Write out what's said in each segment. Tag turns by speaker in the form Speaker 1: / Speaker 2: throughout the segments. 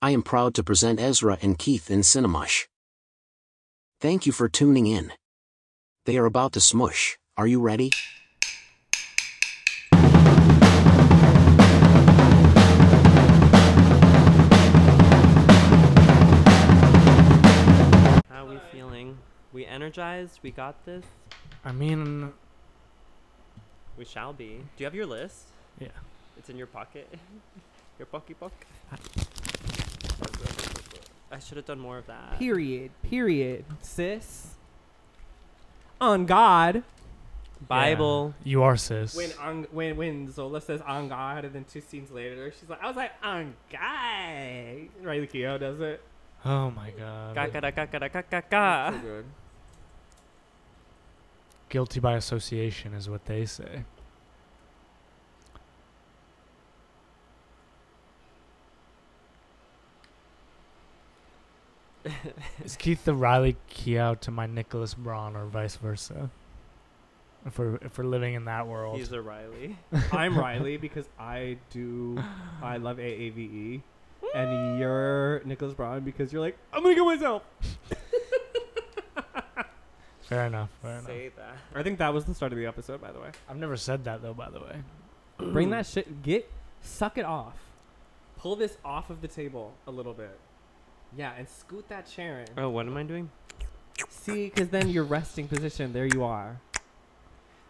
Speaker 1: I am proud to present Ezra and Keith in Cinemush. Thank you for tuning in. They are about to smush. Are you ready?
Speaker 2: How are we feeling? We energized? We got this?
Speaker 3: I mean,
Speaker 2: We shall be. Do you have your list?
Speaker 3: yeah.
Speaker 2: It's in your pocket. Your pocky pock. I should have done more of that.
Speaker 4: Period. Period. Sis. On God.
Speaker 2: Bible.
Speaker 3: Yeah. You are sis.
Speaker 4: When on when when Zola says on God and then two scenes later she's like I was like on God. Riley Keough does it.
Speaker 3: oh my god.
Speaker 2: Ka ka da ka ka da ka ka ka.
Speaker 4: So good.
Speaker 3: Guilty by association is what they say. is Keith the Riley Keough to my Nicholas Braun or vice versa? If we're if we're living in that world,
Speaker 2: He's a Riley.
Speaker 4: I'm Riley because I do I love AAVE. E. And you're Nicholas Braun because you're like, I'm gonna kill myself.
Speaker 3: fair enough. Fair enough.
Speaker 2: Say that.
Speaker 4: I think that was the start of the episode, by the way.
Speaker 3: I've never said that though. By the way,
Speaker 4: Bring that shit get suck it off. Pull this off of the table a little bit. Yeah, and scoot that chair in.
Speaker 2: Oh, what am I doing?
Speaker 4: See, because then your resting position, there you are.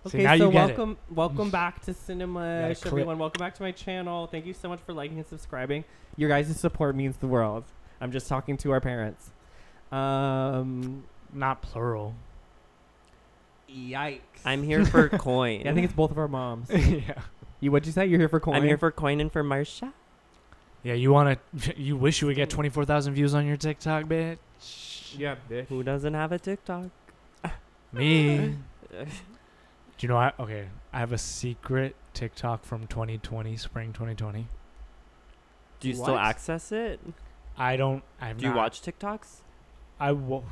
Speaker 3: See,
Speaker 4: Okay,
Speaker 3: now
Speaker 4: so
Speaker 3: you get it.
Speaker 4: welcome, welcome back to Cinema,
Speaker 3: Gotta
Speaker 4: Ish,
Speaker 3: clip.
Speaker 4: everyone. Welcome back to my channel. Thank you so much for liking and subscribing. Your guys' support means the world. I'm just talking to our parents. Um,
Speaker 3: not plural.
Speaker 4: yikes.
Speaker 2: I'm here for coin.
Speaker 4: Yeah, I think it's both of our moms.
Speaker 3: yeah.
Speaker 4: you, what'd you say? You're here for coin.
Speaker 2: I'm here for coin and for Marsha.
Speaker 3: Yeah, you want to? You wish you would get twenty four thousand views on your TikTok, bitch.
Speaker 4: Yeah, bitch.
Speaker 2: Who doesn't have a TikTok?
Speaker 3: Me. Do you know I okay, I have a secret TikTok from 2020, spring 2020.
Speaker 2: Do you still
Speaker 4: What?
Speaker 2: access it?
Speaker 3: I don't I have
Speaker 2: Do you
Speaker 3: not-
Speaker 2: watch TikToks?
Speaker 3: I wa-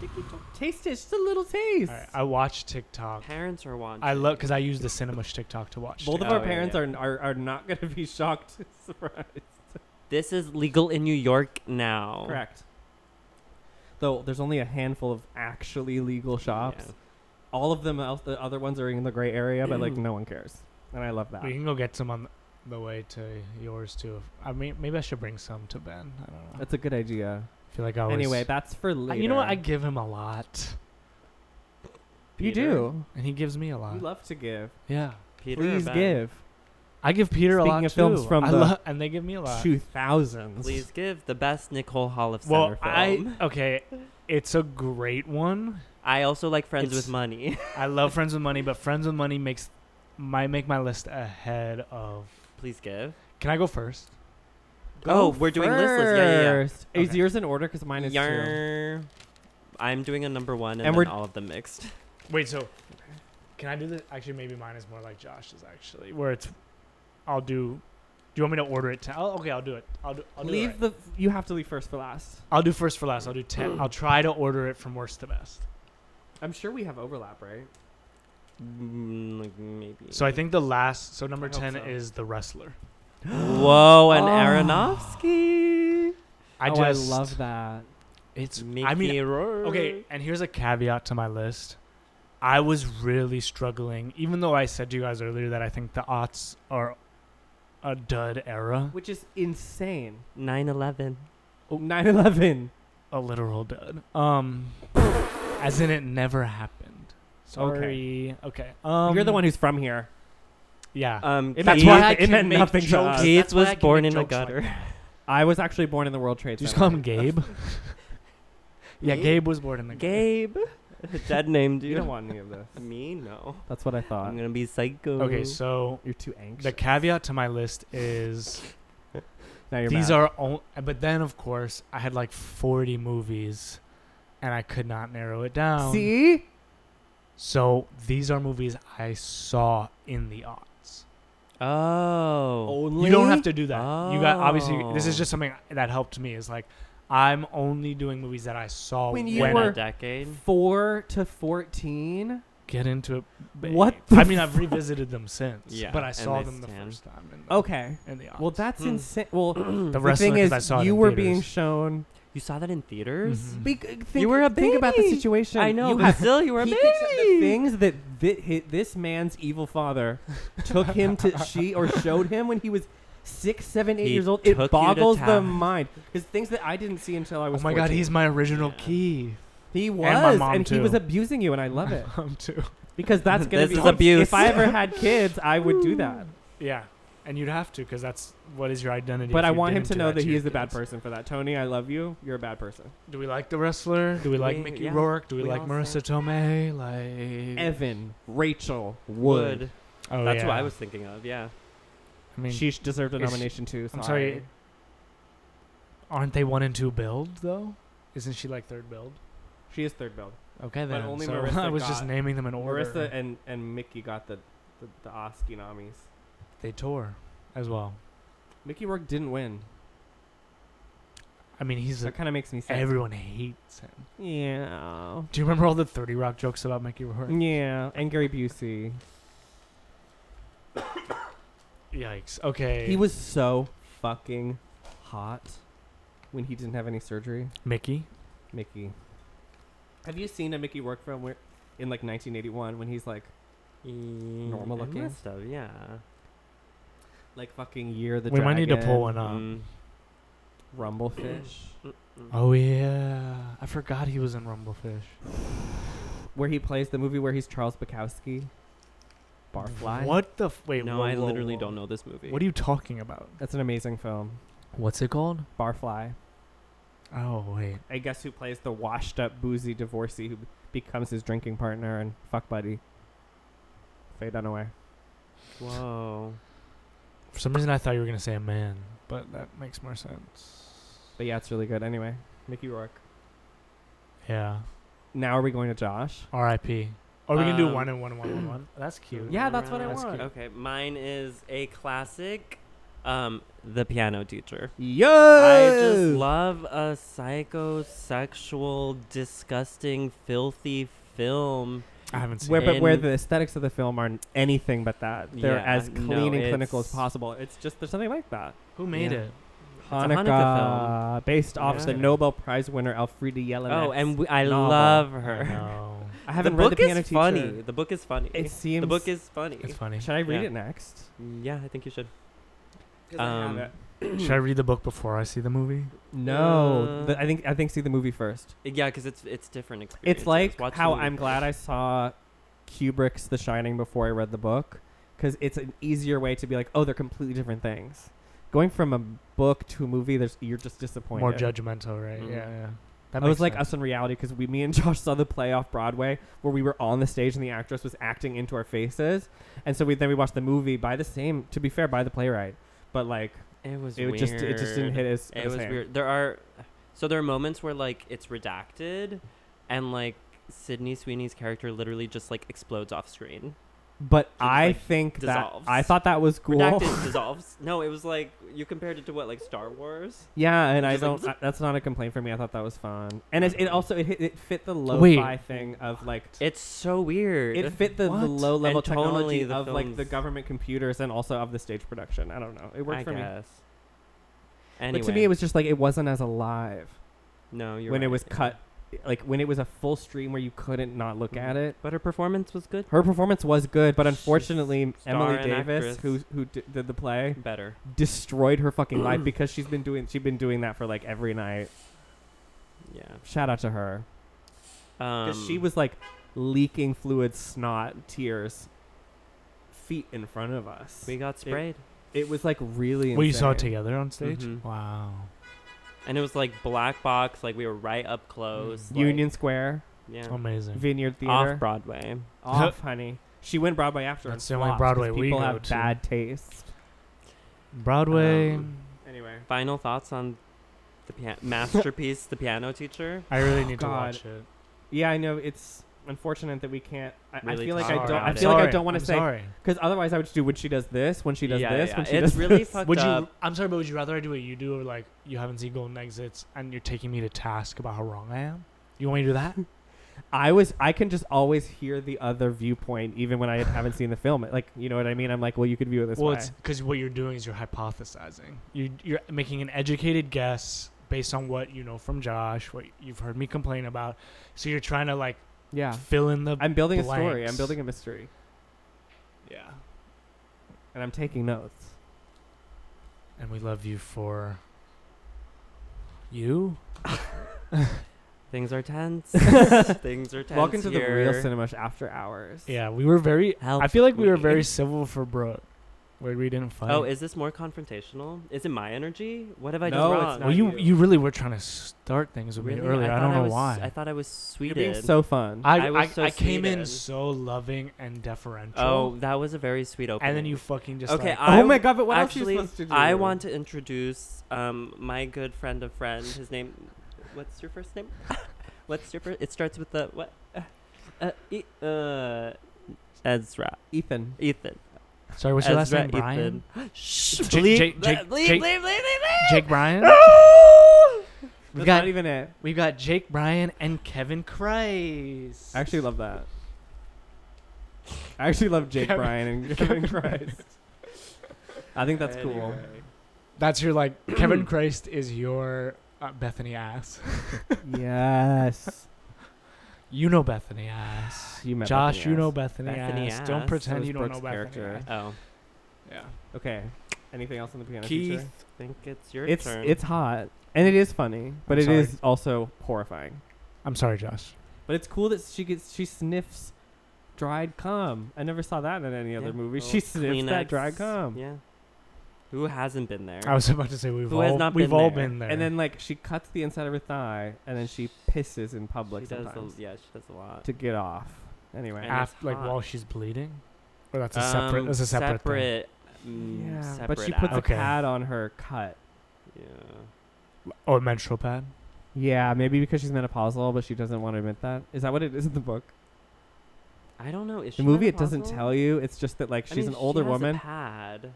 Speaker 4: Taste it. Just a little taste.
Speaker 3: Alright, I watch TikTok.
Speaker 2: Parents are watching.
Speaker 3: I love cuz I use the Cinemush TikTok to watch.
Speaker 4: Both
Speaker 3: TikTok.
Speaker 4: of our
Speaker 2: Oh, yeah,
Speaker 4: parents
Speaker 2: yeah.
Speaker 4: Are, are are not gonna be shocked, surprised.
Speaker 2: This is legal in New York now.
Speaker 4: Correct. Though there's only a handful of actually legal shops.
Speaker 2: Yeah.
Speaker 4: All of them, else, the other ones are in the gray area, but like no one cares, and I love that.
Speaker 3: We can go get some on the way to yours too. I mean maybe I should bring some to Ben. I don't know.
Speaker 4: That's a good idea.
Speaker 3: I feel like I always
Speaker 4: Uh, Anyway, that's for
Speaker 3: Uh,
Speaker 4: later.
Speaker 3: You know what? I give him a lot
Speaker 4: you
Speaker 2: Peter.
Speaker 4: do.
Speaker 3: and he gives me a
Speaker 4: You
Speaker 3: lot.
Speaker 4: love to give.
Speaker 3: yeah.
Speaker 2: Peter or
Speaker 4: Please
Speaker 2: Ben?
Speaker 4: give
Speaker 3: I give Peter
Speaker 4: Speaking
Speaker 3: a lot
Speaker 4: of films
Speaker 3: too.
Speaker 4: from
Speaker 3: I
Speaker 4: the
Speaker 3: lo- and they give me a lot.
Speaker 4: two thousands.
Speaker 2: Please give the best Nicole Hall of Center
Speaker 3: well, I
Speaker 2: film.
Speaker 3: okay, it's a great one.
Speaker 2: I also like Friends
Speaker 3: It's-
Speaker 2: with Money.
Speaker 3: I love Friends with Money, but Friends with Money makes my make my list ahead of.
Speaker 2: Please give.
Speaker 3: Can I go first?
Speaker 2: oh, we're doing list list. Yeah, yeah, yeah.
Speaker 4: yeah. Is
Speaker 3: Okay.
Speaker 4: yours in order? Because mine is two.
Speaker 2: Yarr. I'm doing a number one, and,
Speaker 4: And
Speaker 2: then
Speaker 4: we're-
Speaker 2: all of them mixed.
Speaker 3: Wait, so can I do this? Actually, maybe mine is more like Josh's. Actually, where it's I'll do. Do you want me to order it? To, oh, okay, I'll do it. I'll do. I'll do, it
Speaker 4: leave
Speaker 3: right.
Speaker 4: the. You have to leave first for last.
Speaker 3: I'll do first for last. I'll do ten. I'll try to order it from worst to best.
Speaker 4: I'm sure we have overlap, right?
Speaker 2: Mm, like maybe.
Speaker 3: So I think the last. So number
Speaker 4: I hope
Speaker 3: ten
Speaker 4: so.
Speaker 3: is the wrestler.
Speaker 2: Whoa, and
Speaker 4: Oh.
Speaker 2: Aronofsky.
Speaker 3: I
Speaker 4: oh,
Speaker 3: just
Speaker 4: I love that.
Speaker 3: It's.
Speaker 2: Mickey
Speaker 3: I mean,
Speaker 2: Rourke.
Speaker 4: Mm.
Speaker 3: Okay, and here's a caveat to my list. I was really struggling, even though I said to you guys earlier that I think the aughts are a dud era,
Speaker 4: Which is insane.
Speaker 2: 9/11.
Speaker 4: Oh, 9/11.
Speaker 3: a literal dud. Um, as in it never happened. Sorry. Okay. Um,
Speaker 4: You're the one who's from here.
Speaker 3: Yeah.
Speaker 4: Uh,
Speaker 2: Um,
Speaker 4: It meant
Speaker 2: Keith-
Speaker 4: why I can make jokes.
Speaker 3: That's
Speaker 2: Keith
Speaker 3: why I
Speaker 2: was
Speaker 3: can make
Speaker 2: born in a
Speaker 3: jokes like
Speaker 2: gutter.
Speaker 3: that.
Speaker 4: I was actually born in the World Trade
Speaker 3: Did you just
Speaker 4: Center.
Speaker 3: call him Gabe? yeah, Gabe was born in the gutter.
Speaker 2: Gabe. Dead name, dude.
Speaker 4: You don't want any of this.
Speaker 2: Me? No.
Speaker 4: That's what I thought.
Speaker 2: I'm gonna be psycho.
Speaker 3: Okay, so
Speaker 4: You're too anxious.
Speaker 3: the caveat to my list is
Speaker 4: now you're
Speaker 3: These
Speaker 4: mad.
Speaker 3: are all, but then of course I had like 40 movies, and I could not narrow it
Speaker 4: Um,
Speaker 3: down.
Speaker 4: See?
Speaker 3: So these are movies I saw in the aughts.
Speaker 2: Oh.
Speaker 4: Only
Speaker 3: You don't have to do that. You got obviously. This is
Speaker 2: Oh.
Speaker 3: just something that helped me. Is like, I'm only doing movies that I saw
Speaker 4: When
Speaker 3: when,
Speaker 4: you
Speaker 2: when
Speaker 4: were-
Speaker 2: a decade.
Speaker 4: four to fourteen.
Speaker 3: get into it. babe.
Speaker 4: What
Speaker 3: I
Speaker 4: the
Speaker 3: mean, I've revisited them since.
Speaker 2: Yeah,
Speaker 3: But I
Speaker 2: and
Speaker 3: saw
Speaker 2: they
Speaker 3: them the
Speaker 2: stand.
Speaker 3: first time. In the,
Speaker 4: Okay.
Speaker 3: In the
Speaker 4: Well,
Speaker 3: odds.
Speaker 4: that's
Speaker 2: Hmm.
Speaker 4: insane. Well,
Speaker 3: the
Speaker 4: the
Speaker 3: wrestling
Speaker 4: thing is,
Speaker 3: I saw it
Speaker 4: you
Speaker 3: in
Speaker 4: were
Speaker 3: theaters.
Speaker 4: being shown.
Speaker 2: You saw that in theaters?
Speaker 3: Mhm.
Speaker 4: Be- uh, think,
Speaker 2: were a
Speaker 4: think about the
Speaker 2: baby.
Speaker 4: situation.
Speaker 2: I know,
Speaker 4: You
Speaker 2: but
Speaker 4: have
Speaker 2: still, you were a
Speaker 4: he
Speaker 2: baby.
Speaker 4: could- the things that thi- hi- this man's evil father took him to she or showed him when he was six, seven, eight
Speaker 2: He
Speaker 4: years old.
Speaker 2: took you
Speaker 4: It
Speaker 2: to
Speaker 4: boggles the
Speaker 2: town.
Speaker 4: mind because things that I didn't see until I
Speaker 3: Oh
Speaker 4: was.
Speaker 3: my god,
Speaker 4: 14.
Speaker 3: he's my original
Speaker 2: Yeah.
Speaker 3: key.
Speaker 4: he was
Speaker 3: my mom,
Speaker 4: and he was
Speaker 3: too.
Speaker 4: abusing you, and I love it
Speaker 3: Um, too.
Speaker 4: because that's gonna
Speaker 2: This
Speaker 4: be
Speaker 2: is abuse.
Speaker 4: If I ever had kids, I would do that.
Speaker 3: Yeah, and you'd have to because that's what is your identity.
Speaker 4: But
Speaker 3: if
Speaker 4: I
Speaker 3: you
Speaker 4: want him
Speaker 3: didn't
Speaker 4: to
Speaker 3: do
Speaker 4: know
Speaker 3: that
Speaker 4: that
Speaker 3: to
Speaker 4: he
Speaker 3: your
Speaker 4: is a bad
Speaker 3: kids.
Speaker 4: person for that. Tony, I love you. You're a bad person.
Speaker 3: Do we like the wrestler? Do we like
Speaker 2: We-
Speaker 3: Mickey
Speaker 2: yeah.
Speaker 3: Rourke? Do we,
Speaker 2: We
Speaker 3: like
Speaker 2: all
Speaker 3: Marissa Tomei? Like
Speaker 4: Evan, Rachel Wood.
Speaker 2: Wood.
Speaker 3: Oh,
Speaker 2: That's what
Speaker 3: yeah.
Speaker 2: I was thinking of, yeah.
Speaker 3: I mean,
Speaker 4: she sh- deserved a
Speaker 3: Is she-
Speaker 4: nomination too. Sorry.
Speaker 3: I'm sorry. aren't they one and two build though? Isn't she like third build?
Speaker 4: She is third build.
Speaker 3: Okay,
Speaker 4: But
Speaker 3: then.
Speaker 4: only
Speaker 3: so
Speaker 4: Marissa
Speaker 3: I was just
Speaker 4: got-
Speaker 3: naming them in order.
Speaker 4: Marissa and, and Mickey got the the, the Osky nomies.
Speaker 3: they tore as well.
Speaker 4: Mickey Rourke didn't win.
Speaker 3: I mean, he's a,
Speaker 4: That kind of makes me sad.
Speaker 3: everyone hates him.
Speaker 4: yeah.
Speaker 3: Do you remember all the Thirty Rock jokes about Mickey Rourke?
Speaker 4: Yeah, and Gary Busey.
Speaker 3: Yikes. Okay.
Speaker 4: He was so fucking hot when he didn't have any surgery.
Speaker 3: Mickey.
Speaker 4: Mickey. Have you seen a Mickey Rourke film where in like 1981 when he's like
Speaker 2: Normal
Speaker 4: looking?
Speaker 2: Stuff, yeah.
Speaker 4: like fucking year of the
Speaker 3: we might need to pull
Speaker 4: Dragon,
Speaker 3: one up.
Speaker 2: Mm.
Speaker 4: Rumblefish
Speaker 3: um, Oh yeah, I forgot he was in Rumblefish.
Speaker 4: where he plays the movie where he's Charles Bukowski. Barfly.
Speaker 3: What the f- wait?
Speaker 2: no,
Speaker 3: whoa,
Speaker 2: I
Speaker 3: whoa,
Speaker 2: literally
Speaker 3: whoa.
Speaker 2: don't know this movie.
Speaker 3: What are you talking about?
Speaker 4: That's an amazing film.
Speaker 3: What's it called?
Speaker 4: Barfly.
Speaker 3: Oh wait,
Speaker 4: I guess who plays the washed up boozy divorcee who becomes his drinking partner and fuck buddy. Faye Dunaway.
Speaker 2: Whoa.
Speaker 3: for some reason I thought you were gonna say a man, but that makes more sense.
Speaker 4: But yeah, it's really good. Anyway, Mickey Rourke.
Speaker 3: Yeah.
Speaker 4: Now are we going to Josh?
Speaker 3: R.I.P. Are we gonna do
Speaker 2: Um,
Speaker 3: one and one and one one one? That's cute.
Speaker 4: Yeah, that's what I
Speaker 2: That's
Speaker 4: want.
Speaker 2: cute. Okay, mine is a classic, um, The Piano Teacher.
Speaker 4: Yo!
Speaker 2: I
Speaker 4: Oh.
Speaker 2: just love a psychosexual, disgusting, filthy film.
Speaker 3: I haven't seen.
Speaker 4: where,
Speaker 3: it.
Speaker 4: but where
Speaker 2: And-
Speaker 4: the aesthetics of the film aren't anything but that. They're
Speaker 2: Yeah,
Speaker 4: as
Speaker 2: no,
Speaker 4: clean and clinical as
Speaker 2: it's-
Speaker 4: possible. It's just there's something like that.
Speaker 3: Who made
Speaker 2: yeah.
Speaker 3: it?
Speaker 2: It's a
Speaker 4: Hanukkah,
Speaker 2: Hanukkah film.
Speaker 4: based off
Speaker 2: Yeah.
Speaker 4: the Nobel Prize winner Elfriede Jelinek.
Speaker 2: Oh, and we, I
Speaker 4: novel.
Speaker 2: love
Speaker 3: I
Speaker 2: her.
Speaker 3: know.
Speaker 4: I haven't
Speaker 2: the
Speaker 4: read
Speaker 2: book
Speaker 4: the
Speaker 2: is
Speaker 4: piano teacher.
Speaker 2: funny. The book is funny.
Speaker 4: It seems.
Speaker 2: the book is funny.
Speaker 3: It's funny.
Speaker 4: Should I read
Speaker 2: Yeah.
Speaker 4: it next?
Speaker 2: yeah, I think you should.
Speaker 4: 'Cause I have
Speaker 2: Um,
Speaker 4: it.
Speaker 3: Should I read the book before I see the movie?
Speaker 4: No,
Speaker 2: Uh,
Speaker 4: the, I think I think see the movie first.
Speaker 2: Yeah, because it's it's different experience.
Speaker 4: It's like how I'm glad I saw Kubrick's The Shining before I read the book because it's an easier way to be like, oh, they're completely different things. Going from a book to a movie, there's you're just disappointed.
Speaker 3: More judgmental, right?
Speaker 2: Mhm.
Speaker 3: Yeah, yeah.
Speaker 4: Mm-hmm. I
Speaker 3: That
Speaker 4: was
Speaker 3: makes
Speaker 4: like
Speaker 3: sense.
Speaker 4: us in reality because we, me and Josh saw the play off Broadway where we were on the stage and the actress was acting into our faces, and so we then we watched the movie by the same. To be fair, by the playwright, but like
Speaker 2: It was.
Speaker 4: it
Speaker 2: weird.
Speaker 4: was just it just didn't hit as.
Speaker 2: It
Speaker 4: as
Speaker 2: was
Speaker 4: hard.
Speaker 2: weird. There are, so there are moments where like it's redacted, and like Sydney Sweeney's character literally just like explodes off screen.
Speaker 4: But
Speaker 2: just,
Speaker 4: I
Speaker 2: like,
Speaker 4: think
Speaker 2: dissolves.
Speaker 4: that I thought that was cool.
Speaker 2: Redacted dissolves. No, it was like you compared it to what like Star Wars.
Speaker 4: Yeah, and I
Speaker 2: Just like
Speaker 4: don't. I- that's not a complaint for me. I thought that was fun, and it, it also it, hit- it fit the lo-fi
Speaker 3: Wait.
Speaker 4: thing of like
Speaker 2: It's so weird.
Speaker 4: it fit the, the
Speaker 3: What?
Speaker 4: low level
Speaker 2: And tonally,
Speaker 4: technology
Speaker 2: the
Speaker 4: of like the
Speaker 2: film's-
Speaker 4: government computers and also of the stage production. I don't know. It worked
Speaker 2: I
Speaker 4: for me,
Speaker 2: guess. Anyway,
Speaker 4: but to me it was just like it wasn't as alive
Speaker 2: no. You're
Speaker 4: when it
Speaker 2: right,
Speaker 4: was
Speaker 2: yeah.
Speaker 4: cut, like when it was a full stream where you couldn't not look at it.
Speaker 2: but her performance was good.
Speaker 4: Her performance was good, but
Speaker 2: Mm-hmm. She's a
Speaker 4: unfortunately
Speaker 2: star
Speaker 4: Emily
Speaker 2: and
Speaker 4: Davis,
Speaker 2: actress.
Speaker 4: who who d- did the play,
Speaker 2: Better.
Speaker 4: destroyed her fucking life because she's been doing she'd been doing that for like every night.
Speaker 2: Yeah.
Speaker 4: Shout out to her.
Speaker 2: Um,
Speaker 4: because she was like leaking fluid, snot, tears, feet in front of us.
Speaker 2: We got sprayed.
Speaker 4: It was like really. Insane.
Speaker 3: Well, you saw it together on stage.
Speaker 2: Mhm.
Speaker 4: Mm-hmm.
Speaker 3: Wow.
Speaker 2: And it was like black box, like we were right up close. like-
Speaker 4: Union Square,
Speaker 2: yeah,
Speaker 3: Amazing.
Speaker 4: Vineyard
Speaker 2: off
Speaker 4: Theater,
Speaker 2: Broadway.
Speaker 4: off, honey. She went Broadway after.
Speaker 3: That's
Speaker 4: and
Speaker 3: the only
Speaker 4: flopped 'cause
Speaker 3: Broadway we
Speaker 4: people
Speaker 3: go
Speaker 4: have
Speaker 3: to.
Speaker 4: bad taste.
Speaker 3: Broadway.
Speaker 2: Um,
Speaker 4: Anyway,
Speaker 2: Final thoughts on the pia- masterpiece, The Piano Teacher.
Speaker 3: I really
Speaker 4: oh,
Speaker 3: need
Speaker 4: God.
Speaker 3: to watch it.
Speaker 4: yeah, I know it's unfortunate that we can't. I, I
Speaker 2: Really
Speaker 4: feel like
Speaker 2: talk
Speaker 4: I don't.
Speaker 2: about
Speaker 4: I
Speaker 2: it.
Speaker 4: feel like I
Speaker 3: Sorry,
Speaker 4: don't want
Speaker 3: I'm
Speaker 4: to say
Speaker 3: Sorry.
Speaker 4: because otherwise I would just do when she does this, when she does
Speaker 2: Yeah,
Speaker 4: this,
Speaker 2: yeah,
Speaker 4: when she
Speaker 2: it's
Speaker 4: does
Speaker 2: really
Speaker 4: this.
Speaker 2: fucked
Speaker 3: Would
Speaker 2: up.
Speaker 3: you? I'm sorry, but would you rather I do what you do, or like you haven't seen Golden Exits and you're taking me to task about how wrong I am? You want me to do that?
Speaker 4: I was I can just always hear the other viewpoint even when I haven't seen the film. Like you know what I mean? I'm like, well, you could view it this
Speaker 3: well,
Speaker 4: way.
Speaker 3: it's because what you're doing is you're hypothesizing. You you're making an educated guess based on what you know from Josh, what you've heard me complain about. So you're trying to like
Speaker 4: yeah.
Speaker 3: fill in the.
Speaker 4: I'm building a story.
Speaker 3: blanks.
Speaker 4: I'm building a mystery,
Speaker 3: yeah,
Speaker 4: and I'm taking notes.
Speaker 3: and we love you for. You.
Speaker 2: Things are tense. Things are tense.
Speaker 4: Welcome to the
Speaker 2: here.
Speaker 4: real Cinemush After Hours.
Speaker 3: Yeah, we were very.
Speaker 2: Help
Speaker 3: I feel like we were
Speaker 2: me.
Speaker 3: very civil for Brooke, where we didn't fight.
Speaker 2: Oh, is this more confrontational? Is it my energy? What have I
Speaker 4: No,
Speaker 2: done
Speaker 4: it's
Speaker 2: wrong?
Speaker 4: not
Speaker 3: well, you, you
Speaker 4: you.
Speaker 3: really were trying to start things with me
Speaker 2: Really?
Speaker 3: earlier. I,
Speaker 2: thought
Speaker 3: don't know
Speaker 2: was,
Speaker 3: why.
Speaker 2: I thought I was
Speaker 4: You're
Speaker 2: sweeted.
Speaker 4: being so fun.
Speaker 2: I was so
Speaker 3: I came in
Speaker 2: seated.
Speaker 3: so loving and deferential.
Speaker 2: oh, that was a very sweet opening.
Speaker 3: and then you fucking just
Speaker 2: Okay,
Speaker 3: like-
Speaker 2: I
Speaker 4: oh my god! But what
Speaker 2: Actually,
Speaker 4: else are you supposed to do?
Speaker 2: I want to introduce um my good friend of friend. His name. What's your first name? what's your first? It starts with the what? Uh, E- uh, Ezra.
Speaker 4: Ethan.
Speaker 2: Ethan.
Speaker 3: sorry, what's your last
Speaker 2: Ezra
Speaker 3: name? Brian.
Speaker 2: Ethan. Shh.
Speaker 3: Jake-
Speaker 2: bleep,
Speaker 3: Jake- Jake-
Speaker 2: bleep, bleep,
Speaker 3: Jake-
Speaker 2: bleep, bleep, bleep,
Speaker 3: Jake Bryan.
Speaker 4: That's
Speaker 3: got-
Speaker 4: not even it.
Speaker 3: We've got Jake Bryan and Kevin Christ.
Speaker 4: I actually love that. I actually love Jake
Speaker 3: Kevin-
Speaker 4: Bryan and Kevin Christ. I think that's cool.
Speaker 3: that's your like Kevin Christ is your uh, Bethany ass.
Speaker 4: Yes.
Speaker 3: You know Bethany ass.
Speaker 4: You met
Speaker 3: Josh,
Speaker 4: Bethany
Speaker 3: you know
Speaker 4: ass.
Speaker 3: Bethany,
Speaker 2: Bethany
Speaker 3: ass.
Speaker 2: ass.
Speaker 3: Don't
Speaker 4: That
Speaker 3: pretend
Speaker 4: was
Speaker 3: you don't know
Speaker 4: Brooke's
Speaker 3: Bethany.
Speaker 4: character.
Speaker 3: Ass.
Speaker 2: Oh,
Speaker 3: Yeah.
Speaker 4: Okay. Anything else on the piano
Speaker 3: Keith.
Speaker 4: teacher?
Speaker 2: I think it's your
Speaker 4: It's
Speaker 2: turn.
Speaker 4: it's hot and it is funny, but
Speaker 3: I'm
Speaker 4: it
Speaker 3: sorry.
Speaker 4: is also horrifying.
Speaker 3: I'm sorry, Josh.
Speaker 4: But it's cool that she gets she sniffs dried cum. I never saw that in any other
Speaker 2: Yeah,
Speaker 4: movie.
Speaker 2: well,
Speaker 4: She sniffs that
Speaker 2: Kleenex,
Speaker 4: dried cum.
Speaker 2: Yeah. Who hasn't been there?
Speaker 3: I was about to say we've
Speaker 2: Who
Speaker 3: all
Speaker 2: has not
Speaker 3: we've
Speaker 2: been
Speaker 3: all
Speaker 2: there?
Speaker 3: been there.
Speaker 4: And then like she cuts the inside of her thigh and then she pisses in public
Speaker 2: she does a,
Speaker 4: sometimes
Speaker 2: yeah, she does a lot.
Speaker 4: to get off. Anyway.
Speaker 2: and it's
Speaker 3: after, like
Speaker 2: hot.
Speaker 3: while she's bleeding, or that's a separate.
Speaker 2: Um,
Speaker 3: That's a separate. Thing.
Speaker 2: separate. mm,
Speaker 4: yeah,
Speaker 2: separate
Speaker 4: but she puts
Speaker 2: act.
Speaker 3: Okay.
Speaker 4: a pad on her cut.
Speaker 2: Yeah.
Speaker 3: Oh, a menstrual pad.
Speaker 4: Yeah, maybe because she's menopausal, but she doesn't want to admit that. Is that what it is in the book?
Speaker 2: I don't know. Is she
Speaker 4: The movie it doesn't
Speaker 2: menopausal?
Speaker 4: tell you. It's just that like
Speaker 2: I
Speaker 4: she's
Speaker 2: mean,
Speaker 4: an
Speaker 2: she
Speaker 4: older
Speaker 2: has a
Speaker 4: woman.
Speaker 2: pad.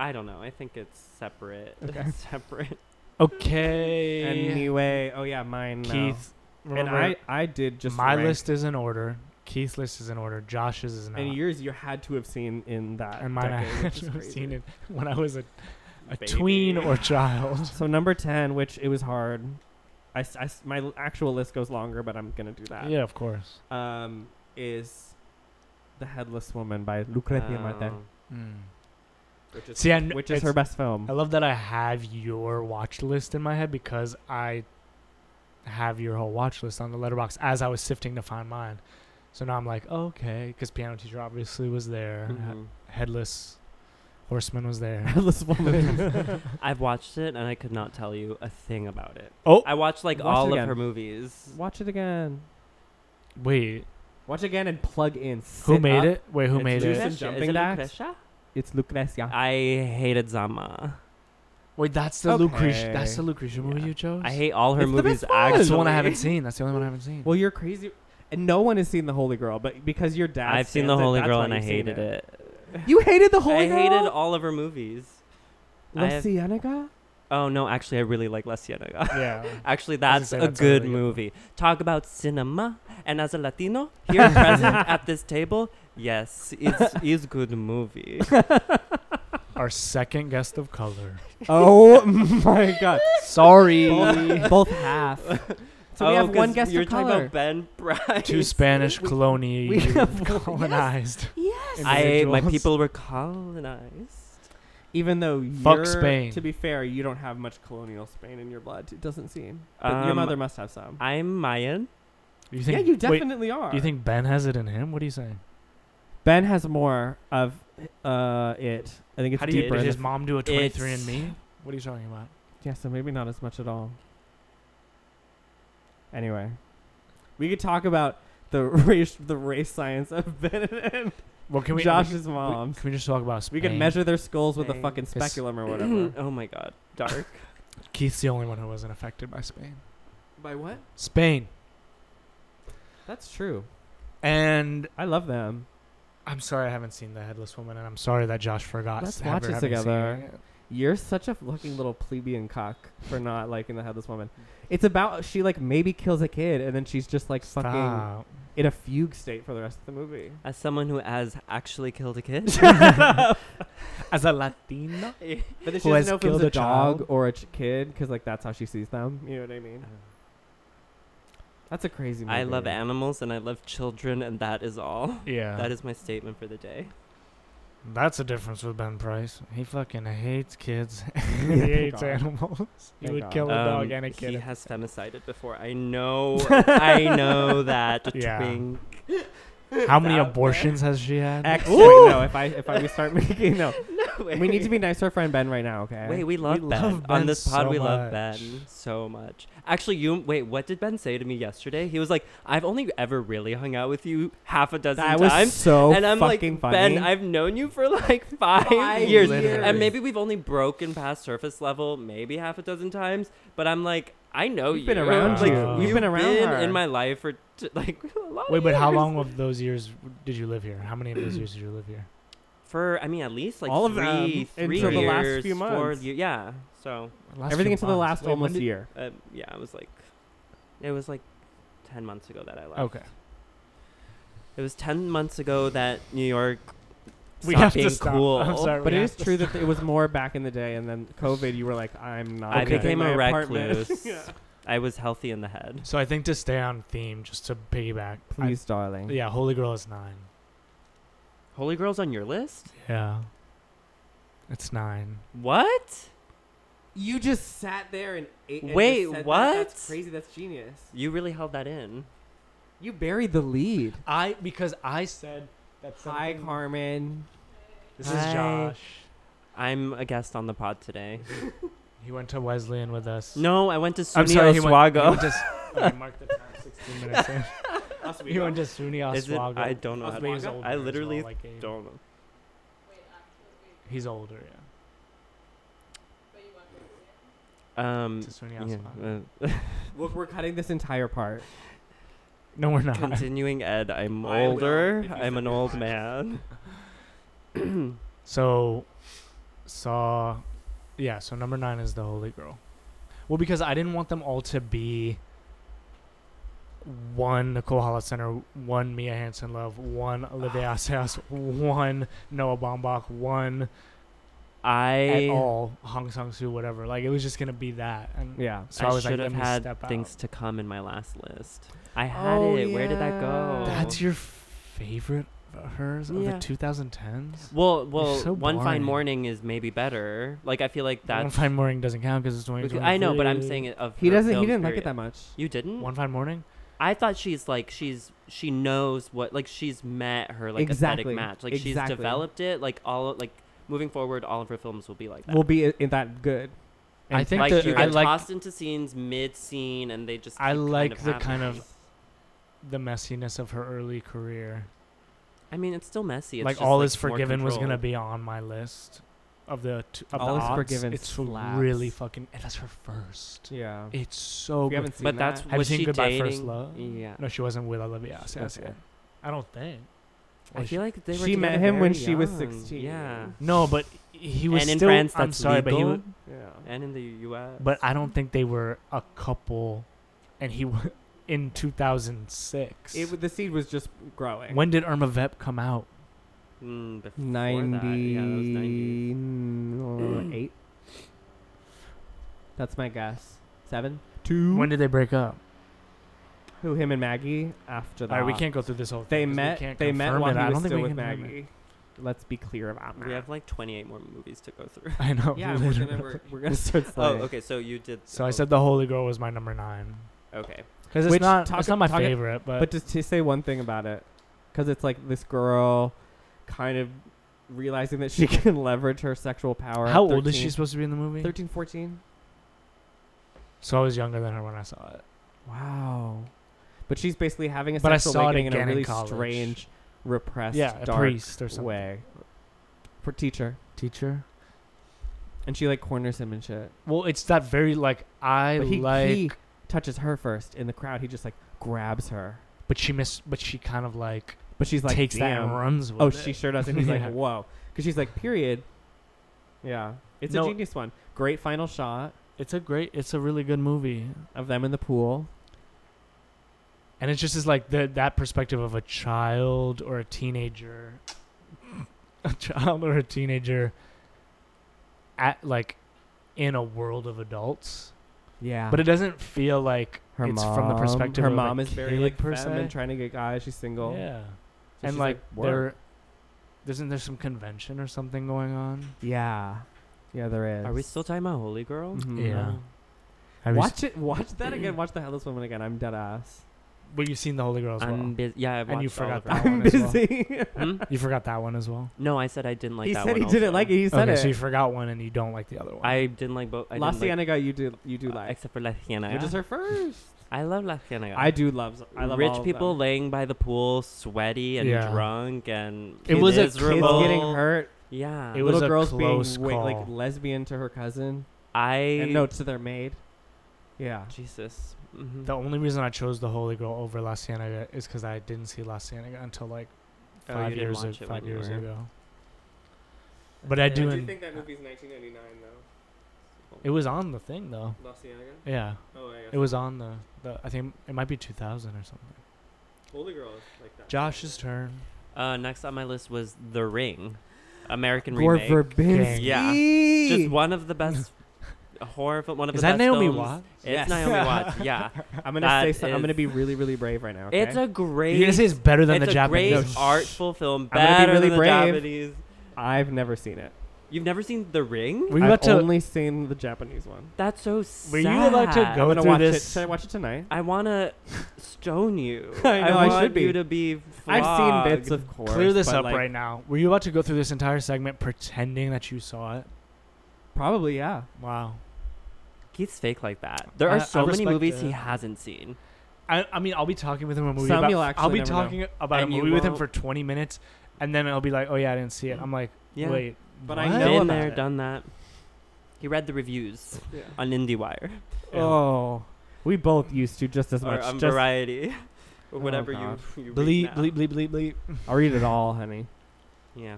Speaker 2: I don't know. I think it's separate.
Speaker 4: Okay.
Speaker 2: separate.
Speaker 3: Okay.
Speaker 4: Anyway, oh yeah, mine. now.
Speaker 3: Keith.
Speaker 4: and
Speaker 3: remember,
Speaker 4: I, I did just
Speaker 3: my
Speaker 4: rank-
Speaker 3: list is in order. Keith's list is in order. Josh's is not.
Speaker 4: and yours you had to have seen in that
Speaker 3: and mine I
Speaker 4: decade,
Speaker 3: had
Speaker 4: which is
Speaker 3: to have
Speaker 4: crazy.
Speaker 3: seen it when I was a, a
Speaker 2: Baby.
Speaker 3: tween or child.
Speaker 4: So number ten, which it was hard. I, s- I s- my l- actual list goes longer, but I'm gonna do that.
Speaker 3: yeah, of course.
Speaker 4: Um, is the Headless Woman by Lucrezia Martel,
Speaker 2: Oh.
Speaker 4: which is
Speaker 3: Hmm. See, I, kn-
Speaker 4: which is
Speaker 3: it's-
Speaker 4: her best film.
Speaker 3: I love that I have your watch list in my head because I have your whole watch list on the letterbox as I was sifting to find mine. So now I'm like, oh, okay, because piano teacher obviously was there,
Speaker 4: Mm-hmm.
Speaker 2: Mhm.
Speaker 3: headless horseman was there.
Speaker 4: Headless Woman.
Speaker 2: I've watched it and I could not tell you a thing about it.
Speaker 3: Oh,
Speaker 2: I watched like
Speaker 4: Watch it
Speaker 2: all of
Speaker 4: again.
Speaker 2: her movies.
Speaker 4: Watch it again.
Speaker 3: wait,
Speaker 4: Watch again and plug in.
Speaker 3: who
Speaker 4: Sit
Speaker 3: made
Speaker 4: up.
Speaker 3: it? Wait, who
Speaker 2: It's
Speaker 3: made
Speaker 4: Lucas
Speaker 3: it?
Speaker 4: Some
Speaker 2: Lucretia. Is
Speaker 4: jumping
Speaker 2: it
Speaker 4: jacks?
Speaker 2: Lucretia?
Speaker 4: It's Lucrezia.
Speaker 2: I hated Zama.
Speaker 3: Wait, that's the Lucretia. That's
Speaker 4: Okay.
Speaker 3: the Lucretia movie
Speaker 2: Yeah.
Speaker 3: you chose.
Speaker 2: I hate all her
Speaker 4: It's the
Speaker 2: movies.
Speaker 4: best one!
Speaker 3: That's the
Speaker 2: Actually,
Speaker 3: one I haven't seen. That's the only one I haven't seen.
Speaker 4: Well, you're crazy, and no one has seen the Holy Girl, but because your dad,
Speaker 2: I've seen
Speaker 4: stands
Speaker 2: the
Speaker 4: it,
Speaker 2: Holy
Speaker 4: that's
Speaker 2: Girl
Speaker 4: why
Speaker 2: and I
Speaker 4: you've seen
Speaker 2: hated it.
Speaker 4: You hated the Holy
Speaker 2: I
Speaker 4: Girl.
Speaker 2: hated all of her movies. I
Speaker 4: La
Speaker 2: have-
Speaker 4: Cienega?
Speaker 2: Oh no, actually, I really like La Cienega.
Speaker 3: yeah.
Speaker 2: Actually,
Speaker 3: gonna
Speaker 2: that's
Speaker 3: say,
Speaker 2: a
Speaker 3: that's a
Speaker 2: good
Speaker 3: really good one.
Speaker 2: movie. Talk about cinema, and as a Latino here present at this table, yes, it's is good movie.
Speaker 3: Our second guest of color.
Speaker 4: Oh my god.
Speaker 3: Sorry.
Speaker 4: Both, both half. So we
Speaker 2: Oh,
Speaker 4: have one
Speaker 2: 'cause
Speaker 4: guest
Speaker 2: You're
Speaker 4: of
Speaker 2: talking
Speaker 4: color.
Speaker 2: about Ben Price.
Speaker 3: Two Spanish
Speaker 4: We-
Speaker 3: colonies
Speaker 4: we have-
Speaker 3: colonized. Yes.
Speaker 2: I my people were colonized.
Speaker 4: Even though you're,
Speaker 3: Fuck Spain.
Speaker 4: to be fair, you don't have much colonial Spain in your blood. It doesn't seem. But your
Speaker 2: Um,
Speaker 4: mother must have some.
Speaker 2: I'm Mayan.
Speaker 3: You think,
Speaker 4: yeah, you
Speaker 3: wait,
Speaker 4: definitely are.
Speaker 3: you think Ben has it in him? What are you saying?
Speaker 4: Ben has more of uh, it? I think it's
Speaker 3: How do you,
Speaker 4: deeper.
Speaker 3: did
Speaker 4: in
Speaker 3: his
Speaker 4: the-
Speaker 3: mom do a 23 and
Speaker 2: It's-
Speaker 3: me? What are you talking about?
Speaker 4: yeah, so maybe not as much at all. Anyway, we could talk about the race, the race science of Ben and
Speaker 3: Well, can we?
Speaker 4: Josh's
Speaker 3: we-
Speaker 4: mom.
Speaker 3: Can we just talk about?
Speaker 4: We could
Speaker 3: Spain?
Speaker 4: measure their skulls with a
Speaker 2: Spain.
Speaker 4: fucking
Speaker 3: Cause-
Speaker 4: speculum or whatever.
Speaker 2: oh my god, dark.
Speaker 3: Keith's the only one who wasn't affected by Spain.
Speaker 4: By what?
Speaker 3: Spain.
Speaker 4: That's true.
Speaker 3: And
Speaker 4: I love them.
Speaker 3: I'm sorry I haven't seen The Headless Woman, and I'm sorry that Josh forgot.
Speaker 4: Let's
Speaker 3: ever
Speaker 4: watch it
Speaker 3: having seen
Speaker 4: together.
Speaker 3: it.
Speaker 4: You're such a fucking little plebeian cock for not liking the headless woman. It's about she like maybe kills a kid and then she's just like fucking
Speaker 3: Stop.
Speaker 4: in a fugue state for the rest of the movie.
Speaker 2: As someone who has actually killed a kid,
Speaker 3: As a Latina,
Speaker 4: But then she
Speaker 3: Who has
Speaker 4: doesn't know if it was
Speaker 3: killed
Speaker 4: a
Speaker 3: a
Speaker 4: dog
Speaker 3: child?
Speaker 4: or a ch- kid because like that's how she sees them. You know what I mean? That's a crazy movie.
Speaker 2: I love animals and I love children, and that is all.
Speaker 3: yeah,
Speaker 2: That is my statement for the day.
Speaker 3: that's a difference with Ben Price. He fucking hates kids. he hates
Speaker 4: Oh God.
Speaker 3: animals. He
Speaker 4: Thank
Speaker 3: would
Speaker 4: God.
Speaker 3: kill a dog
Speaker 2: Um,
Speaker 3: and a
Speaker 2: He
Speaker 3: kid.
Speaker 2: has femicided before. I know. I know that.
Speaker 3: Yeah.
Speaker 2: twink.
Speaker 3: How many
Speaker 2: out there.
Speaker 3: abortions has she had?
Speaker 4: Actually, wait, no. If I if I we start making no, we need to be nice to our friend Ben right now. Okay.
Speaker 2: Wait, we love Ben.
Speaker 3: love
Speaker 2: On
Speaker 3: Ben
Speaker 2: this pod,
Speaker 3: so
Speaker 2: we love
Speaker 3: much.
Speaker 2: Ben so much. Actually, you wait. What did Ben say to me yesterday? He was like, "I've only ever really hung out with you half a dozen
Speaker 4: that was
Speaker 2: times."
Speaker 4: so
Speaker 2: and I'm like,
Speaker 4: fucking funny.
Speaker 2: Ben, I've known you for like five,
Speaker 4: Five
Speaker 2: years.
Speaker 4: years.
Speaker 2: And maybe we've only broken past surface level maybe half a dozen times, but I'm like, I know
Speaker 4: You've
Speaker 2: you.
Speaker 4: been around
Speaker 2: like,
Speaker 3: her. You've
Speaker 2: you've
Speaker 4: been around
Speaker 2: been
Speaker 4: her.
Speaker 2: in my life for t- like a lot of
Speaker 3: Wait, but how
Speaker 2: years.
Speaker 3: long of those years did you live here? How many of those years did you live here?
Speaker 2: For, I mean, at least like
Speaker 4: All of
Speaker 2: three,
Speaker 4: them
Speaker 2: three
Speaker 4: until
Speaker 2: years,
Speaker 4: the last few
Speaker 2: Four,
Speaker 4: months.
Speaker 2: ye- yeah. So,
Speaker 3: Last
Speaker 4: everything
Speaker 3: few
Speaker 4: until the
Speaker 3: months.
Speaker 4: last
Speaker 3: Wait, when
Speaker 4: almost
Speaker 3: did-
Speaker 4: year.
Speaker 2: uh, yeah, I was like, it was like 10 months ago that I left.
Speaker 3: Okay.
Speaker 2: It was 10 months ago that New York
Speaker 3: We
Speaker 2: stopped
Speaker 3: have to
Speaker 2: being
Speaker 3: stop.
Speaker 2: cool.
Speaker 3: I'm sorry.
Speaker 4: But
Speaker 3: we
Speaker 4: it
Speaker 3: have
Speaker 4: is
Speaker 3: to
Speaker 4: true that it was more back in the day, and then COVID, you were like, I'm not.
Speaker 2: I
Speaker 3: Okay.
Speaker 4: leaving
Speaker 2: became
Speaker 4: my
Speaker 2: a
Speaker 4: apartment.
Speaker 2: recluse.
Speaker 4: Yeah.
Speaker 2: I was healthy in the head.
Speaker 3: So I think to stay on theme, just to piggyback, I-
Speaker 4: Please, darling.
Speaker 3: yeah, Holy Girl is nine.
Speaker 2: Holy Girl's on your list?
Speaker 3: Yeah, it's nine.
Speaker 2: What?
Speaker 4: You just sat there and ate. and
Speaker 2: Wait,
Speaker 4: just said that.
Speaker 2: what?
Speaker 4: That's crazy. That's genius.
Speaker 2: You really held that in.
Speaker 4: You buried the lead.
Speaker 3: I because I said that's
Speaker 4: Hi, Carmen.
Speaker 3: This is
Speaker 2: Hi.
Speaker 3: Josh.
Speaker 2: I'm a guest on the pod today.
Speaker 3: He went to Wesleyan with us.
Speaker 2: No, I went to
Speaker 3: I'm
Speaker 2: SUNY
Speaker 3: sorry. He went, he
Speaker 2: Oswego.
Speaker 3: went to, s- okay, mark the time. Sixteen minutes. in. he went to SUNY
Speaker 2: Is it?
Speaker 3: Oswego.
Speaker 2: I don't know. how to-
Speaker 3: He's
Speaker 4: Oswego?
Speaker 3: older
Speaker 2: I
Speaker 3: as
Speaker 2: literally
Speaker 3: well, like eight.
Speaker 2: don't know.
Speaker 3: He's older. Yeah.
Speaker 2: Um,
Speaker 3: To SUNY
Speaker 2: yeah,
Speaker 3: Oswego.
Speaker 2: uh,
Speaker 4: Look, we're cutting this entire part.
Speaker 3: No, we're not.
Speaker 2: continuing ed, I'm
Speaker 4: I will,
Speaker 2: older.
Speaker 4: if you
Speaker 2: I'm
Speaker 4: said
Speaker 2: an
Speaker 4: you're
Speaker 2: old
Speaker 4: fine.
Speaker 2: man.
Speaker 3: So, saw, yeah. So number nine is the Holy Girl. Well, because I didn't want them all to be one Nicole Hollis Center, one Mia Hansen Love, one Olivia
Speaker 2: Ah.
Speaker 3: Assayas, one Noah Baumbach, one at
Speaker 2: I
Speaker 3: all Hong Sang Soo, whatever. Like it was just gonna be that. And
Speaker 4: Yeah.
Speaker 3: So I, was
Speaker 2: should
Speaker 3: like,
Speaker 2: have
Speaker 3: let me
Speaker 2: had
Speaker 3: step out.
Speaker 2: things to come in my last list. I had
Speaker 4: Oh,
Speaker 2: it. Where did that go?
Speaker 4: yeah.
Speaker 3: That's your favorite of hers of the
Speaker 2: Yeah.
Speaker 3: 2010s.
Speaker 2: well, well,
Speaker 3: so
Speaker 2: one
Speaker 3: boring.
Speaker 2: fine morning is maybe better. Like I feel like
Speaker 3: One
Speaker 2: that's.
Speaker 3: Fine Morning doesn't count because it's 2023.
Speaker 2: I know, but I'm saying it of
Speaker 4: He
Speaker 2: her
Speaker 4: doesn't. He
Speaker 2: films,
Speaker 4: didn't like
Speaker 2: period.
Speaker 4: it that much.
Speaker 2: You didn't?
Speaker 3: One Fine Morning.
Speaker 2: I thought she's like she's she knows what like she's met her like
Speaker 4: Exactly.
Speaker 2: aesthetic match. Like
Speaker 4: Exactly.
Speaker 2: she's developed it. Like all like moving forward, all of her films will be like that.
Speaker 4: Will be i- in that good.
Speaker 3: I think
Speaker 2: like
Speaker 3: that
Speaker 2: you get
Speaker 3: I like
Speaker 2: tossed into scenes mid scene, and they just
Speaker 3: I
Speaker 2: keep
Speaker 3: like
Speaker 2: kind of
Speaker 3: the
Speaker 2: happening.
Speaker 3: kind of the messiness of her early career.
Speaker 2: I mean, it's still messy. It's
Speaker 3: like
Speaker 2: just,
Speaker 3: all
Speaker 2: like,
Speaker 3: is
Speaker 2: more
Speaker 3: forgiven was gonna
Speaker 2: controlled.
Speaker 3: be on my list of the t- of
Speaker 4: All
Speaker 3: the
Speaker 4: Is
Speaker 3: aughts.
Speaker 4: Forgiven
Speaker 3: It's
Speaker 4: slaps.
Speaker 3: really fucking. And that's her first.
Speaker 4: Yeah.
Speaker 3: It's so.
Speaker 4: If you
Speaker 3: Good.
Speaker 4: haven't seen
Speaker 2: But that's
Speaker 4: that,
Speaker 3: Have you
Speaker 2: was
Speaker 3: seen
Speaker 2: she
Speaker 3: Goodbye
Speaker 2: dating?
Speaker 3: First Love?
Speaker 2: Yeah.
Speaker 3: No, she wasn't with Olivia Assayas.
Speaker 4: Okay.
Speaker 3: I don't think.
Speaker 2: I
Speaker 3: Was
Speaker 2: feel
Speaker 3: she?
Speaker 2: like they were
Speaker 4: She met
Speaker 2: together
Speaker 4: him when
Speaker 2: very
Speaker 4: she was
Speaker 2: young.
Speaker 4: 16.
Speaker 2: Yeah,
Speaker 3: no, but he was
Speaker 2: and in
Speaker 3: still.
Speaker 2: France, that's
Speaker 3: I'm sorry, but he.
Speaker 2: legal,
Speaker 3: Was,
Speaker 4: yeah.
Speaker 2: and in the U.S.
Speaker 3: but I don't think they were a couple, and he w- in 2006.
Speaker 4: It, w- the seed was just growing.
Speaker 3: when did Irma Vep come out?
Speaker 2: Mm, before that, yeah, that was 90s.
Speaker 4: Ninety eight. That's my guess. Seven. Two.
Speaker 3: When did they break up?
Speaker 4: Who him and Maggie after that?
Speaker 3: All right, we can't go through this whole thing.
Speaker 4: They
Speaker 3: 'cause we
Speaker 4: met.
Speaker 3: can't
Speaker 4: They met
Speaker 3: confirm
Speaker 4: while
Speaker 3: it.
Speaker 4: he
Speaker 3: I
Speaker 4: was
Speaker 3: don't think
Speaker 4: still
Speaker 3: we
Speaker 4: with
Speaker 3: can confirm it.
Speaker 4: Maggie. Let's be clear about that.
Speaker 2: We have like 28 more movies to go through.
Speaker 3: I know.
Speaker 4: yeah, we're
Speaker 3: Oh,
Speaker 4: gonna,
Speaker 3: literally.
Speaker 4: we're, we're gonna start.
Speaker 2: Oh,
Speaker 4: sliding.
Speaker 2: okay. So you did.
Speaker 3: So I said the Holy Girl was my number nine
Speaker 2: Okay.
Speaker 3: because it's
Speaker 4: Which-
Speaker 3: not
Speaker 4: talk-
Speaker 3: it's not my
Speaker 4: talk-
Speaker 3: favorite, but,
Speaker 4: But just to say one thing about it, because it's like this girl, kind of realizing that she can leverage her sexual power. at
Speaker 3: how old is she
Speaker 4: 13.
Speaker 3: supposed to be in the movie?
Speaker 4: 13, 14?
Speaker 3: So I was younger than her when I saw it.
Speaker 4: Wow. But she's basically having a
Speaker 3: But I
Speaker 4: sexual
Speaker 3: saw it
Speaker 4: awakening in a
Speaker 3: again in
Speaker 4: really
Speaker 3: college.
Speaker 4: strange, repressed,
Speaker 3: yeah, a
Speaker 4: dark
Speaker 3: priest or something.
Speaker 4: way. For teacher,
Speaker 3: Teacher.
Speaker 4: and she like corners him and shit.
Speaker 3: Well, it's that very like I
Speaker 4: But he,
Speaker 3: like,
Speaker 4: he touches her first in the crowd. He just like grabs her,
Speaker 3: but she miss, but she kind of like,
Speaker 4: but she's like
Speaker 3: takes that
Speaker 4: "Damn."
Speaker 3: and runs with
Speaker 4: Oh,
Speaker 3: it.
Speaker 4: she sure does. And he's like,
Speaker 3: Yeah.
Speaker 4: whoa. Because she's like, period. Yeah. It's
Speaker 3: No.
Speaker 4: a genius one. Great final shot
Speaker 3: It's a great. It's a really good movie,
Speaker 4: of them in the pool.
Speaker 3: and it's just is like the that perspective of a child or a teenager, a child or a teenager, at like, in a world of adults.
Speaker 4: Yeah.
Speaker 3: But it doesn't feel like
Speaker 4: her
Speaker 3: it's
Speaker 4: mom,
Speaker 3: from the perspective
Speaker 4: her
Speaker 3: of
Speaker 4: mom
Speaker 3: a
Speaker 4: is very
Speaker 3: kid
Speaker 4: like
Speaker 3: per
Speaker 4: femme and
Speaker 3: se.
Speaker 4: trying to get guys. She's single.
Speaker 3: Yeah,
Speaker 4: So
Speaker 3: and
Speaker 4: she's
Speaker 3: like,
Speaker 4: "Work."
Speaker 3: there, isn't there some convention or something going on?
Speaker 4: Yeah. Yeah, there is.
Speaker 2: Are we still talking about Holy Girl?
Speaker 4: Mhm.
Speaker 3: Yeah.
Speaker 2: Oh.
Speaker 3: Have you,
Speaker 4: Watch it. Watch that again. Watch the Headless Woman again. I'm dead ass.
Speaker 3: but you've seen the Holy Girl as well.
Speaker 2: I'm busy. Yeah, I've
Speaker 3: And you
Speaker 2: watched all of
Speaker 3: forgot that
Speaker 2: them.
Speaker 3: one.
Speaker 4: I'm
Speaker 3: as well.
Speaker 4: busy.
Speaker 2: Hmm?
Speaker 3: you forgot that one as well.
Speaker 2: No, I said I didn't like
Speaker 4: he
Speaker 2: that
Speaker 4: said
Speaker 2: one.
Speaker 4: he didn't
Speaker 2: also.
Speaker 4: like it. He said
Speaker 3: okay,
Speaker 4: it.
Speaker 3: so you forgot one and you don't like the other one.
Speaker 2: I didn't like both. I
Speaker 4: La
Speaker 2: didn't like,
Speaker 4: Cienega, you do. You do like.
Speaker 2: except for La Cienega.
Speaker 4: Which is her first.
Speaker 2: I love La Cienega.
Speaker 4: I do love. I love
Speaker 2: Rich
Speaker 4: all of
Speaker 2: people
Speaker 4: them.
Speaker 2: laying by the pool, sweaty and
Speaker 3: Yeah.
Speaker 2: drunk, and
Speaker 3: It was a
Speaker 4: kids, kids
Speaker 2: miserable.
Speaker 4: getting hurt.
Speaker 2: Yeah,
Speaker 3: It was
Speaker 4: Little
Speaker 3: a
Speaker 4: girls
Speaker 3: close
Speaker 4: being wa- like
Speaker 3: call.
Speaker 4: lesbian to her cousin,
Speaker 2: I
Speaker 4: and no to their maid. Yeah.
Speaker 2: Jesus. Mhm.
Speaker 3: The only reason I chose the Holy Girl over La Cienega is because I didn't see La Cienega until like
Speaker 2: Oh,
Speaker 3: five
Speaker 2: you didn't
Speaker 3: years,
Speaker 2: watch
Speaker 3: ag-
Speaker 2: it
Speaker 3: five
Speaker 2: when you
Speaker 3: years
Speaker 2: were-
Speaker 3: ago. But I do. en-
Speaker 4: that movie's 1999 though.
Speaker 3: it was on the thing though.
Speaker 4: La Cienega.
Speaker 3: Yeah,
Speaker 4: Oh, I
Speaker 3: it was on the, the. I think it might be 2000 or something.
Speaker 4: Holy Girl is like that.
Speaker 3: Josh's turn.
Speaker 2: Uh, next on my list was The Ring, American
Speaker 4: Gore
Speaker 2: remake.
Speaker 4: Verbinski.
Speaker 2: Yeah. Just one of the best horror. fil- One of
Speaker 3: Is
Speaker 2: the
Speaker 3: that
Speaker 2: best
Speaker 3: Naomi
Speaker 2: films.
Speaker 3: Watts?
Speaker 2: It's
Speaker 4: Yes.
Speaker 2: Naomi Watts. Yeah,
Speaker 4: I'm gonna
Speaker 2: That
Speaker 4: say something. I'm
Speaker 2: is-
Speaker 4: gonna be really, really brave right now. Okay?
Speaker 2: it's a great.
Speaker 3: You're gonna say it's better than
Speaker 2: it's
Speaker 3: the
Speaker 2: a
Speaker 3: Japanese.
Speaker 2: great artful film.
Speaker 4: I'm gonna be
Speaker 2: Better
Speaker 4: really
Speaker 2: than
Speaker 4: brave.
Speaker 2: the Japanese.
Speaker 4: I've never seen it.
Speaker 2: You've never seen The Ring?
Speaker 3: Were you
Speaker 4: I've
Speaker 3: about to?
Speaker 4: only seen the Japanese one.
Speaker 2: That's so sad.
Speaker 3: were you allowed to
Speaker 4: I'm
Speaker 3: go
Speaker 4: gonna
Speaker 3: through
Speaker 4: watch
Speaker 3: this?
Speaker 4: it. Should I watch it tonight?
Speaker 2: I want to stone you.
Speaker 4: I know, I
Speaker 2: want
Speaker 4: should be.
Speaker 2: you to be.
Speaker 4: I've seen bits,
Speaker 2: flogged.
Speaker 4: of course.
Speaker 3: Clear this
Speaker 4: but,
Speaker 3: up
Speaker 4: like,
Speaker 3: right now. Were you about to go through this entire segment pretending that you saw it?
Speaker 4: Probably, yeah.
Speaker 3: Wow.
Speaker 2: He's fake like that. There are
Speaker 3: I- I
Speaker 2: so many
Speaker 3: respect
Speaker 2: movies
Speaker 3: it.
Speaker 2: he hasn't seen.
Speaker 3: I, I mean, I'll be talking with him a movie.
Speaker 4: Some
Speaker 3: about,
Speaker 4: you'll actually
Speaker 3: I'll be
Speaker 4: never know.
Speaker 3: talking about
Speaker 2: And
Speaker 3: a
Speaker 2: you
Speaker 3: movie with him
Speaker 2: won't-
Speaker 3: for 20 minutes, and then I'll be like, "Oh yeah, I didn't see it." I'm like,
Speaker 2: Yeah.
Speaker 3: "Wait,
Speaker 4: But
Speaker 3: what?
Speaker 4: I know
Speaker 2: Been
Speaker 4: about
Speaker 2: there,
Speaker 4: it.
Speaker 2: done that. He read the reviews on IndieWire
Speaker 3: Yeah.
Speaker 4: Oh, we both used to just as
Speaker 2: or
Speaker 4: much.
Speaker 2: on
Speaker 4: just-
Speaker 2: Variety or
Speaker 4: Oh,
Speaker 2: whatever
Speaker 4: God.
Speaker 2: you, you
Speaker 3: Bleep,
Speaker 2: read now.
Speaker 3: bleep, bleep, bleep, bleep."
Speaker 4: I'll read it all, honey.
Speaker 2: Yeah.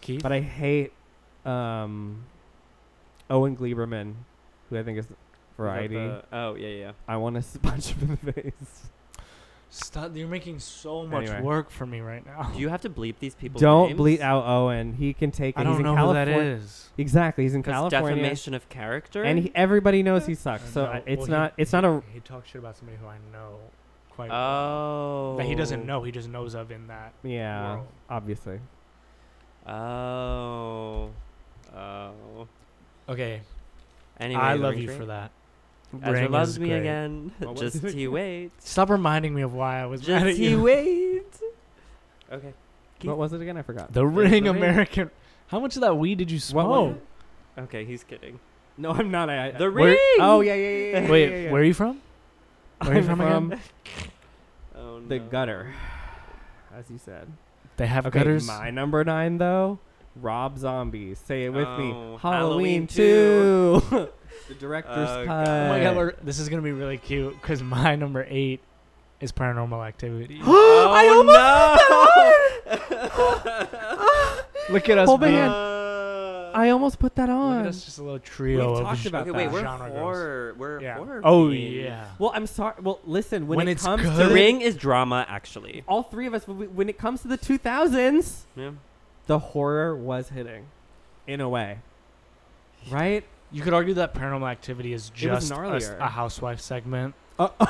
Speaker 3: Keith,
Speaker 4: But I hate um, Owen Gleiberman, who I think is Variety.
Speaker 2: The- oh yeah, yeah.
Speaker 4: I want to sponge him in the face.
Speaker 3: stop! You're making so much
Speaker 4: Anyway.
Speaker 3: work for me right now.
Speaker 2: Do you have to bleep these people?
Speaker 4: Don't
Speaker 2: names?
Speaker 4: bleed out Owen. He can take it.
Speaker 3: I
Speaker 4: he's
Speaker 3: don't know
Speaker 4: in
Speaker 3: who
Speaker 4: California.
Speaker 3: that is.
Speaker 4: Exactly, he's in
Speaker 2: 'Cause
Speaker 4: California.
Speaker 2: defamation of character.
Speaker 4: and he, everybody knows he sucks. So
Speaker 3: No,
Speaker 4: I- it's
Speaker 3: well, he-
Speaker 4: not. It's not a.
Speaker 3: He talks shit about somebody who I know quite well.
Speaker 2: oh.
Speaker 3: that he doesn't know. He just knows of in that.
Speaker 4: Yeah,
Speaker 3: World.
Speaker 4: obviously.
Speaker 2: Oh. Oh.
Speaker 3: Okay,
Speaker 2: Anyway,
Speaker 3: I
Speaker 2: the
Speaker 3: love
Speaker 2: ring's
Speaker 3: you
Speaker 2: great.
Speaker 3: for that.
Speaker 2: Ezra
Speaker 3: Ring
Speaker 2: loves
Speaker 3: is
Speaker 2: me
Speaker 3: great.
Speaker 2: again.
Speaker 4: What was
Speaker 2: Just
Speaker 4: it
Speaker 2: he wait.
Speaker 3: Stop reminding me of why I was mad at
Speaker 2: Just he
Speaker 3: you.
Speaker 2: wait. Okay. Keith-
Speaker 4: What was it again? I forgot.
Speaker 3: The
Speaker 2: The
Speaker 3: ring,
Speaker 2: Ring.
Speaker 3: American. How much of that weed did you
Speaker 4: What was
Speaker 3: smoke?
Speaker 4: it?
Speaker 2: Okay, he's kidding.
Speaker 4: No, I'm not. I, I-
Speaker 2: The
Speaker 3: Where-
Speaker 2: ring.
Speaker 4: Oh yeah, yeah, yeah. yeah,
Speaker 3: Wait,
Speaker 4: yeah, yeah.
Speaker 3: where are you from? Where are you
Speaker 4: I'm
Speaker 3: from again?
Speaker 2: Oh,
Speaker 4: The
Speaker 2: no.
Speaker 4: gutter, as you said.
Speaker 3: They have
Speaker 4: Okay,
Speaker 3: gutters.
Speaker 4: my number nine though, Rob Zombie. Say it with
Speaker 2: Oh,
Speaker 4: me.
Speaker 2: Halloween
Speaker 4: Halloween, two. the director's
Speaker 2: Oh,
Speaker 4: cut.
Speaker 2: God.
Speaker 3: Oh my god, we're, this is gonna be really cute because my number eight is Paranormal Activity.
Speaker 2: Oh,
Speaker 4: I almost
Speaker 3: Look at us,
Speaker 4: Hold my
Speaker 3: being-
Speaker 4: hand. Oh,
Speaker 2: Uh,
Speaker 4: I almost put that
Speaker 3: Look at
Speaker 4: on.
Speaker 3: us, just a little trio
Speaker 4: We've
Speaker 3: of.
Speaker 4: talked
Speaker 3: sh-
Speaker 4: about
Speaker 2: Okay, wait,
Speaker 4: that.
Speaker 2: we're
Speaker 3: Genre goes.
Speaker 2: horror. We're
Speaker 3: yeah.
Speaker 2: horror.
Speaker 3: Oh
Speaker 2: fiends.
Speaker 3: yeah.
Speaker 4: Well, I'm sorry. Well, listen. When,
Speaker 3: When
Speaker 4: it
Speaker 3: it's
Speaker 4: comes
Speaker 3: good.
Speaker 4: to
Speaker 2: The ring is drama, actually.
Speaker 4: all three of us, when we- when it comes to the 2000s,
Speaker 2: Yeah.
Speaker 4: the horror was hitting, in a way. Right?
Speaker 3: You could argue that Paranormal Activity is
Speaker 4: It was
Speaker 3: just a, s-
Speaker 4: gnarlier.
Speaker 3: a housewife segment.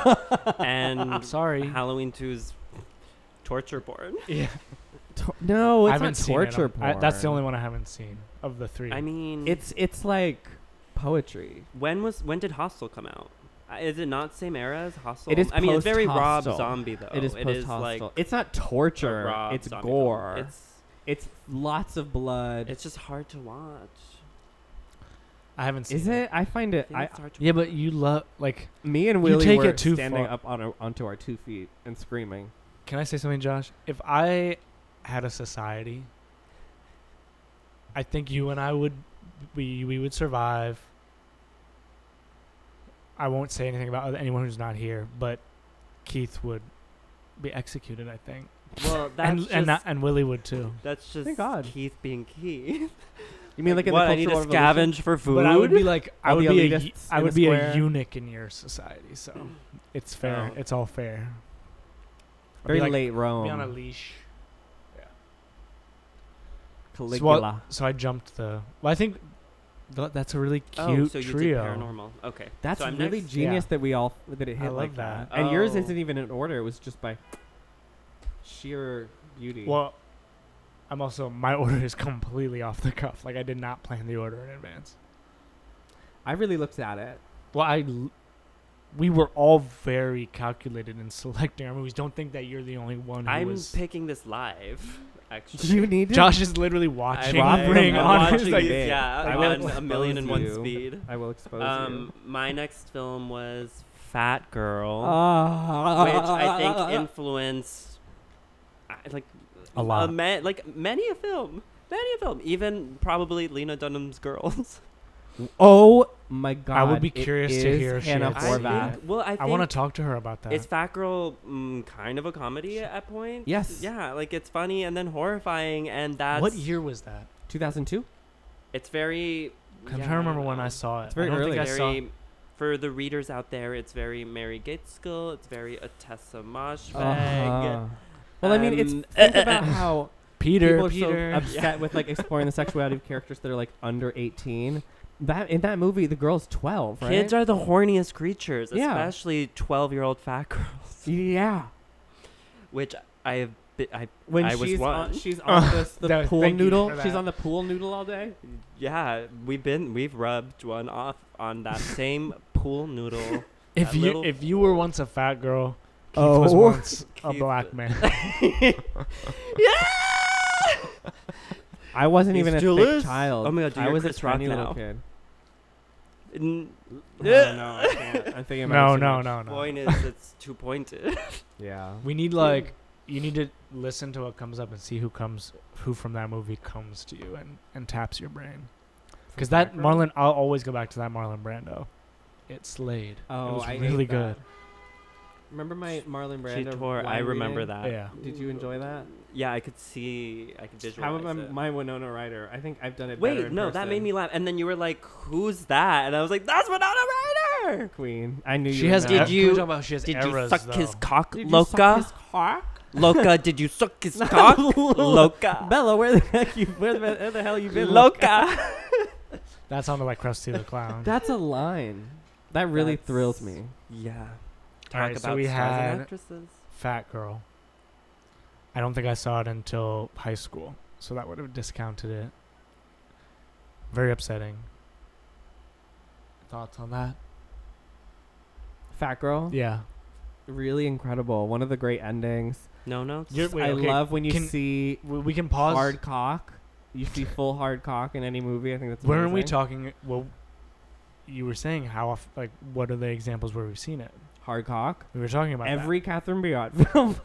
Speaker 2: And
Speaker 3: Sorry.
Speaker 2: Halloween 2's torture porn.
Speaker 3: Yeah.
Speaker 4: Tor-
Speaker 3: I
Speaker 4: no, Oh, it's
Speaker 3: haven't
Speaker 4: not
Speaker 3: seen it.
Speaker 4: torture
Speaker 3: I'm- I-
Speaker 4: porn.
Speaker 3: that's the only one I haven't seen of the three.
Speaker 2: I mean,
Speaker 4: It's it's like poetry.
Speaker 2: when was when did Hostel come out? Uh, Is it not same era as Hostel?
Speaker 4: It is
Speaker 2: I mean, it's very Rob
Speaker 4: post-Hostel.
Speaker 2: Zombie though.
Speaker 4: it is post
Speaker 2: Oh, like
Speaker 4: hostile. it's not
Speaker 2: a
Speaker 4: torture.
Speaker 2: Rob
Speaker 4: It's
Speaker 2: Zombie film.
Speaker 4: gore. It's,
Speaker 2: It's
Speaker 4: lots of blood.
Speaker 2: it's just hard to watch.
Speaker 3: I haven't seen.
Speaker 4: is it? I find it. I,
Speaker 2: it's hard to
Speaker 3: Yeah,
Speaker 2: watch.
Speaker 3: but you love like.
Speaker 4: me and Willie
Speaker 3: take
Speaker 4: were
Speaker 3: it too
Speaker 4: standing
Speaker 3: far.
Speaker 4: up on our, onto our two feet and screaming.
Speaker 3: Can I say something, Josh? If I had a society, I think you and I would we we would survive. I won't say anything about anyone who's not here, but Keith would be executed, I think,
Speaker 2: well, that's
Speaker 3: and
Speaker 2: just,
Speaker 3: and that, and Willie would too.
Speaker 2: that's just
Speaker 4: Thank God.
Speaker 2: Keith being Keith.
Speaker 4: You mean like in
Speaker 2: what?
Speaker 4: the
Speaker 2: I need to
Speaker 4: Cultural Revolution?
Speaker 2: scavenge for food.
Speaker 3: But I would be like, I
Speaker 4: All
Speaker 3: would
Speaker 4: the
Speaker 3: be, a,
Speaker 4: elitists
Speaker 3: eu- I
Speaker 4: in
Speaker 3: would
Speaker 4: the
Speaker 3: be a
Speaker 4: square.
Speaker 3: eunuch in your society, so it's fair.
Speaker 4: Oh. Um,
Speaker 3: It's all fair. I'd
Speaker 4: Very
Speaker 3: be like,
Speaker 4: late Rome.
Speaker 3: Be on a leash.
Speaker 4: Caligula.
Speaker 3: So I jumped the. Well, I think th- that's a really cute
Speaker 2: oh, so you did
Speaker 3: trio.
Speaker 2: paranormal. Okay,
Speaker 4: That's
Speaker 2: so I'm
Speaker 4: really
Speaker 2: next?
Speaker 4: genius that we all that it hit
Speaker 3: I love
Speaker 4: like
Speaker 3: that.
Speaker 4: And yours
Speaker 2: Oh.
Speaker 4: isn't even in order. It was just by sheer beauty.
Speaker 3: Well, I'm also my order is completely off the cuff. Like I did not plan the order in advance.
Speaker 4: I really looked at it.
Speaker 3: Well, I. l- We were all very calculated in selecting our movies. Don't think that you're the only one who
Speaker 2: I'm
Speaker 3: was.
Speaker 2: picking this live. Actually,
Speaker 4: You need
Speaker 3: Josh is literally
Speaker 2: I-
Speaker 3: watching
Speaker 4: Rob
Speaker 2: I'm
Speaker 3: Ring
Speaker 4: Ring
Speaker 3: on his
Speaker 2: watching
Speaker 3: like,
Speaker 2: it, yeah,
Speaker 4: I
Speaker 2: on
Speaker 4: will
Speaker 2: a million and one
Speaker 4: expose you.
Speaker 2: speed.
Speaker 4: I will expose
Speaker 2: Um, my next film was Fat
Speaker 4: you.
Speaker 2: Girl,
Speaker 4: Ah. Uh,
Speaker 2: which I think
Speaker 4: I
Speaker 2: influenced I- like
Speaker 3: A lot.
Speaker 2: ma- like many a film, many a film, even probably Lena Dunham's Girls.
Speaker 4: oh my god!
Speaker 3: would be
Speaker 4: it
Speaker 3: curious to
Speaker 4: is
Speaker 3: hear if she
Speaker 4: Hannah
Speaker 3: had
Speaker 2: I
Speaker 3: seen
Speaker 4: Horvath.
Speaker 2: think, well, I,
Speaker 3: I
Speaker 2: think
Speaker 3: want to talk to her about that.
Speaker 2: Is Fat Girl mm, kind of a comedy at points?
Speaker 4: Yes.
Speaker 2: Yeah, like it's funny and then horrifying, and that's
Speaker 3: what year was that?
Speaker 4: 2002.
Speaker 2: It's very.
Speaker 3: I'm trying
Speaker 2: yeah,
Speaker 3: to remember when
Speaker 2: don't
Speaker 3: I
Speaker 2: know.
Speaker 3: saw it.
Speaker 4: It's very
Speaker 3: I don't
Speaker 4: early.
Speaker 3: think I saw.
Speaker 2: very for the readers out there, it's very Mary Gateskill. It's very Atessa Moshfegh.
Speaker 4: Uh-huh. Well, I mean, it's
Speaker 2: Um,
Speaker 4: think about how people
Speaker 3: Peter.
Speaker 4: are so
Speaker 3: Peter.
Speaker 4: upset with like exploring the sexuality of characters that are like under 18. That in that movie, the girl's 12, right?
Speaker 2: Kids are the horniest creatures,
Speaker 4: Yeah.
Speaker 2: especially twelve-year-old fat girls,
Speaker 4: yeah.
Speaker 2: which I have. Been, I
Speaker 4: When
Speaker 2: I was
Speaker 4: she's on,
Speaker 2: one.
Speaker 4: she's on
Speaker 3: Uh,
Speaker 4: this, the
Speaker 3: that-
Speaker 4: pool
Speaker 3: thank you
Speaker 4: noodle.
Speaker 3: for
Speaker 4: She's
Speaker 3: that.
Speaker 4: on the pool noodle all day.
Speaker 2: yeah, we've been we've rubbed one off on that same pool noodle.
Speaker 3: If
Speaker 2: that
Speaker 3: you
Speaker 2: little-
Speaker 3: if you were once a fat girl, Keith was
Speaker 4: Oh.
Speaker 3: once a
Speaker 2: Keith-
Speaker 3: black man.
Speaker 4: I wasn't
Speaker 2: He's
Speaker 4: even a
Speaker 2: jealous.
Speaker 4: thick child.
Speaker 2: Oh my God, do
Speaker 4: I
Speaker 2: your
Speaker 4: was
Speaker 2: Chris
Speaker 4: a
Speaker 2: Rock
Speaker 4: tiny
Speaker 2: now.
Speaker 4: little kid.
Speaker 2: N-
Speaker 4: Oh, no, I can't. I'm thinking about
Speaker 3: no,
Speaker 4: it too
Speaker 3: no,
Speaker 4: much.
Speaker 3: no, no.
Speaker 2: Point is, it's too pointed.
Speaker 4: Yeah.
Speaker 3: We need like you need to listen to what comes up and see who comes who from that movie comes to you and and taps your brain. Because that Marlon, I'll always go back to that Marlon Brando. It slayed.
Speaker 4: Oh,
Speaker 3: it was
Speaker 4: I ate
Speaker 3: really
Speaker 4: that.
Speaker 3: good.
Speaker 4: Remember my Marlon
Speaker 2: She
Speaker 4: Brando?
Speaker 2: tore. I
Speaker 4: wine
Speaker 2: remember
Speaker 4: reading?
Speaker 2: that.
Speaker 3: Yeah.
Speaker 4: Did you enjoy that?
Speaker 2: Yeah, I could see. I could visualize
Speaker 4: How about my,
Speaker 2: it.
Speaker 4: my Winona Ryder? I think I've done it. better
Speaker 2: Wait,
Speaker 4: in
Speaker 2: no, that made
Speaker 4: person.
Speaker 2: me laugh. And then you were like, "Who's that?" And I was like, "That's Winona Ryder."
Speaker 4: Queen. I knew you.
Speaker 3: She
Speaker 4: would
Speaker 3: has.
Speaker 4: know.
Speaker 2: Did
Speaker 3: e-
Speaker 2: you-
Speaker 3: can we talk about how she has
Speaker 2: Did
Speaker 3: eras,
Speaker 2: you suck his
Speaker 3: though?
Speaker 2: cock,
Speaker 4: Did you suck
Speaker 2: Loca?
Speaker 4: his cock?
Speaker 2: Loca, did you suck his cock, Loca?
Speaker 4: Bella, where the heck you? Where the, where the hell you been?
Speaker 2: Loca.
Speaker 3: That sounded like Krusty the Clown.
Speaker 4: That's a line. That really
Speaker 2: That's-
Speaker 4: thrills me.
Speaker 2: Yeah. Talk
Speaker 3: All right,
Speaker 2: about
Speaker 3: so we
Speaker 2: stars and
Speaker 3: had
Speaker 2: actresses.
Speaker 3: Fat Girl. I don't think I saw it until high school, so that would have discounted it. Very upsetting. Thoughts on that?
Speaker 4: Fat girl.
Speaker 3: Yeah.
Speaker 4: Really incredible. One of the great endings.
Speaker 2: No, no.
Speaker 3: You're- wait,
Speaker 4: I
Speaker 3: okay,
Speaker 4: love when you
Speaker 3: can-
Speaker 4: see
Speaker 3: We, we can pause.
Speaker 4: hard cock. You see full hard cock in any movie. I think that's.
Speaker 3: Weren't we
Speaker 4: amazing.
Speaker 3: talking? Well, you were saying how of- like what are the examples where we've seen it?
Speaker 4: hard cock?
Speaker 3: We were talking about that.
Speaker 4: Every Catherine Biot film.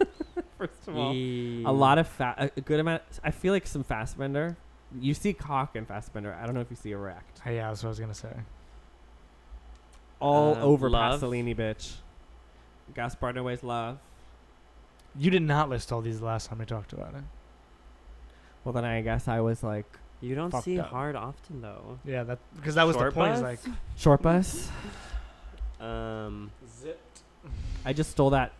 Speaker 4: First of all, a lot of fat. A a good amount. I feel like some Fassbender. You see cock in Fassbender. I don't know if you see erect.
Speaker 3: Uh, yeah, that's what I was gonna say.
Speaker 4: All
Speaker 2: Uh,
Speaker 4: over
Speaker 2: Love.
Speaker 4: Pasolini, bitch. Gaspar Noé's love.
Speaker 3: You did not list all these the last time we talked about it.
Speaker 4: Well, then I guess I was like
Speaker 2: You don't
Speaker 3: Fucked
Speaker 2: see
Speaker 3: up.
Speaker 2: hard often though.
Speaker 3: Yeah, that because that was
Speaker 2: Short
Speaker 3: the point. is, Like,
Speaker 2: bus?
Speaker 4: short bus.
Speaker 2: Um.
Speaker 4: I just stole that.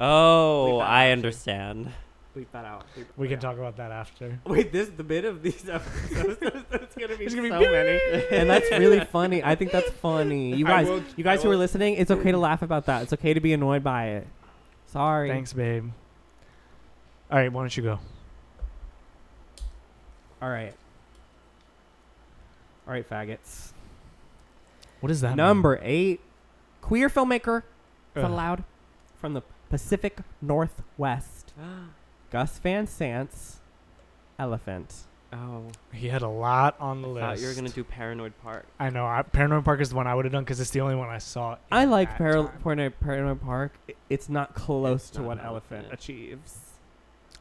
Speaker 2: Oh,
Speaker 4: Leave that
Speaker 2: I
Speaker 4: out, too.
Speaker 2: understand.
Speaker 4: Bleep that out. Bleep
Speaker 3: we
Speaker 4: that
Speaker 3: can
Speaker 4: out.
Speaker 3: talk about that after.
Speaker 4: Wait, this the bit of these episodes. It's gonna be
Speaker 3: It's
Speaker 4: so
Speaker 3: gonna be
Speaker 4: many, and that's really funny. I think that's funny. You
Speaker 3: I
Speaker 4: guys,
Speaker 3: will-
Speaker 4: you guys who are listening, it's okay to laugh about that. It's okay to be annoyed by it. Sorry.
Speaker 3: Thanks, babe. All right, why don't you go?
Speaker 4: All right. All right, faggots.
Speaker 3: What is that mean?
Speaker 4: Number eight, queer filmmaker. It's
Speaker 3: Um, Ugh.
Speaker 4: allowed from the Pacific Northwest. Gus Van Sant's Elephant.
Speaker 2: oh,
Speaker 3: He had a lot on the
Speaker 2: I
Speaker 3: list.
Speaker 2: thought you were gonna do Paranoid Park.
Speaker 3: I know. I, Paranormal Park is the one I would have done because it's the only one I saw.
Speaker 4: I
Speaker 3: in
Speaker 4: like
Speaker 3: that
Speaker 4: Paral-
Speaker 3: time.
Speaker 4: Paranoid, Paranoid Park. I- It's not close
Speaker 2: It's
Speaker 4: to
Speaker 2: not
Speaker 4: what
Speaker 2: an
Speaker 4: Elephant
Speaker 2: elephant.
Speaker 4: achieves,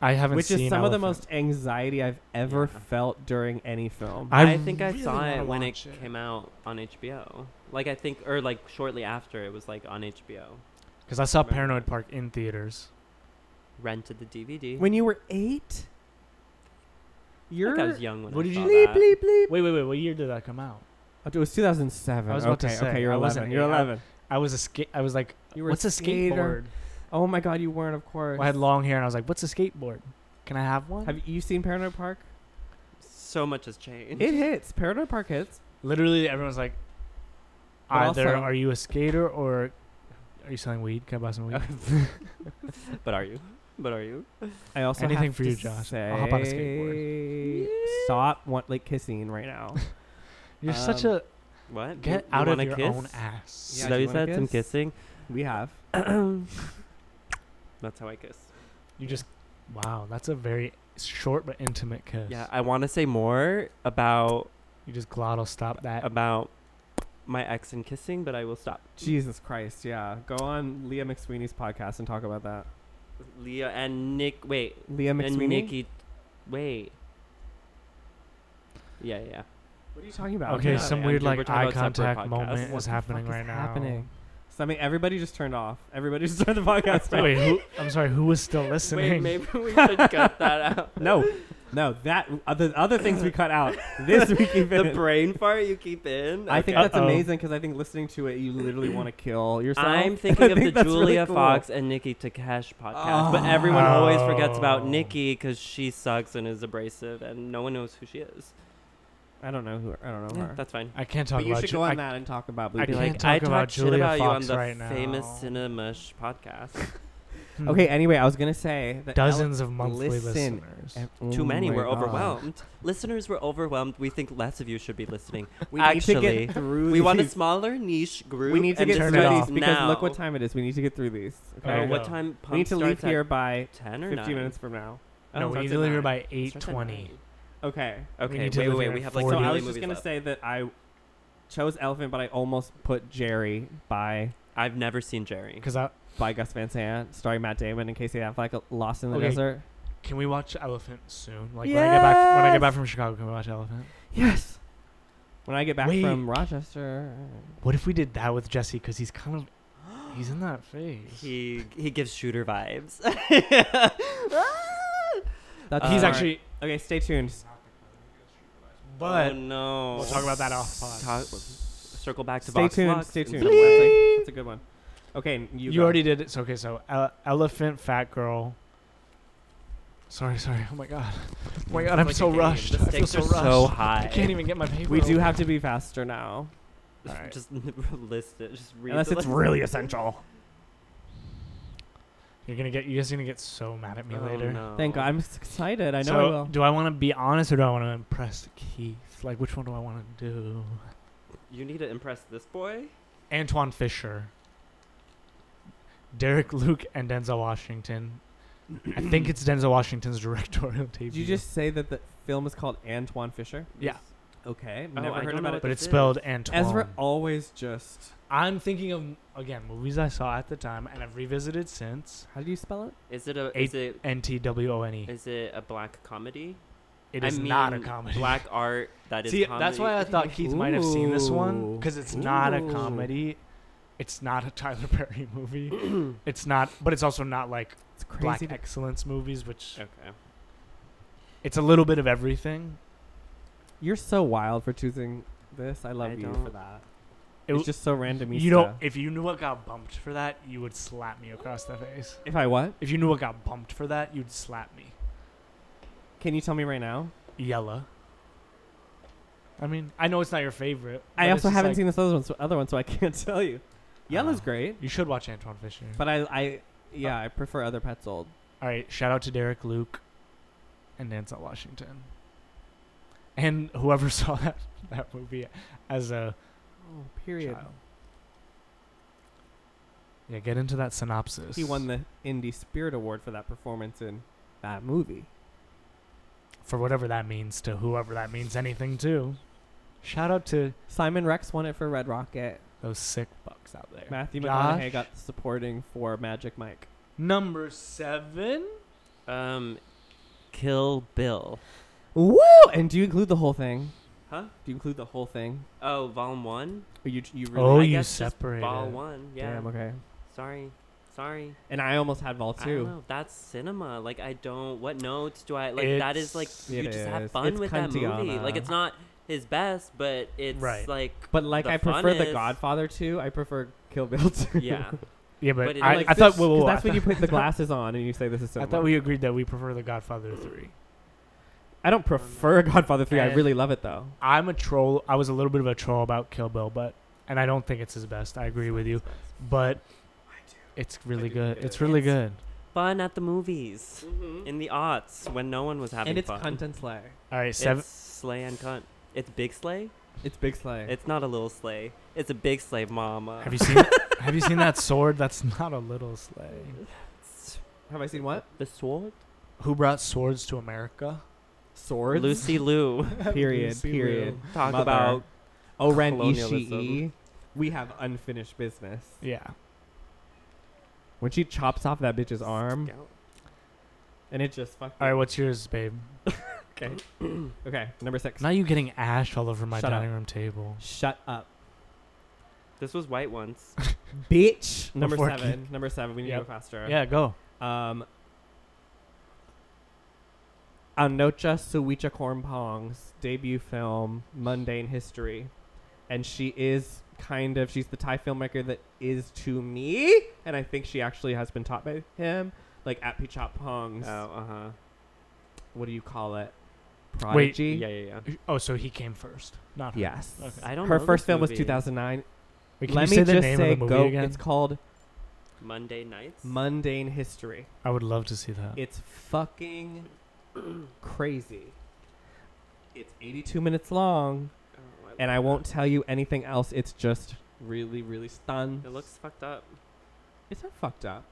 Speaker 3: I haven't
Speaker 4: which is
Speaker 3: seen
Speaker 4: some of the
Speaker 3: Elephant.
Speaker 4: most anxiety I've ever
Speaker 2: Yeah.
Speaker 4: felt during any film.
Speaker 3: I
Speaker 2: I, think I
Speaker 3: really
Speaker 2: saw
Speaker 3: wanna
Speaker 2: it when it,
Speaker 3: watch it.
Speaker 2: came out on HBO. Like I think, or like shortly after it was like on HBO.
Speaker 3: Because I saw
Speaker 2: Remember
Speaker 3: Paranoid
Speaker 2: that.
Speaker 3: Park in theaters.
Speaker 2: Rented the DVD.
Speaker 4: when you were
Speaker 2: I
Speaker 4: eight, You're
Speaker 2: think I was young when
Speaker 3: What
Speaker 2: I
Speaker 3: did
Speaker 2: saw
Speaker 3: you-
Speaker 4: bleep
Speaker 2: that.
Speaker 4: bleep bleep.
Speaker 3: Wait, wait, wait. What year did that come out?
Speaker 4: Oh, it was 2007.
Speaker 3: I was about to
Speaker 4: okay,
Speaker 3: say,
Speaker 4: okay, you're
Speaker 3: I
Speaker 4: 11.
Speaker 3: wasn't
Speaker 4: you're
Speaker 3: eight. I-
Speaker 4: 11.
Speaker 3: I was a skate. I was like,
Speaker 4: You were
Speaker 3: what's a skateboard?
Speaker 4: skater. Oh my god, you weren't, of course.
Speaker 3: Well, I had long hair, and I was like, what's a skateboard? Can I have one?
Speaker 4: Have you seen Paranoid Park?
Speaker 2: So much has changed.
Speaker 4: It hits. Paranoid Park hits.
Speaker 3: Literally, everyone's like,
Speaker 4: But
Speaker 3: either
Speaker 4: also-
Speaker 3: are you a skater or are you selling weed? Can I buy some weed?
Speaker 2: but are you? But are you?
Speaker 4: I also
Speaker 3: Anything
Speaker 4: have
Speaker 3: for
Speaker 4: to
Speaker 3: you, Josh. I'll hop on a skateboard.
Speaker 4: say,
Speaker 2: Yeah.
Speaker 4: Stop want, like kissing right now.
Speaker 3: You're such
Speaker 4: Um,
Speaker 3: a
Speaker 2: What? You-
Speaker 3: get
Speaker 2: you
Speaker 3: out of
Speaker 2: wanna
Speaker 3: your
Speaker 2: kiss?
Speaker 3: own ass.
Speaker 4: Yeah,
Speaker 2: so
Speaker 4: do
Speaker 2: you
Speaker 4: you wanna
Speaker 2: said some
Speaker 4: kiss?
Speaker 2: kissing.
Speaker 4: we have.
Speaker 2: That's how I kiss.
Speaker 3: You just wow, that's a very short but intimate kiss.
Speaker 2: Yeah, I want to say more about
Speaker 3: you just glottal stop that.
Speaker 2: about my ex and kissing, but I will stop.
Speaker 4: Jesus Christ, yeah. Go on Leah McSweeney's podcast and talk about that.
Speaker 2: Leah and Nick. Wait,
Speaker 4: Leah McSweeney.
Speaker 2: and Nikki. Wait. Yeah, yeah.
Speaker 4: What are you talking about?
Speaker 3: okay,
Speaker 2: yeah,
Speaker 3: some
Speaker 2: and
Speaker 3: weird
Speaker 2: we were
Speaker 3: like
Speaker 2: talking
Speaker 3: eye
Speaker 2: about separate
Speaker 3: contact
Speaker 2: podcasts.
Speaker 3: moment
Speaker 4: What
Speaker 3: is
Speaker 4: the
Speaker 3: happening
Speaker 4: fuck is
Speaker 3: right now.
Speaker 4: happening? So I mean, everybody just turned off. Everybody just turned the podcast off.
Speaker 3: Wait, who, I'm sorry, who was still listening?
Speaker 2: Wait, maybe we should cut that out.
Speaker 4: No, no, that other other things we cut out this week.
Speaker 2: the brain fart you keep in.
Speaker 4: I think
Speaker 2: Okay.
Speaker 4: that's
Speaker 3: Uh-oh.
Speaker 4: amazing because I think listening to it, you literally want to kill yourself.
Speaker 2: I'm
Speaker 4: I
Speaker 2: thinking of
Speaker 4: think
Speaker 2: the
Speaker 4: that's really
Speaker 2: Julia
Speaker 4: cool. Oh.
Speaker 2: Fox and Nikki Takesh podcast, but everyone always forgets about
Speaker 3: Oh.
Speaker 2: Nikki because she sucks and is abrasive, and no one knows who she is.
Speaker 4: I don't know who. I don't know
Speaker 2: Yeah,
Speaker 4: her.
Speaker 2: that's fine.
Speaker 3: I can't talk
Speaker 4: But you
Speaker 3: about
Speaker 4: should
Speaker 3: Ju-
Speaker 4: go on
Speaker 3: I-
Speaker 4: that and talk about.
Speaker 3: I
Speaker 2: Be
Speaker 4: Blueberry.
Speaker 3: can't
Speaker 2: like,
Speaker 3: talk
Speaker 2: I
Speaker 3: about
Speaker 2: talked shit
Speaker 3: Julia
Speaker 2: about you
Speaker 3: Fox
Speaker 2: on the
Speaker 3: right now.
Speaker 2: famous Cinema Sh podcast.
Speaker 3: Hmm.
Speaker 4: Okay. Anyway, I was gonna say that
Speaker 3: dozens of monthly
Speaker 4: listen.
Speaker 3: listeners.
Speaker 4: Ele- Oh
Speaker 2: Too many.
Speaker 4: my
Speaker 2: We're
Speaker 4: God.
Speaker 2: overwhelmed. Listeners, we're overwhelmed. We think less of you should be listening.
Speaker 4: We need to
Speaker 2: Actually,
Speaker 4: get through.
Speaker 2: we want a
Speaker 4: these.
Speaker 2: smaller niche group.
Speaker 4: We need to
Speaker 2: and
Speaker 4: get
Speaker 3: turn it
Speaker 4: through
Speaker 2: do
Speaker 4: these
Speaker 3: off.
Speaker 2: this
Speaker 4: because
Speaker 2: now.
Speaker 4: look what time it is. We need to get through these.
Speaker 3: There
Speaker 2: Oh,
Speaker 3: you
Speaker 4: Okay.
Speaker 2: what
Speaker 3: go.
Speaker 2: time?
Speaker 4: we need to
Speaker 2: Pump
Speaker 4: leave
Speaker 2: starts at
Speaker 4: here by
Speaker 2: 10 or
Speaker 4: 15
Speaker 2: 9?
Speaker 4: minutes from now.
Speaker 3: no,
Speaker 2: Oh,
Speaker 3: we
Speaker 2: starts
Speaker 3: need
Speaker 2: at
Speaker 3: to leave
Speaker 2: 9.
Speaker 3: here by eight
Speaker 2: Starts at
Speaker 3: twenty.
Speaker 2: 9.
Speaker 4: Okay.
Speaker 2: Okay,
Speaker 3: need
Speaker 2: wait,
Speaker 3: to
Speaker 2: wait,
Speaker 3: leave here
Speaker 2: wait.
Speaker 3: at
Speaker 2: We have like
Speaker 4: So
Speaker 3: Or do
Speaker 2: some
Speaker 4: I
Speaker 3: you
Speaker 4: was
Speaker 2: movies
Speaker 4: just gonna
Speaker 2: left.
Speaker 4: say that I chose Elephant, but I almost put Jerry by
Speaker 2: I've never seen Jerry.
Speaker 3: Because I
Speaker 4: by Gus Van Sant, starring Matt Damon and Casey Affleck, uh, Lost in the
Speaker 3: Okay.
Speaker 4: Desert.
Speaker 3: can we watch Elephant soon? Like when I get back when I
Speaker 4: Yes!
Speaker 3: get back from Chicago, can we watch Elephant?
Speaker 4: Yes. When I get back
Speaker 3: Wait.
Speaker 4: from Rochester,
Speaker 3: What if we did that with Jesse? Because he's kind of he's in that phase.
Speaker 2: He he gives shooter vibes.
Speaker 4: that's
Speaker 3: he's
Speaker 2: Uh,
Speaker 3: actually,
Speaker 4: okay. Stay tuned.
Speaker 2: oh,
Speaker 3: but
Speaker 2: no,
Speaker 3: we'll talk about that off pod.
Speaker 2: Talk- circle back to
Speaker 4: Stay
Speaker 2: Vox
Speaker 4: tuned.
Speaker 2: Lux
Speaker 4: Stay
Speaker 2: and
Speaker 4: tuned.
Speaker 2: circle back to-
Speaker 4: That's a good one. Okay, n- Oh, you.
Speaker 3: you,
Speaker 4: go.
Speaker 3: already did it. So okay, so ele- elephant, fat girl. Sorry, sorry. Oh my god. Oh my god, I'm
Speaker 2: It's
Speaker 3: so
Speaker 2: like a game.
Speaker 3: rushed.
Speaker 2: The
Speaker 3: I feel
Speaker 2: stakes
Speaker 3: so
Speaker 2: are
Speaker 3: rushed.
Speaker 2: so high.
Speaker 3: I can't even get my paper.
Speaker 4: We do
Speaker 3: open.
Speaker 4: have to be faster now,
Speaker 3: Alright.
Speaker 2: Just list it. Just read
Speaker 4: unless
Speaker 2: the
Speaker 4: it's
Speaker 2: list.
Speaker 4: really essential.
Speaker 3: You're gonna get. You guys are gonna get so mad at me
Speaker 2: Oh,
Speaker 3: later.
Speaker 2: no.
Speaker 4: Thank God, I'm s- excited. I know
Speaker 3: so,
Speaker 4: I will.
Speaker 3: do I want to be honest or do I want to impress Keith? Like, which one do I want to do?
Speaker 2: You need to impress this boy.
Speaker 3: Antoine Fisher, Derek Luke, and Denzel Washington. I think it's Denzel Washington's directorial debut.
Speaker 4: Did you just say that the film is called Antoine Fisher?
Speaker 3: Yeah.
Speaker 4: Okay,
Speaker 2: Oh,
Speaker 4: never
Speaker 2: I
Speaker 4: heard
Speaker 2: don't
Speaker 4: about
Speaker 2: know
Speaker 4: it.
Speaker 3: But
Speaker 2: This
Speaker 3: it's
Speaker 2: is-
Speaker 3: spelled Antoine.
Speaker 4: Ezra always just.
Speaker 3: I'm thinking of again movies I saw at the time and I've revisited since.
Speaker 4: How do you spell it?
Speaker 2: Is it a?
Speaker 3: Eight-
Speaker 2: Is it?
Speaker 3: N T W O N E.
Speaker 2: Is it a black comedy?
Speaker 3: It
Speaker 2: I
Speaker 3: is not a
Speaker 2: mean,
Speaker 3: comedy.
Speaker 2: Black art that is.
Speaker 3: See,
Speaker 2: comedy.
Speaker 3: that's why I thought Keith might have seen this one
Speaker 4: Ooh.
Speaker 3: because it's not a
Speaker 4: Ooh.
Speaker 3: comedy. It's not a Tyler Perry movie. it's not, but it's also not like
Speaker 4: It's crazy.
Speaker 3: black
Speaker 4: to-
Speaker 3: excellence movies, which
Speaker 2: Okay.
Speaker 3: it's a little bit of everything.
Speaker 4: You're so wild for choosing this. I love
Speaker 2: I
Speaker 4: you
Speaker 2: don't-
Speaker 4: for that.
Speaker 3: It
Speaker 4: it's
Speaker 3: w-
Speaker 4: just so random.
Speaker 3: you don't. If you knew what got bumped for that, you would slap me across the face.
Speaker 4: If I what?
Speaker 3: If you knew what got bumped for that, you'd slap me.
Speaker 4: Can you tell me right now?
Speaker 3: Yella. I mean, I know it's not your favorite. but
Speaker 4: I
Speaker 3: it's
Speaker 4: also
Speaker 3: just
Speaker 4: haven't
Speaker 3: like-
Speaker 4: seen this other one, so other one, so I can't tell you. Yellow's
Speaker 3: Oh.
Speaker 4: great,
Speaker 3: You should watch Antoine Fisher.
Speaker 4: but I, I, yeah, I prefer other pets old.
Speaker 3: All right, shout out to Derek Luke and Denzel Washington. And whoever saw that, that movie as a
Speaker 4: Oh, period.
Speaker 3: child. Yeah, get into that synopsis.
Speaker 4: He won the Indie Spirit Award for that performance in that movie.
Speaker 3: For whatever that means to whoever that means anything to. Shout out to
Speaker 4: Simon Rex won it for Red Rocket.
Speaker 3: those sick bucks out there.
Speaker 4: Matthew
Speaker 3: Josh?
Speaker 4: McConaughey got supporting for Magic Mike.
Speaker 3: Number seven?
Speaker 2: Um, Kill Bill.
Speaker 4: Woo! And do you include the whole thing?
Speaker 2: Huh?
Speaker 4: Do you include the whole thing?
Speaker 2: Oh, Volume One.
Speaker 4: Or you, you really?
Speaker 3: Oh,
Speaker 2: I
Speaker 3: you
Speaker 2: guess just
Speaker 3: separated.
Speaker 2: Vol One. Yeah.
Speaker 4: Damn. Okay.
Speaker 2: Sorry. Sorry.
Speaker 4: and I almost had Vol
Speaker 2: I don't
Speaker 4: two.
Speaker 2: know. That's cinema. Like I don't. What notes do I like? that is like
Speaker 3: It's-
Speaker 2: you
Speaker 4: It
Speaker 2: just have
Speaker 4: is.
Speaker 2: fun
Speaker 4: It's
Speaker 2: with that movie.
Speaker 4: Cuntiana.
Speaker 2: Like it's not his best, but it's
Speaker 3: Right.
Speaker 2: like.
Speaker 4: But like
Speaker 2: The
Speaker 4: I prefer
Speaker 2: funnest-
Speaker 4: the Godfather two. I prefer Kill Bill two.
Speaker 2: Yeah.
Speaker 3: Yeah, but,
Speaker 2: But it-
Speaker 3: I,
Speaker 2: like,
Speaker 3: I thought. Whoa, whoa,
Speaker 4: 'Cause
Speaker 3: whoa, I
Speaker 4: that's when you
Speaker 3: thought-
Speaker 4: put the glasses on and you say this is
Speaker 3: I
Speaker 4: cinema.
Speaker 3: thought we agreed that we prefer The Godfather three.
Speaker 4: I don't prefer Godfather three. I
Speaker 3: And-
Speaker 4: really love it though.
Speaker 3: I'm a troll. I was a little bit of a troll about Kill Bill, but and I don't think it's his best. I agree with you, but it's really
Speaker 4: do
Speaker 3: good.
Speaker 4: think it
Speaker 3: It's
Speaker 4: is.
Speaker 3: really good.
Speaker 2: fun at the movies
Speaker 4: Mm-hmm.
Speaker 2: in the aughts when no one was having
Speaker 4: And it's
Speaker 2: fun.
Speaker 4: content slay.
Speaker 3: All right, seven.
Speaker 2: It's sleigh and cunt. It's big sleigh.
Speaker 4: It's big slay.
Speaker 2: It's not a little sleigh. It's a big sleigh,
Speaker 4: uh,
Speaker 2: mama.
Speaker 3: Have you seen? have you seen that sword? That's not a little sleigh.
Speaker 4: Have I seen what?
Speaker 2: the sword?
Speaker 3: Who brought swords to America?
Speaker 4: Swords.
Speaker 2: Lucy Liu.
Speaker 4: Period.
Speaker 3: Lucy Liu.
Speaker 4: period.
Speaker 2: Talk
Speaker 4: Mother.
Speaker 2: about
Speaker 4: Oren
Speaker 2: colonialism.
Speaker 4: Ishii. We have unfinished business.
Speaker 3: Yeah.
Speaker 4: When she chops off that bitch's arm, and it just fucked.
Speaker 3: All right, what's yours, babe?
Speaker 4: Okay. okay. Number six.
Speaker 3: Now you getting ash all over my
Speaker 4: Shut up.
Speaker 3: dining room table.
Speaker 4: Shut up,
Speaker 2: This was white once.
Speaker 4: bitch. Number
Speaker 3: Before
Speaker 4: seven. Number seven. We need
Speaker 3: Yep.
Speaker 4: to go faster.
Speaker 3: Yeah, go.
Speaker 4: Um. Anocha Suicha Kornpong's debut film, Mundane History. And she is kind of, she's the Thai filmmaker that is to me, and I think she actually has been taught by him, like at Pichot Pong's,
Speaker 2: oh, uh huh.
Speaker 4: what do you call it?
Speaker 3: Wait,
Speaker 4: Prodigy?
Speaker 2: Yeah, yeah, yeah.
Speaker 3: Oh, so he came first, not her.
Speaker 4: Yes.
Speaker 3: Okay.
Speaker 2: I don't
Speaker 4: Her
Speaker 2: know
Speaker 4: first
Speaker 2: this
Speaker 4: film was
Speaker 2: movie.
Speaker 4: 2009.
Speaker 3: Wait, can
Speaker 4: Let
Speaker 3: you
Speaker 4: me
Speaker 3: say the
Speaker 4: just
Speaker 3: name
Speaker 4: say,
Speaker 3: of the movie
Speaker 4: go.
Speaker 3: again?
Speaker 4: It's called
Speaker 2: Monday nights.
Speaker 4: Mundane History.
Speaker 3: I would love to see that.
Speaker 4: It's fucking crazy. It's 82 minutes long,
Speaker 2: Oh,
Speaker 4: and I
Speaker 2: love
Speaker 4: won't tell you anything else. It's just really, really stunned.
Speaker 2: that. It looks fucked up.
Speaker 4: It's not fucked up.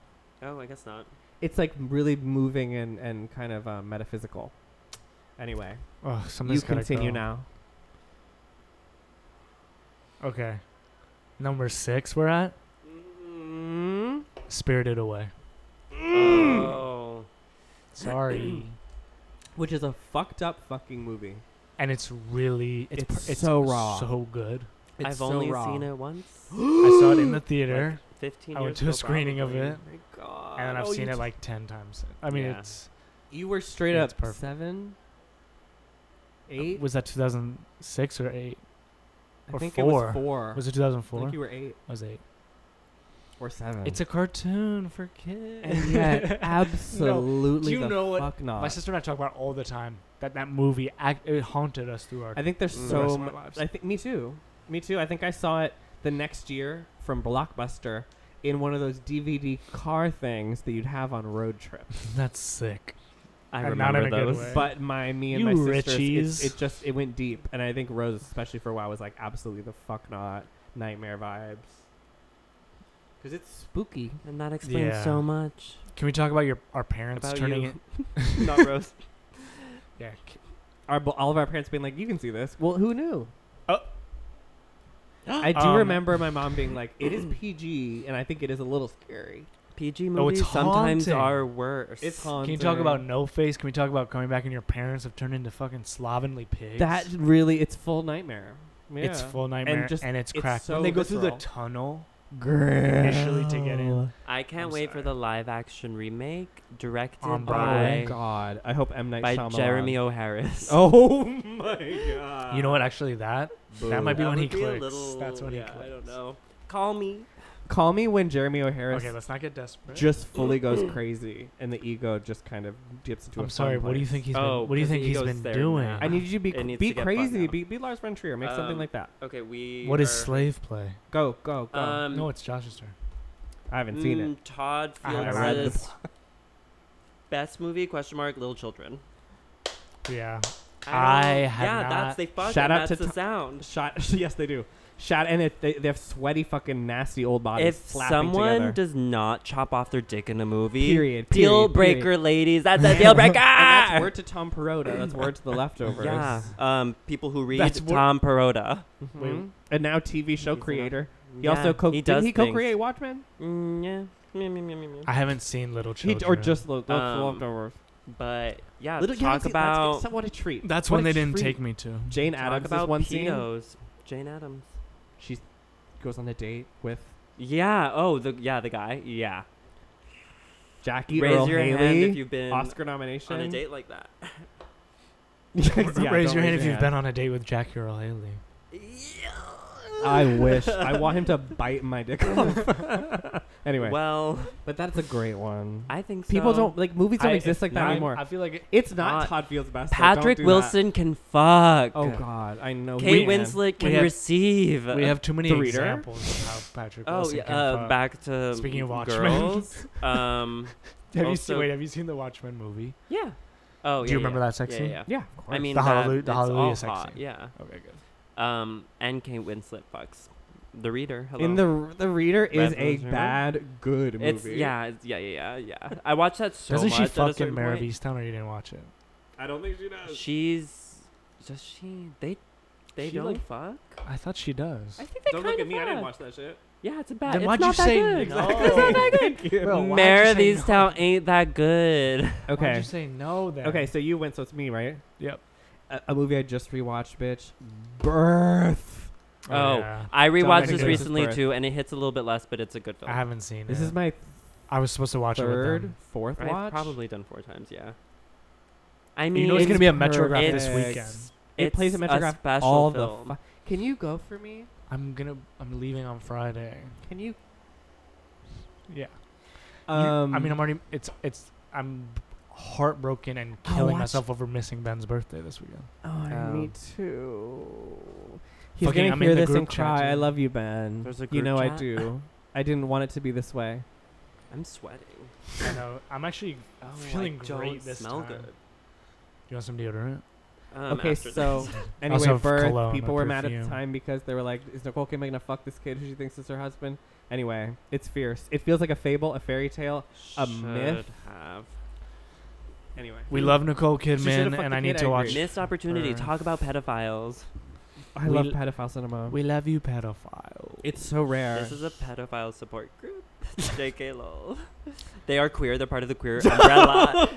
Speaker 2: Oh, I guess not.
Speaker 4: It's like really moving and, and kind of uh, metaphysical. Anyway,
Speaker 3: oh,
Speaker 4: you
Speaker 3: something's gotta
Speaker 4: continue
Speaker 3: go.
Speaker 4: now.
Speaker 3: Okay. Number six, we're at Mm-hmm.
Speaker 4: Mm.
Speaker 3: Spirited Away.
Speaker 2: Oh,
Speaker 3: Sorry.
Speaker 4: Which is a fucked up fucking movie.
Speaker 3: and it's really it's
Speaker 4: It's
Speaker 3: per- it's
Speaker 4: so raw.
Speaker 3: so good.
Speaker 4: It's
Speaker 2: I've
Speaker 4: so
Speaker 2: only
Speaker 4: raw.
Speaker 2: seen it once.
Speaker 3: I saw it in the theater,
Speaker 2: Fifteen.
Speaker 3: I
Speaker 2: years
Speaker 3: went to a
Speaker 2: ago,
Speaker 3: screening of
Speaker 2: probably.
Speaker 3: it,
Speaker 2: Oh my God.
Speaker 3: and then I've
Speaker 4: Oh, you
Speaker 3: seen it
Speaker 4: did-
Speaker 3: like ten times. I mean,
Speaker 2: Yeah.
Speaker 3: it's
Speaker 4: You were straight
Speaker 3: Yeah,
Speaker 4: up
Speaker 3: it's perfect. Uh,
Speaker 4: seven, eight.
Speaker 3: was that 2006 or eight?
Speaker 4: I
Speaker 3: or
Speaker 4: think it
Speaker 3: four.
Speaker 4: was four.
Speaker 3: Was it
Speaker 4: I
Speaker 3: 2004?
Speaker 4: think you were eight
Speaker 3: I was eight.
Speaker 4: or seven.
Speaker 3: It's a cartoon for kids.
Speaker 4: And yet, absolutely
Speaker 3: Do you
Speaker 4: the
Speaker 3: know what-
Speaker 4: fuck not.
Speaker 3: My sister and I talk about it all the time that that movie act- it haunted us through our
Speaker 4: I think there's
Speaker 2: Mm.
Speaker 3: the rest
Speaker 4: so
Speaker 3: of our
Speaker 4: much.
Speaker 3: lives.
Speaker 4: I think me too. Me too. I think I saw it the next year from Blockbuster in one of those DVD car things that you'd have on road trips.
Speaker 3: That's sick.
Speaker 2: I
Speaker 3: And not in
Speaker 2: remember
Speaker 3: a good
Speaker 2: those.
Speaker 3: way.
Speaker 4: But my me and
Speaker 3: You
Speaker 4: my sisters,
Speaker 3: Richies.
Speaker 4: it's- it, just it went deep, and I think Rose especially for a while was like absolutely the fuck not nightmare vibes. Because it's spooky.
Speaker 2: And that explains
Speaker 3: Yeah.
Speaker 2: so much
Speaker 3: Can we talk about your our parents
Speaker 2: about
Speaker 3: turning it?
Speaker 2: you. Not roast.
Speaker 3: Yeah.
Speaker 4: Our, bo- all of our parents being like, "You can see this." Well, who knew?
Speaker 2: Oh.
Speaker 4: I do
Speaker 3: Um,
Speaker 4: remember my mom being like, "It is PG, and I think it is a little scary."
Speaker 2: PG
Speaker 3: Oh, it's
Speaker 2: movies sometimes
Speaker 3: haunting.
Speaker 2: are worse.
Speaker 4: It's
Speaker 3: Can
Speaker 4: haunting.
Speaker 3: you talk about No Face? Can we talk about coming back and your parents have turned into fucking slovenly pigs?
Speaker 4: That really, it's full nightmare. Yeah.
Speaker 3: It's full nightmare and,
Speaker 4: just-
Speaker 3: it's
Speaker 4: it's
Speaker 3: crack.
Speaker 4: so
Speaker 3: when they go through the
Speaker 4: visceral.
Speaker 3: tunnel,
Speaker 4: initially
Speaker 3: Initially to get in.
Speaker 2: I can't
Speaker 3: I'm
Speaker 2: wait for
Speaker 3: sorry.
Speaker 2: the live action remake directed
Speaker 3: On
Speaker 4: Oh
Speaker 3: Broadway.
Speaker 4: my
Speaker 2: by,
Speaker 4: god! I hope M Night
Speaker 2: by
Speaker 4: Shyamalan.
Speaker 2: Jeremy O'Harris.
Speaker 4: Oh my god!
Speaker 3: You know what? Actually, that that might be
Speaker 2: That
Speaker 3: when he
Speaker 2: would be a
Speaker 3: clicks.
Speaker 2: little-
Speaker 3: That's when
Speaker 2: yeah,
Speaker 3: he clicks.
Speaker 2: I don't know. Call me.
Speaker 4: Call me when Jeremy O'Harris
Speaker 3: Okay, let's not get desperate.
Speaker 4: just fully goes crazy and the ego just kind of dips into. a
Speaker 3: I'm
Speaker 4: fun
Speaker 3: sorry. What do you
Speaker 4: place.
Speaker 3: think he's?
Speaker 2: Oh,
Speaker 3: been, what do you
Speaker 2: 'cause
Speaker 3: think
Speaker 2: he
Speaker 3: he's
Speaker 2: goes
Speaker 3: been
Speaker 2: there
Speaker 3: doing?
Speaker 2: now.
Speaker 4: I need you to
Speaker 2: It
Speaker 4: be
Speaker 2: needs
Speaker 4: be
Speaker 2: to get fun
Speaker 4: crazy.
Speaker 2: now.
Speaker 4: Be be Lars von Trier. Make something
Speaker 2: Um,
Speaker 4: like that.
Speaker 2: Okay, we.
Speaker 3: What is
Speaker 2: are-
Speaker 3: slave play?
Speaker 4: Go go go!
Speaker 2: Um,
Speaker 3: no, it's Josh's turn.
Speaker 4: I haven't seen it.
Speaker 2: mm, Todd
Speaker 3: I haven't
Speaker 2: Field
Speaker 3: read the
Speaker 2: says, best movie? Question mark. Little children.
Speaker 3: Yeah.
Speaker 2: don't
Speaker 3: I
Speaker 2: know.
Speaker 3: have
Speaker 2: Yeah, that's
Speaker 3: not-
Speaker 2: they fuck.
Speaker 4: Shout
Speaker 2: and
Speaker 4: out
Speaker 2: that's
Speaker 4: to
Speaker 2: the
Speaker 4: Tom-
Speaker 2: sound.
Speaker 4: Shot. Yes, they do. Shot, and it, they, they have sweaty, fucking, nasty old bodies.
Speaker 2: If
Speaker 4: slapping
Speaker 2: someone
Speaker 4: together.
Speaker 2: does not chop off their dick in a movie,
Speaker 4: Period,
Speaker 2: deal
Speaker 4: period,
Speaker 2: breaker,
Speaker 4: period.
Speaker 2: ladies. That's a deal breaker. Ah!
Speaker 4: And that's word to Tom Perrotta. That's word to the leftovers.
Speaker 2: yeah. Um, people who read
Speaker 3: That's wor-
Speaker 2: Tom Perrotta.
Speaker 4: Mhm.
Speaker 3: Wait.
Speaker 4: And now TV show
Speaker 2: He's not-
Speaker 4: creator. He
Speaker 2: Yeah,
Speaker 4: also co-
Speaker 2: he
Speaker 4: did
Speaker 2: does
Speaker 4: he
Speaker 2: things.
Speaker 4: co-create Watchmen?
Speaker 2: Mm, yeah. Mm, mm, mm, mm, mm.
Speaker 3: I haven't seen Little
Speaker 4: He
Speaker 3: Children.
Speaker 4: d- or just the, the
Speaker 2: Um,
Speaker 4: leftovers.
Speaker 2: But yeah,
Speaker 4: Little
Speaker 2: talk
Speaker 4: Galaxy, that's-
Speaker 2: about
Speaker 4: it's- what a treat.
Speaker 3: That's
Speaker 4: What
Speaker 3: when
Speaker 4: a
Speaker 3: they didn't
Speaker 4: treat.
Speaker 3: take me to.
Speaker 4: Jane
Speaker 2: talk
Speaker 4: Addams
Speaker 2: about
Speaker 4: is one scene.
Speaker 2: pedos. Jane Addams.
Speaker 4: She goes on a date with
Speaker 2: Yeah. Oh, the yeah the guy. Yeah.
Speaker 4: Jackie
Speaker 2: Raise
Speaker 4: Earl
Speaker 2: your
Speaker 4: Haley
Speaker 2: hand if you've been
Speaker 4: Oscar nomination
Speaker 2: on a date like that.
Speaker 4: Yeah, don't
Speaker 3: raise your hand if you've been on a date with Jackie Earl Haley.
Speaker 4: I wish. I want him to bite my dick off. anyway,
Speaker 2: Well,
Speaker 4: but that's a great one.
Speaker 2: I think so.
Speaker 4: People don't like movies. Don't
Speaker 3: I-
Speaker 4: exist like that
Speaker 3: I-
Speaker 4: anymore.
Speaker 3: I feel like it,
Speaker 4: it's not
Speaker 2: not-
Speaker 4: Todd Field's best. so don't
Speaker 2: Patrick
Speaker 4: do that.
Speaker 2: Wilson can fuck.
Speaker 4: Oh God, I know.
Speaker 2: Kate
Speaker 4: we-
Speaker 2: Winslet
Speaker 3: We
Speaker 2: can
Speaker 3: have-
Speaker 2: receive.
Speaker 3: we have too many
Speaker 4: The Reader?
Speaker 3: examples of how Patrick
Speaker 2: Oh
Speaker 3: Wilson
Speaker 2: yeah.
Speaker 3: can
Speaker 2: Uh,
Speaker 3: fuck.
Speaker 2: back to
Speaker 3: Speaking of Watchmen.
Speaker 2: girls. um.
Speaker 3: Have you
Speaker 2: also-
Speaker 3: seen? Wait, have you seen the Watchmen movie?
Speaker 2: Yeah. Oh yeah.
Speaker 3: Do you remember
Speaker 2: yeah.
Speaker 3: that sex
Speaker 2: Yeah,
Speaker 3: scene?
Speaker 2: Yeah. yeah.
Speaker 4: Yeah, of course.
Speaker 2: I mean,
Speaker 3: The
Speaker 2: that-
Speaker 3: Hallelu- the
Speaker 2: it's
Speaker 3: Hallelujah
Speaker 2: all
Speaker 3: sex
Speaker 2: hot,
Speaker 3: scene.
Speaker 2: Yeah.
Speaker 4: okay, good.
Speaker 2: Um. And Kate Winslet fucks the reader. Hello.
Speaker 4: In the the reader is
Speaker 2: Red
Speaker 4: a
Speaker 2: Rose Room?
Speaker 4: bad good movie.
Speaker 2: It's yeah, it's, yeah, yeah, yeah, yeah. I watched that so
Speaker 3: Doesn't
Speaker 2: much.
Speaker 3: she
Speaker 2: at a
Speaker 3: fucking
Speaker 2: certain
Speaker 3: Mara
Speaker 2: point.
Speaker 3: Beastown or you didn't watch it?
Speaker 4: I don't think she does.
Speaker 2: She's does she? They they
Speaker 4: She,
Speaker 2: don't
Speaker 4: like-
Speaker 2: fuck.
Speaker 3: I thought she does.
Speaker 2: I think they kind of
Speaker 4: that shit.
Speaker 2: Yeah, it's a bad.
Speaker 3: Then
Speaker 2: it's
Speaker 3: why'd
Speaker 2: not that
Speaker 3: you say
Speaker 2: good.
Speaker 3: no?
Speaker 2: It's not that good.
Speaker 3: Bro, why'd you
Speaker 2: Mara
Speaker 3: say
Speaker 2: these
Speaker 3: no?
Speaker 2: town ain't that good.
Speaker 3: Why'd
Speaker 4: Okay.
Speaker 3: you say no then?
Speaker 4: Okay, so you went, so it's me, right?
Speaker 3: Yep.
Speaker 4: A, a movie I just rewatched, bitch. Birth.
Speaker 2: Oh,
Speaker 3: yeah.
Speaker 2: I rewatched this
Speaker 4: Dominic Davis's
Speaker 2: recently
Speaker 4: Birth.
Speaker 2: too, and it hits a little bit less, but it's a good film.
Speaker 3: I haven't seen
Speaker 4: This
Speaker 3: it.
Speaker 4: is my
Speaker 3: I was supposed to watch it with
Speaker 4: third,
Speaker 3: them.
Speaker 4: fourth
Speaker 2: I've
Speaker 4: watch.
Speaker 2: probably done four times. Yeah. I mean,
Speaker 3: You know it's gonna be a
Speaker 4: It's
Speaker 3: Metrograph this
Speaker 4: perfect.
Speaker 3: weekend.
Speaker 2: It
Speaker 4: It plays a
Speaker 2: a
Speaker 4: Metrograph
Speaker 2: special
Speaker 4: all
Speaker 2: film.
Speaker 4: the. Fu- Can you go for me?
Speaker 3: I'm gonna. I'm leaving on Friday.
Speaker 4: Can you?
Speaker 3: Yeah.
Speaker 4: Um,
Speaker 3: I mean, I'm already. It's. It's. I'm heartbroken and killing
Speaker 2: Oh,
Speaker 4: watched-
Speaker 3: myself over missing Ben's birthday this weekend.
Speaker 4: Oh, me
Speaker 2: Um,
Speaker 4: too. He's
Speaker 3: Fucking,
Speaker 4: gonna
Speaker 3: I'm in
Speaker 4: hear
Speaker 3: the
Speaker 4: this
Speaker 3: group
Speaker 4: and
Speaker 3: chat,
Speaker 4: cry. I
Speaker 3: too.
Speaker 4: love you, Ben.
Speaker 2: There's a
Speaker 4: you
Speaker 2: group
Speaker 4: know I
Speaker 2: chat?
Speaker 4: do. I didn't want it to be this way.
Speaker 2: I'm sweating.
Speaker 3: I know. I'm actually.
Speaker 2: Oh, I
Speaker 3: Feeling
Speaker 2: don't
Speaker 3: great this
Speaker 2: smell
Speaker 3: time.
Speaker 2: good.
Speaker 3: You want some deodorant?
Speaker 2: Um,
Speaker 4: okay,
Speaker 2: after
Speaker 4: so
Speaker 2: this.
Speaker 4: anyway,
Speaker 3: Also have
Speaker 4: birth.
Speaker 3: cologne
Speaker 4: people
Speaker 3: or
Speaker 4: were mad at the
Speaker 3: perfume.
Speaker 4: time because they were like, "Is Nicole Kidman gonna fuck this kid who she thinks is her husband?" Anyway, it's fierce. It feels like a fable, a fairy tale. a myth.
Speaker 2: Should have.
Speaker 4: Anyway,
Speaker 3: We love Nicole
Speaker 4: should've
Speaker 3: Kidman,
Speaker 4: fucked
Speaker 3: and
Speaker 4: the
Speaker 3: I
Speaker 4: kid,
Speaker 3: need
Speaker 4: I
Speaker 3: to watch.
Speaker 4: agree.
Speaker 2: Missed opportunity.
Speaker 3: Earth.
Speaker 2: Talk about pedophiles.
Speaker 4: I
Speaker 3: we
Speaker 4: love
Speaker 3: l-
Speaker 4: pedophile cinema.
Speaker 3: We love you, pedophile.
Speaker 4: it's so rare.
Speaker 2: This is a pedophile support group. JK lol. They are queer. They're part of the queer umbrella.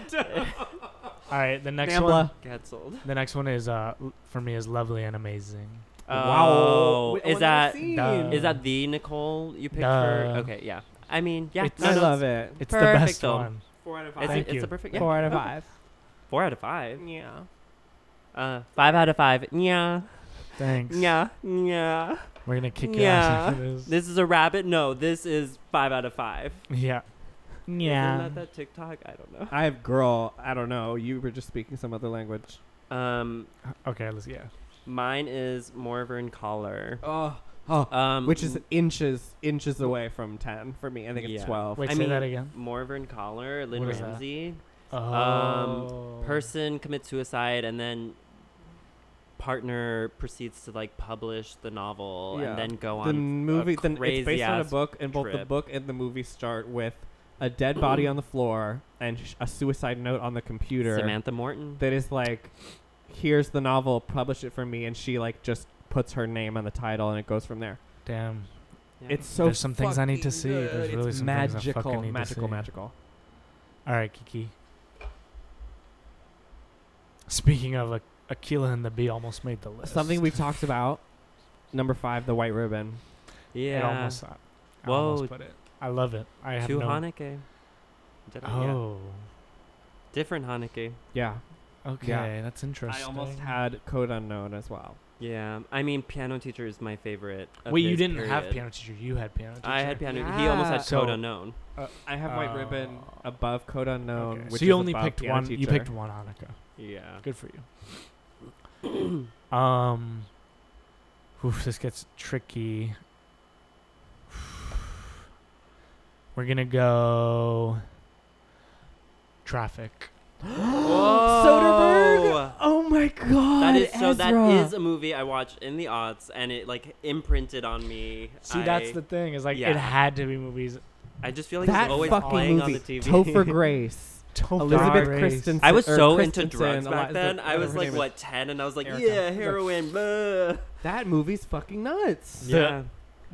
Speaker 3: All right, the next
Speaker 4: Nambla.
Speaker 3: one.
Speaker 2: Cancelled.
Speaker 3: The next one is uh l- for me is lovely and amazing.
Speaker 4: Wow.
Speaker 2: Oh,
Speaker 4: We-
Speaker 2: is
Speaker 4: oh, I've never
Speaker 2: that
Speaker 4: seen.
Speaker 3: Duh.
Speaker 2: is that the Nicole you picked for?
Speaker 3: Duh.
Speaker 2: Okay, yeah. I mean, yeah.
Speaker 3: It's-
Speaker 2: no,
Speaker 4: I
Speaker 2: no,
Speaker 4: love it.
Speaker 3: It's the
Speaker 2: Perfect
Speaker 3: best
Speaker 2: film.
Speaker 3: one.
Speaker 4: four out of
Speaker 2: It's,
Speaker 3: Thank
Speaker 2: a,
Speaker 3: you.
Speaker 2: it's a perfect. Yeah. Oh.
Speaker 4: Four out of
Speaker 2: Okay.
Speaker 4: five.
Speaker 2: Four out of five.
Speaker 4: Yeah.
Speaker 2: Uh, five out of five. Yeah.
Speaker 3: Thanks.
Speaker 2: Yeah. Yeah.
Speaker 3: We're gonna kick your
Speaker 2: Yeah.
Speaker 3: ass after this.
Speaker 2: This is a rabbit. No, this is five out of five.
Speaker 3: yeah.
Speaker 2: Isn't
Speaker 3: Yeah.
Speaker 2: that that TikTok? I don't know.
Speaker 4: I have girl. I don't know. You were just speaking some other language.
Speaker 2: Um,
Speaker 3: Okay. Let's. Yeah.
Speaker 2: mine is Morvern Collar.
Speaker 4: Oh, oh.
Speaker 2: Um,
Speaker 4: Which is inches, inches away from ten for me. I think it's
Speaker 2: Yeah.
Speaker 4: twelve.
Speaker 3: Wait.
Speaker 2: I
Speaker 3: say
Speaker 2: mean-
Speaker 3: that again.
Speaker 2: Morvern Collar, Lynn
Speaker 3: What is that?
Speaker 2: Ramsey.
Speaker 3: Oh.
Speaker 2: Person commits suicide and then partner proceeds to like publish the novel
Speaker 4: Yeah.
Speaker 2: and then go
Speaker 4: the
Speaker 2: on.
Speaker 4: movie, then it's
Speaker 2: crazy
Speaker 4: based on a
Speaker 2: ass
Speaker 4: book, and both the
Speaker 2: trip.
Speaker 4: book and the movie start with a dead body on the floor and sh- a suicide note on the computer
Speaker 2: Samantha Morton.
Speaker 4: that is like, "Here's the novel, publish it for me," and she like just puts her name on the title, and it goes from there.
Speaker 3: Damn.
Speaker 2: Yeah.
Speaker 4: It's so.
Speaker 3: There's some things I need to
Speaker 4: fucking
Speaker 3: see. There's
Speaker 4: good.
Speaker 3: really
Speaker 4: it's
Speaker 3: some things I
Speaker 4: magical,
Speaker 3: fucking need to
Speaker 4: magical,
Speaker 3: see.
Speaker 4: magical.
Speaker 3: All right, Kiki. Speaking of, like, Aquila and the Bee almost made the list.
Speaker 4: Something we talked about. Number five, the white ribbon.
Speaker 2: yeah.
Speaker 3: It almost. I almost
Speaker 2: Whoa.
Speaker 3: put it. I love it. I have
Speaker 2: to
Speaker 3: no.
Speaker 2: Haneke. Did I- yeah.
Speaker 3: oh.
Speaker 2: Different Haneke.
Speaker 4: Yeah,
Speaker 3: Okay, that's interesting.
Speaker 4: I almost had Code Unknown as well.
Speaker 2: Yeah. I mean, piano teacher is my favorite. of
Speaker 3: Wait, you
Speaker 2: his
Speaker 3: didn't have
Speaker 2: period.
Speaker 3: piano teacher. You had piano teacher.
Speaker 2: I had piano. He almost
Speaker 4: Yeah.
Speaker 2: had
Speaker 3: So-
Speaker 2: Code Unknown.
Speaker 4: Uh, I have White Ribbon
Speaker 3: Oh.
Speaker 4: above Code Unknown.
Speaker 3: Okay,
Speaker 4: Which
Speaker 3: so
Speaker 4: is
Speaker 3: you only
Speaker 4: above
Speaker 3: picked
Speaker 4: Piano
Speaker 3: one. You
Speaker 4: Teacher.
Speaker 3: picked one, Hanukkah.
Speaker 2: Yeah.
Speaker 3: Good for you. um, oof, this gets tricky. We're gonna go traffic.
Speaker 4: Soderbergh. Oh my god.
Speaker 2: That is so. That is a movie I watched in the aughts, and it like imprinted on me.
Speaker 3: See,
Speaker 2: I,
Speaker 3: that's the thing is like
Speaker 2: yeah.
Speaker 3: it had to be movies.
Speaker 2: I just feel like
Speaker 4: that
Speaker 2: it's always
Speaker 4: fucking
Speaker 2: playing on
Speaker 4: movie.
Speaker 2: the TV.
Speaker 4: Topher Grace. Elizabeth
Speaker 3: Grace.
Speaker 4: Christensen.
Speaker 2: I was
Speaker 4: or
Speaker 2: so into
Speaker 4: Christensen,
Speaker 2: drugs back
Speaker 4: Eliza-
Speaker 2: then. I
Speaker 4: whatever
Speaker 2: was
Speaker 4: her
Speaker 2: like
Speaker 4: name is.
Speaker 2: what ten, and I was like,
Speaker 4: Erica.
Speaker 2: yeah, heroin. bleh.
Speaker 4: That movie's fucking nuts.
Speaker 3: Yeah.
Speaker 2: Yeah.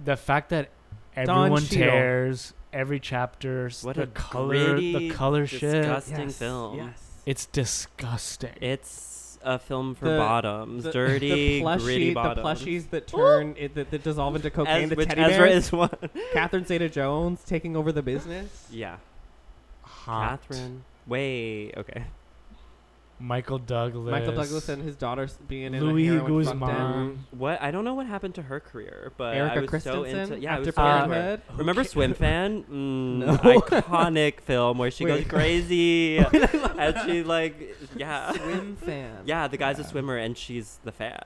Speaker 3: The fact that
Speaker 4: Don
Speaker 3: everyone
Speaker 4: Cheadle.
Speaker 3: tears every chapter, s-
Speaker 2: What
Speaker 3: the
Speaker 2: a
Speaker 3: color,
Speaker 2: gritty,
Speaker 3: the color shit.
Speaker 2: Disgusting film.
Speaker 4: Yes.
Speaker 3: It's disgusting.
Speaker 2: It's a film for
Speaker 4: The-
Speaker 2: bottoms,
Speaker 4: The-
Speaker 2: dirty,
Speaker 4: the plushie,
Speaker 2: gritty
Speaker 4: the
Speaker 2: bottoms.
Speaker 4: plushies that turn it, that, that dissolve into cocaine.
Speaker 2: As,
Speaker 4: the
Speaker 2: which
Speaker 4: teddy
Speaker 2: Ezra
Speaker 4: bears.
Speaker 2: is one.
Speaker 4: Catherine Zeta-Jones taking over the business.
Speaker 2: Yeah.
Speaker 3: hot.
Speaker 2: Catherine. Wait. Okay.
Speaker 3: Michael Douglas.
Speaker 4: Michael Douglas and his daughter s- being in
Speaker 3: Louis
Speaker 4: a heroin fuck den.
Speaker 3: Guzman.
Speaker 2: Um, What? I don't know what happened to her career, but I
Speaker 4: Erica
Speaker 2: was
Speaker 4: Christensen.
Speaker 2: so into. Yeah,
Speaker 4: after
Speaker 2: I was so into her.
Speaker 4: Parenthood.
Speaker 2: Remember Swim Fan? Mm,
Speaker 4: No.
Speaker 2: Iconic film where she
Speaker 4: Wait.
Speaker 2: goes crazy and she like yeah.
Speaker 4: Swim fan.
Speaker 2: Yeah, the guy's a swimmer and she's the fan.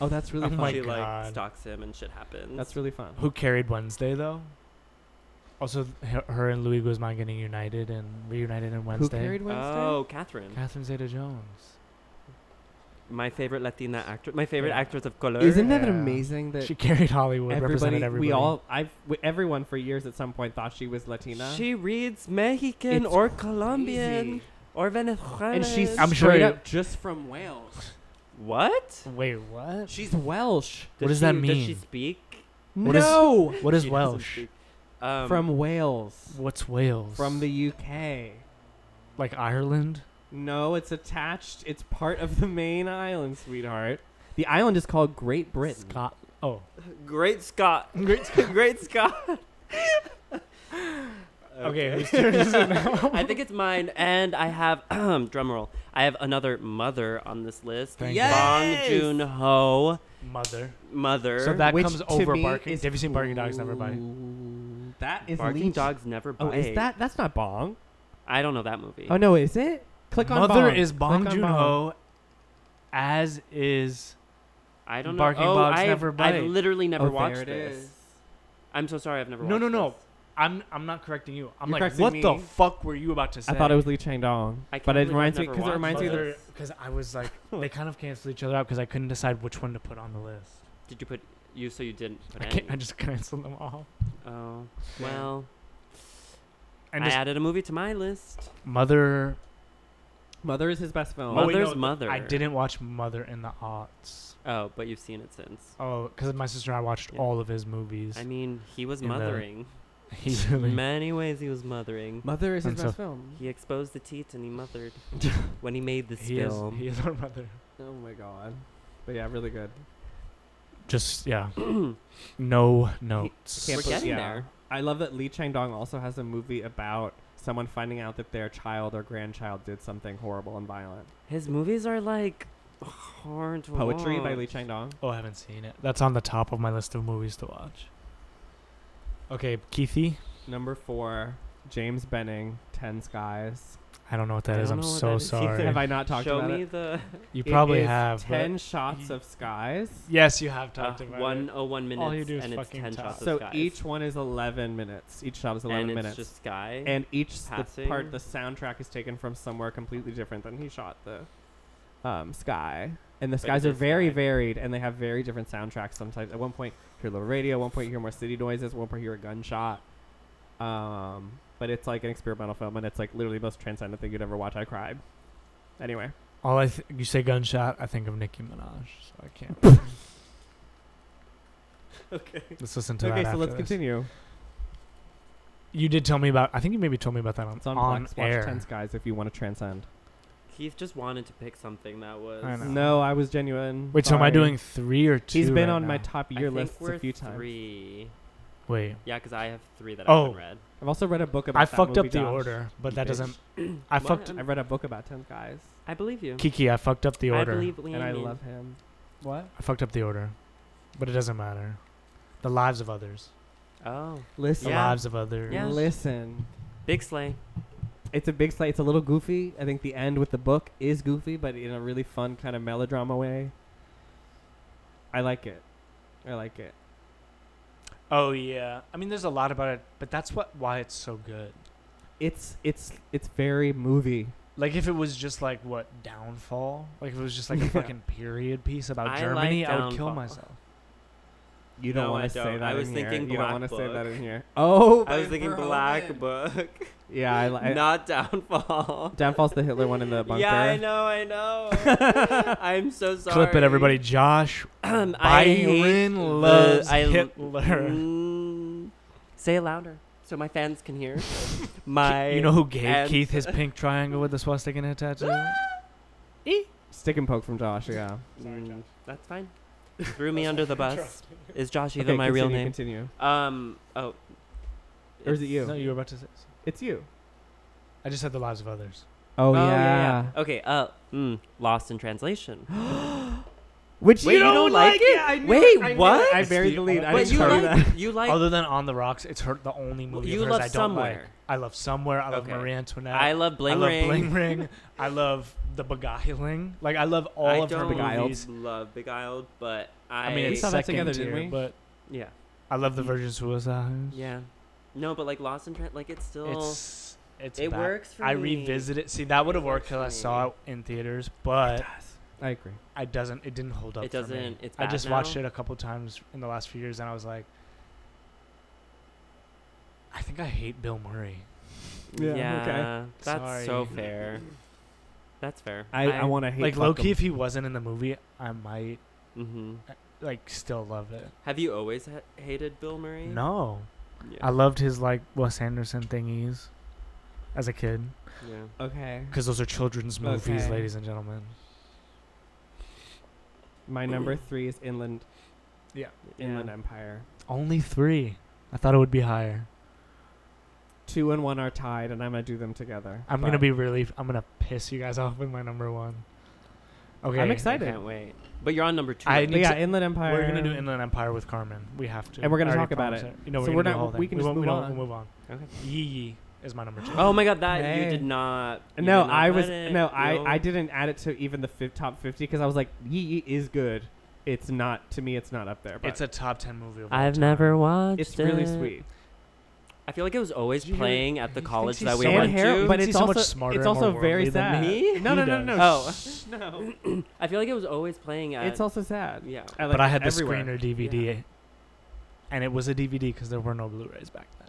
Speaker 4: Oh, that's really
Speaker 3: Oh
Speaker 4: fun.
Speaker 3: my
Speaker 2: she
Speaker 3: God.
Speaker 2: like stalks him and shit happens.
Speaker 4: That's really fun.
Speaker 3: Who carried Wednesday though? Also, th- her- her and Louis Guzman getting united and reunited in Wednesday.
Speaker 4: carried Wednesday?
Speaker 2: Oh, Catherine,
Speaker 3: Catherine Zeta-Jones.
Speaker 2: my favorite Latina actress, my favorite
Speaker 3: Yeah.
Speaker 2: actress of color.
Speaker 4: Isn't that
Speaker 3: Yeah.
Speaker 4: amazing that
Speaker 3: She carried Hollywood.
Speaker 4: everybody,
Speaker 3: represented everybody.
Speaker 4: we all, I've, w- everyone for years at some point thought she was Latina.
Speaker 2: She reads Mexican
Speaker 4: It's
Speaker 2: or Colombian
Speaker 4: Crazy.
Speaker 2: or Venezuelan.
Speaker 4: and she's
Speaker 3: I'm sure
Speaker 4: straight
Speaker 3: you-
Speaker 4: up just from Wales.
Speaker 2: what?
Speaker 3: Wait, what?
Speaker 4: She's Welsh.
Speaker 3: What does that
Speaker 2: she- Does she
Speaker 3: mean?
Speaker 2: speak?
Speaker 3: What is-
Speaker 4: no,
Speaker 3: What is
Speaker 2: She doesn't
Speaker 3: Welsh?
Speaker 2: speak. Um,
Speaker 4: from Wales,
Speaker 3: What's Wales?
Speaker 4: from the UK.
Speaker 3: like Ireland.
Speaker 4: No, it's attached. It's part of the main island, sweetheart. The island is called Great Britain.
Speaker 3: Scot. Oh,
Speaker 2: Great Scott. Great Scott. Great Scott.
Speaker 3: okay. who's turn is it now?
Speaker 2: I think it's mine, and I have drum roll. I have another mother on this list.
Speaker 3: Thank
Speaker 4: Yes!
Speaker 2: Bong Joon Ho,
Speaker 3: Mother.
Speaker 2: mother.
Speaker 3: So that
Speaker 4: which
Speaker 3: comes
Speaker 4: to
Speaker 3: over
Speaker 4: me
Speaker 3: barking.
Speaker 4: is-
Speaker 3: Have you seen Barking Dogs Never Bite?
Speaker 4: Ooh, That is
Speaker 2: barking
Speaker 4: leech-
Speaker 2: dogs never bite.
Speaker 4: Oh, is that? That's not Bong.
Speaker 2: I don't know that movie.
Speaker 4: Oh no, is it? Click on
Speaker 3: Mother
Speaker 4: Bong.
Speaker 3: is Bong
Speaker 4: Click on
Speaker 3: Joon Ho, as is
Speaker 2: I don't know.
Speaker 3: Barking
Speaker 2: oh,
Speaker 3: dogs
Speaker 2: I've,
Speaker 3: never
Speaker 2: I've
Speaker 3: bite.
Speaker 2: literally never
Speaker 4: Oh,
Speaker 2: watched
Speaker 4: there it
Speaker 2: this.
Speaker 4: is.
Speaker 2: I'm so sorry. I've never.
Speaker 3: No,
Speaker 2: watched
Speaker 3: no, no.
Speaker 2: this.
Speaker 3: I'm I'm not correcting you. I'm
Speaker 4: You're
Speaker 3: like,
Speaker 4: correcting
Speaker 3: what the
Speaker 4: me.
Speaker 3: fuck were you about to say?
Speaker 4: I thought it was Lee Chang Dong,
Speaker 2: I
Speaker 4: but
Speaker 2: can't
Speaker 4: it
Speaker 2: believe I've
Speaker 4: reminds me
Speaker 2: never
Speaker 4: because it
Speaker 2: watched
Speaker 4: reminds me that
Speaker 3: because I was like, they kind of canceled each other out because I couldn't decide which one to put on the list.
Speaker 2: Did you put you? So you didn't put
Speaker 3: I
Speaker 2: any.
Speaker 3: can't. I just canceled them all.
Speaker 2: oh
Speaker 4: Yeah.
Speaker 2: well.
Speaker 3: And
Speaker 2: I
Speaker 3: just
Speaker 2: added a movie to my list.
Speaker 3: Mother.
Speaker 4: Mother is his best film.
Speaker 3: Oh, wait,
Speaker 2: Mother's
Speaker 3: no,
Speaker 2: mother.
Speaker 3: I didn't watch Mother in the aughts.
Speaker 2: Oh, but you've seen it since.
Speaker 3: Oh, because my sister and I watched
Speaker 2: Yeah.
Speaker 3: all of his movies.
Speaker 2: I mean, he was
Speaker 3: In the-
Speaker 2: mothering.
Speaker 3: he really.
Speaker 2: Many ways he was mothering.
Speaker 4: Mother is his
Speaker 3: And so-
Speaker 4: best film.
Speaker 2: He exposed the teat and he mothered when he made this
Speaker 3: He is,
Speaker 2: film.
Speaker 3: he is our mother.
Speaker 4: Oh my god. But yeah, really good.
Speaker 3: Just yeah. no notes.
Speaker 2: We're
Speaker 4: Can't believe-
Speaker 2: getting
Speaker 4: yeah.
Speaker 2: there.
Speaker 4: I love that Lee Chang Dong also has a movie about someone finding out that their child or grandchild did something horrible and violent.
Speaker 2: His movies are like hard to
Speaker 4: Poetry by
Speaker 2: watch.
Speaker 4: Lee Chang Dong.
Speaker 3: Oh, I haven't seen it. That's on the top of my list of movies to watch. Okay, Keithy.
Speaker 4: Number four, James Benning, Ten Skies.
Speaker 3: I don't know what
Speaker 2: I
Speaker 3: that is.
Speaker 2: don't
Speaker 3: I'm
Speaker 2: know what
Speaker 3: so
Speaker 2: that is either.
Speaker 3: sorry.
Speaker 4: Have I not talked
Speaker 2: Show
Speaker 4: about
Speaker 2: me
Speaker 4: it?
Speaker 2: the
Speaker 3: You
Speaker 4: It
Speaker 3: probably
Speaker 4: is
Speaker 3: have. but-
Speaker 4: ten shots of skies.
Speaker 3: Yes, you have
Speaker 2: uh,
Speaker 3: talked about
Speaker 2: one
Speaker 3: it.
Speaker 2: oh one minutes,
Speaker 3: All you do is
Speaker 2: and it's
Speaker 3: fucking
Speaker 2: ten
Speaker 3: talk.
Speaker 2: shots
Speaker 4: So
Speaker 2: of skies.
Speaker 4: each one is eleven minutes. Each shot is eleven
Speaker 2: and
Speaker 4: minutes.
Speaker 2: it's just sky.
Speaker 4: and each s- the
Speaker 2: passing.
Speaker 4: part the soundtrack is taken from somewhere completely different than he shot the um, sky and the skies
Speaker 2: it
Speaker 4: are
Speaker 2: is
Speaker 4: very
Speaker 2: sky.
Speaker 4: varied and they have very different soundtracks sometimes at one point you hear little radio at one point you hear more city noises at one point you hear a gunshot um, but it's like an experimental film and it's like literally the most transcendent thing you'd ever watch i cried anyway
Speaker 3: All I th- you say gunshot, I think of Nicki Minaj. So I can't.
Speaker 4: okay
Speaker 3: let's listen to that.
Speaker 4: okay so
Speaker 3: after
Speaker 4: let's
Speaker 3: this.
Speaker 4: continue
Speaker 3: You did tell me about. I think you maybe told me about that on,
Speaker 4: it's on,
Speaker 3: on
Speaker 4: Plex.
Speaker 3: air.
Speaker 4: watch 10 skies if you want to transcend
Speaker 2: Keith just wanted to pick something that was.
Speaker 3: I know.
Speaker 4: no, i was genuine
Speaker 3: Wait, so am I
Speaker 4: Sorry.
Speaker 3: doing three or two?
Speaker 4: he's been
Speaker 3: right
Speaker 4: on my
Speaker 3: now?
Speaker 4: top
Speaker 2: I
Speaker 4: year
Speaker 2: think
Speaker 4: lists
Speaker 2: we're
Speaker 4: a few times
Speaker 2: Three.
Speaker 3: Wait,
Speaker 2: Yeah, because I have three that
Speaker 3: Oh.
Speaker 2: I haven't read.
Speaker 4: I've also read a book about.
Speaker 3: I
Speaker 4: that
Speaker 3: fucked up
Speaker 4: movie,
Speaker 3: the
Speaker 4: Josh.
Speaker 3: order, but
Speaker 4: You
Speaker 3: that
Speaker 4: bitch.
Speaker 3: doesn't. I
Speaker 2: What?
Speaker 3: fucked
Speaker 4: I read a book about ten guys,
Speaker 2: I believe you.
Speaker 3: Kiki. I fucked up the
Speaker 2: I
Speaker 3: order.
Speaker 2: believe Liam.
Speaker 4: and I
Speaker 2: Neeson.
Speaker 4: love him. What?
Speaker 3: I fucked up the order, but it doesn't matter. The lives of others.
Speaker 2: Oh,
Speaker 3: The
Speaker 4: Listen,
Speaker 2: Yeah.
Speaker 3: lives of others.
Speaker 2: Yeah.
Speaker 4: listen.
Speaker 2: Big Slay.
Speaker 4: It's a big slate. It's a little goofy. I think the end with the book is goofy, but in a really fun kind of melodrama way. I like it. I like it.
Speaker 3: Oh yeah. I mean, there's a lot about it, but that's what why it's so good.
Speaker 4: It's it's it's very movie.
Speaker 3: Like if it was just like what downfall, like if it was just like a
Speaker 4: Yeah.
Speaker 3: fucking period piece about
Speaker 2: I
Speaker 3: Germany,
Speaker 2: like
Speaker 3: I would kill
Speaker 2: Downfall.
Speaker 3: myself.
Speaker 4: You don't
Speaker 2: No,
Speaker 4: want
Speaker 2: I
Speaker 4: to say
Speaker 2: don't.
Speaker 4: that.
Speaker 2: I was
Speaker 4: in
Speaker 2: thinking
Speaker 4: here. You don't
Speaker 2: Black
Speaker 4: want to say that
Speaker 2: Book.
Speaker 4: in here. Oh,
Speaker 2: I was thinking Black
Speaker 4: Book.
Speaker 2: Book,
Speaker 4: Yeah, I like.
Speaker 2: not Downfall.
Speaker 4: Downfall's the Hitler one in the bunker.
Speaker 2: Yeah, I know, I know. I'm so sorry.
Speaker 3: Clip it, everybody. Josh
Speaker 2: Um, I hate
Speaker 3: Byron loves
Speaker 2: the- I l-
Speaker 3: Hitler.
Speaker 2: Mm, say it louder so my fans can hear. my
Speaker 3: you know who gave
Speaker 2: and-
Speaker 3: Keith his pink triangle with the swastika in it tattoo?
Speaker 4: Stick and poke from Josh. Yeah.
Speaker 2: Mm, that's fine. Threw me under the bus. Is Josh even
Speaker 4: okay,
Speaker 2: my real
Speaker 4: continue,
Speaker 2: name?
Speaker 4: Continue.
Speaker 2: Um. Oh.
Speaker 4: Or is it
Speaker 2: it's-
Speaker 4: you?
Speaker 3: No, you were about to say.
Speaker 4: It's you.
Speaker 3: I just said the lives of others.
Speaker 4: Oh,
Speaker 2: Oh,
Speaker 4: yeah.
Speaker 2: Okay. Uh, mm, Lost in Translation.
Speaker 4: Which
Speaker 2: Wait,
Speaker 4: you
Speaker 2: you
Speaker 4: don't,
Speaker 2: don't
Speaker 3: Oh,
Speaker 2: like it?
Speaker 4: Yeah, I knew
Speaker 2: Wait,
Speaker 4: it. I knew
Speaker 2: what?
Speaker 4: it. I
Speaker 3: It's
Speaker 4: buried
Speaker 3: the
Speaker 4: the lead. I
Speaker 3: only-
Speaker 2: but
Speaker 4: didn't
Speaker 2: you
Speaker 4: tell
Speaker 2: like
Speaker 4: you that.
Speaker 2: you like
Speaker 3: Other than On the Rocks, it's her the only movie
Speaker 2: you
Speaker 3: of hers
Speaker 2: love
Speaker 3: I don't like.
Speaker 2: Somewhere.
Speaker 3: I love Somewhere. I love
Speaker 2: Okay.
Speaker 3: Marie Antoinette.
Speaker 2: I love Bling
Speaker 3: I love
Speaker 2: Ring.
Speaker 3: Bling Ring. I love The Beguiling. Like I love all
Speaker 2: I
Speaker 3: of her
Speaker 2: don't
Speaker 4: Beguiled.
Speaker 3: movies.
Speaker 2: love Beguiled, but I,
Speaker 3: I, mean, it's
Speaker 4: saw that
Speaker 3: second
Speaker 4: together,
Speaker 3: tier,
Speaker 4: didn't we?
Speaker 3: but
Speaker 2: yeah,
Speaker 3: I love The
Speaker 2: Mm.
Speaker 3: Virgin Suicides.
Speaker 2: yeah. No, but like Lost in Translation, like it's still
Speaker 3: It's it's
Speaker 2: it
Speaker 3: bad.
Speaker 2: works for
Speaker 3: I
Speaker 2: me.
Speaker 3: revisit it. See, that would have worked because I
Speaker 2: works for
Speaker 3: saw
Speaker 2: me.
Speaker 3: it in theaters, but
Speaker 4: I agree.
Speaker 3: I doesn't. It didn't hold up.
Speaker 2: It
Speaker 3: For me.
Speaker 2: doesn't. It's
Speaker 3: I
Speaker 2: bad
Speaker 3: just watched
Speaker 2: now.
Speaker 3: it a couple times in the last few years, and I was like, I think I hate Bill Murray.
Speaker 4: Yeah,
Speaker 2: Yeah.
Speaker 4: okay.
Speaker 2: That's so
Speaker 3: Sorry.
Speaker 2: fair. That's fair.
Speaker 4: I, I, want to hate
Speaker 3: like
Speaker 4: fuck
Speaker 3: low key,
Speaker 4: him.
Speaker 3: if he wasn't in the movie, I might
Speaker 2: hmm
Speaker 3: like still love it.
Speaker 2: Have you always ha- hated Bill Murray?
Speaker 3: No,
Speaker 2: Yeah.
Speaker 3: I loved his like Wes Anderson thingies as a kid,
Speaker 2: yeah.
Speaker 4: Okay.
Speaker 3: because those are children's movies,
Speaker 4: Okay.
Speaker 3: ladies and gentlemen.
Speaker 4: My number three is Inland Inland
Speaker 2: Yeah.
Speaker 4: Empire.
Speaker 3: Only three. I thought it would be higher.
Speaker 4: Two and one are tied, and I'm gonna do them together.
Speaker 3: I'm
Speaker 4: But
Speaker 3: gonna be really. I'm gonna piss you guys off with my number one. Okay,
Speaker 4: I'm
Speaker 2: I
Speaker 4: excited.
Speaker 2: can't wait. But you're on number two.
Speaker 3: I
Speaker 2: right?
Speaker 4: But
Speaker 3: need
Speaker 4: yeah,
Speaker 3: to-
Speaker 4: Inland Empire.
Speaker 3: We're gonna do Inland Empire with Carmen. We have to,
Speaker 4: And we're gonna
Speaker 3: I
Speaker 4: talk
Speaker 3: already
Speaker 4: about
Speaker 3: promised
Speaker 4: it.
Speaker 3: No, we're,
Speaker 4: So
Speaker 3: gonna
Speaker 4: we're
Speaker 3: do the
Speaker 4: not-
Speaker 3: whole thing.
Speaker 4: we can just
Speaker 3: won't-
Speaker 4: move
Speaker 3: don't-
Speaker 4: on.
Speaker 3: We'll move on.
Speaker 2: Okay.
Speaker 3: Yee Yee is my number two.
Speaker 2: Oh my god, that
Speaker 4: Hey.
Speaker 2: you did not. you
Speaker 4: No,
Speaker 2: did not
Speaker 4: I was
Speaker 2: let it
Speaker 4: no, I, I
Speaker 2: go.
Speaker 4: didn't add it to even the fi- top fifty because I was like, Yee Yee is good. It's not to me. It's not up there. But
Speaker 3: it's a top ten movie. Of all
Speaker 2: I've
Speaker 3: time.
Speaker 2: never watched.
Speaker 4: It's really
Speaker 2: it.
Speaker 4: sweet.
Speaker 2: I feel like it was always
Speaker 3: Did you hear-
Speaker 2: playing at the
Speaker 3: he
Speaker 2: college
Speaker 3: thinks
Speaker 2: that
Speaker 3: he's
Speaker 2: we
Speaker 3: so-
Speaker 2: went
Speaker 4: And Harold-
Speaker 2: to.
Speaker 4: but
Speaker 3: He's
Speaker 4: it's
Speaker 3: so
Speaker 4: also
Speaker 3: much smarter
Speaker 4: it's
Speaker 3: and more
Speaker 4: also very
Speaker 3: worldly than
Speaker 4: sad.
Speaker 2: me.
Speaker 4: No, no,
Speaker 3: He Oh.
Speaker 4: no, no, no.
Speaker 2: does.
Speaker 4: Shh, no.
Speaker 2: I feel like it was always playing at.
Speaker 4: It's also sad.
Speaker 2: yeah.
Speaker 4: like
Speaker 3: but I had the
Speaker 4: everywhere.
Speaker 3: screener DVD, and it was a DVD because there were no Blu-rays back then.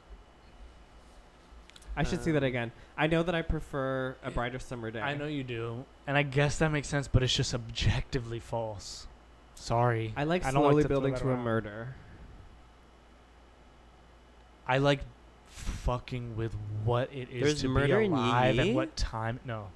Speaker 4: I should see that
Speaker 2: Um,
Speaker 4: again. I know that I prefer a brighter summer day.
Speaker 3: I know you do, and I guess that makes sense, but it's just objectively false. Sorry,
Speaker 4: I like
Speaker 3: I don't like
Speaker 4: slowly
Speaker 3: to throw
Speaker 4: building
Speaker 3: that
Speaker 4: to a
Speaker 3: around.
Speaker 4: murder.
Speaker 3: I like fucking with what it is
Speaker 2: There's
Speaker 3: to
Speaker 2: murder
Speaker 3: be
Speaker 2: in Yee
Speaker 3: alive
Speaker 2: Yee?
Speaker 3: and what time. No,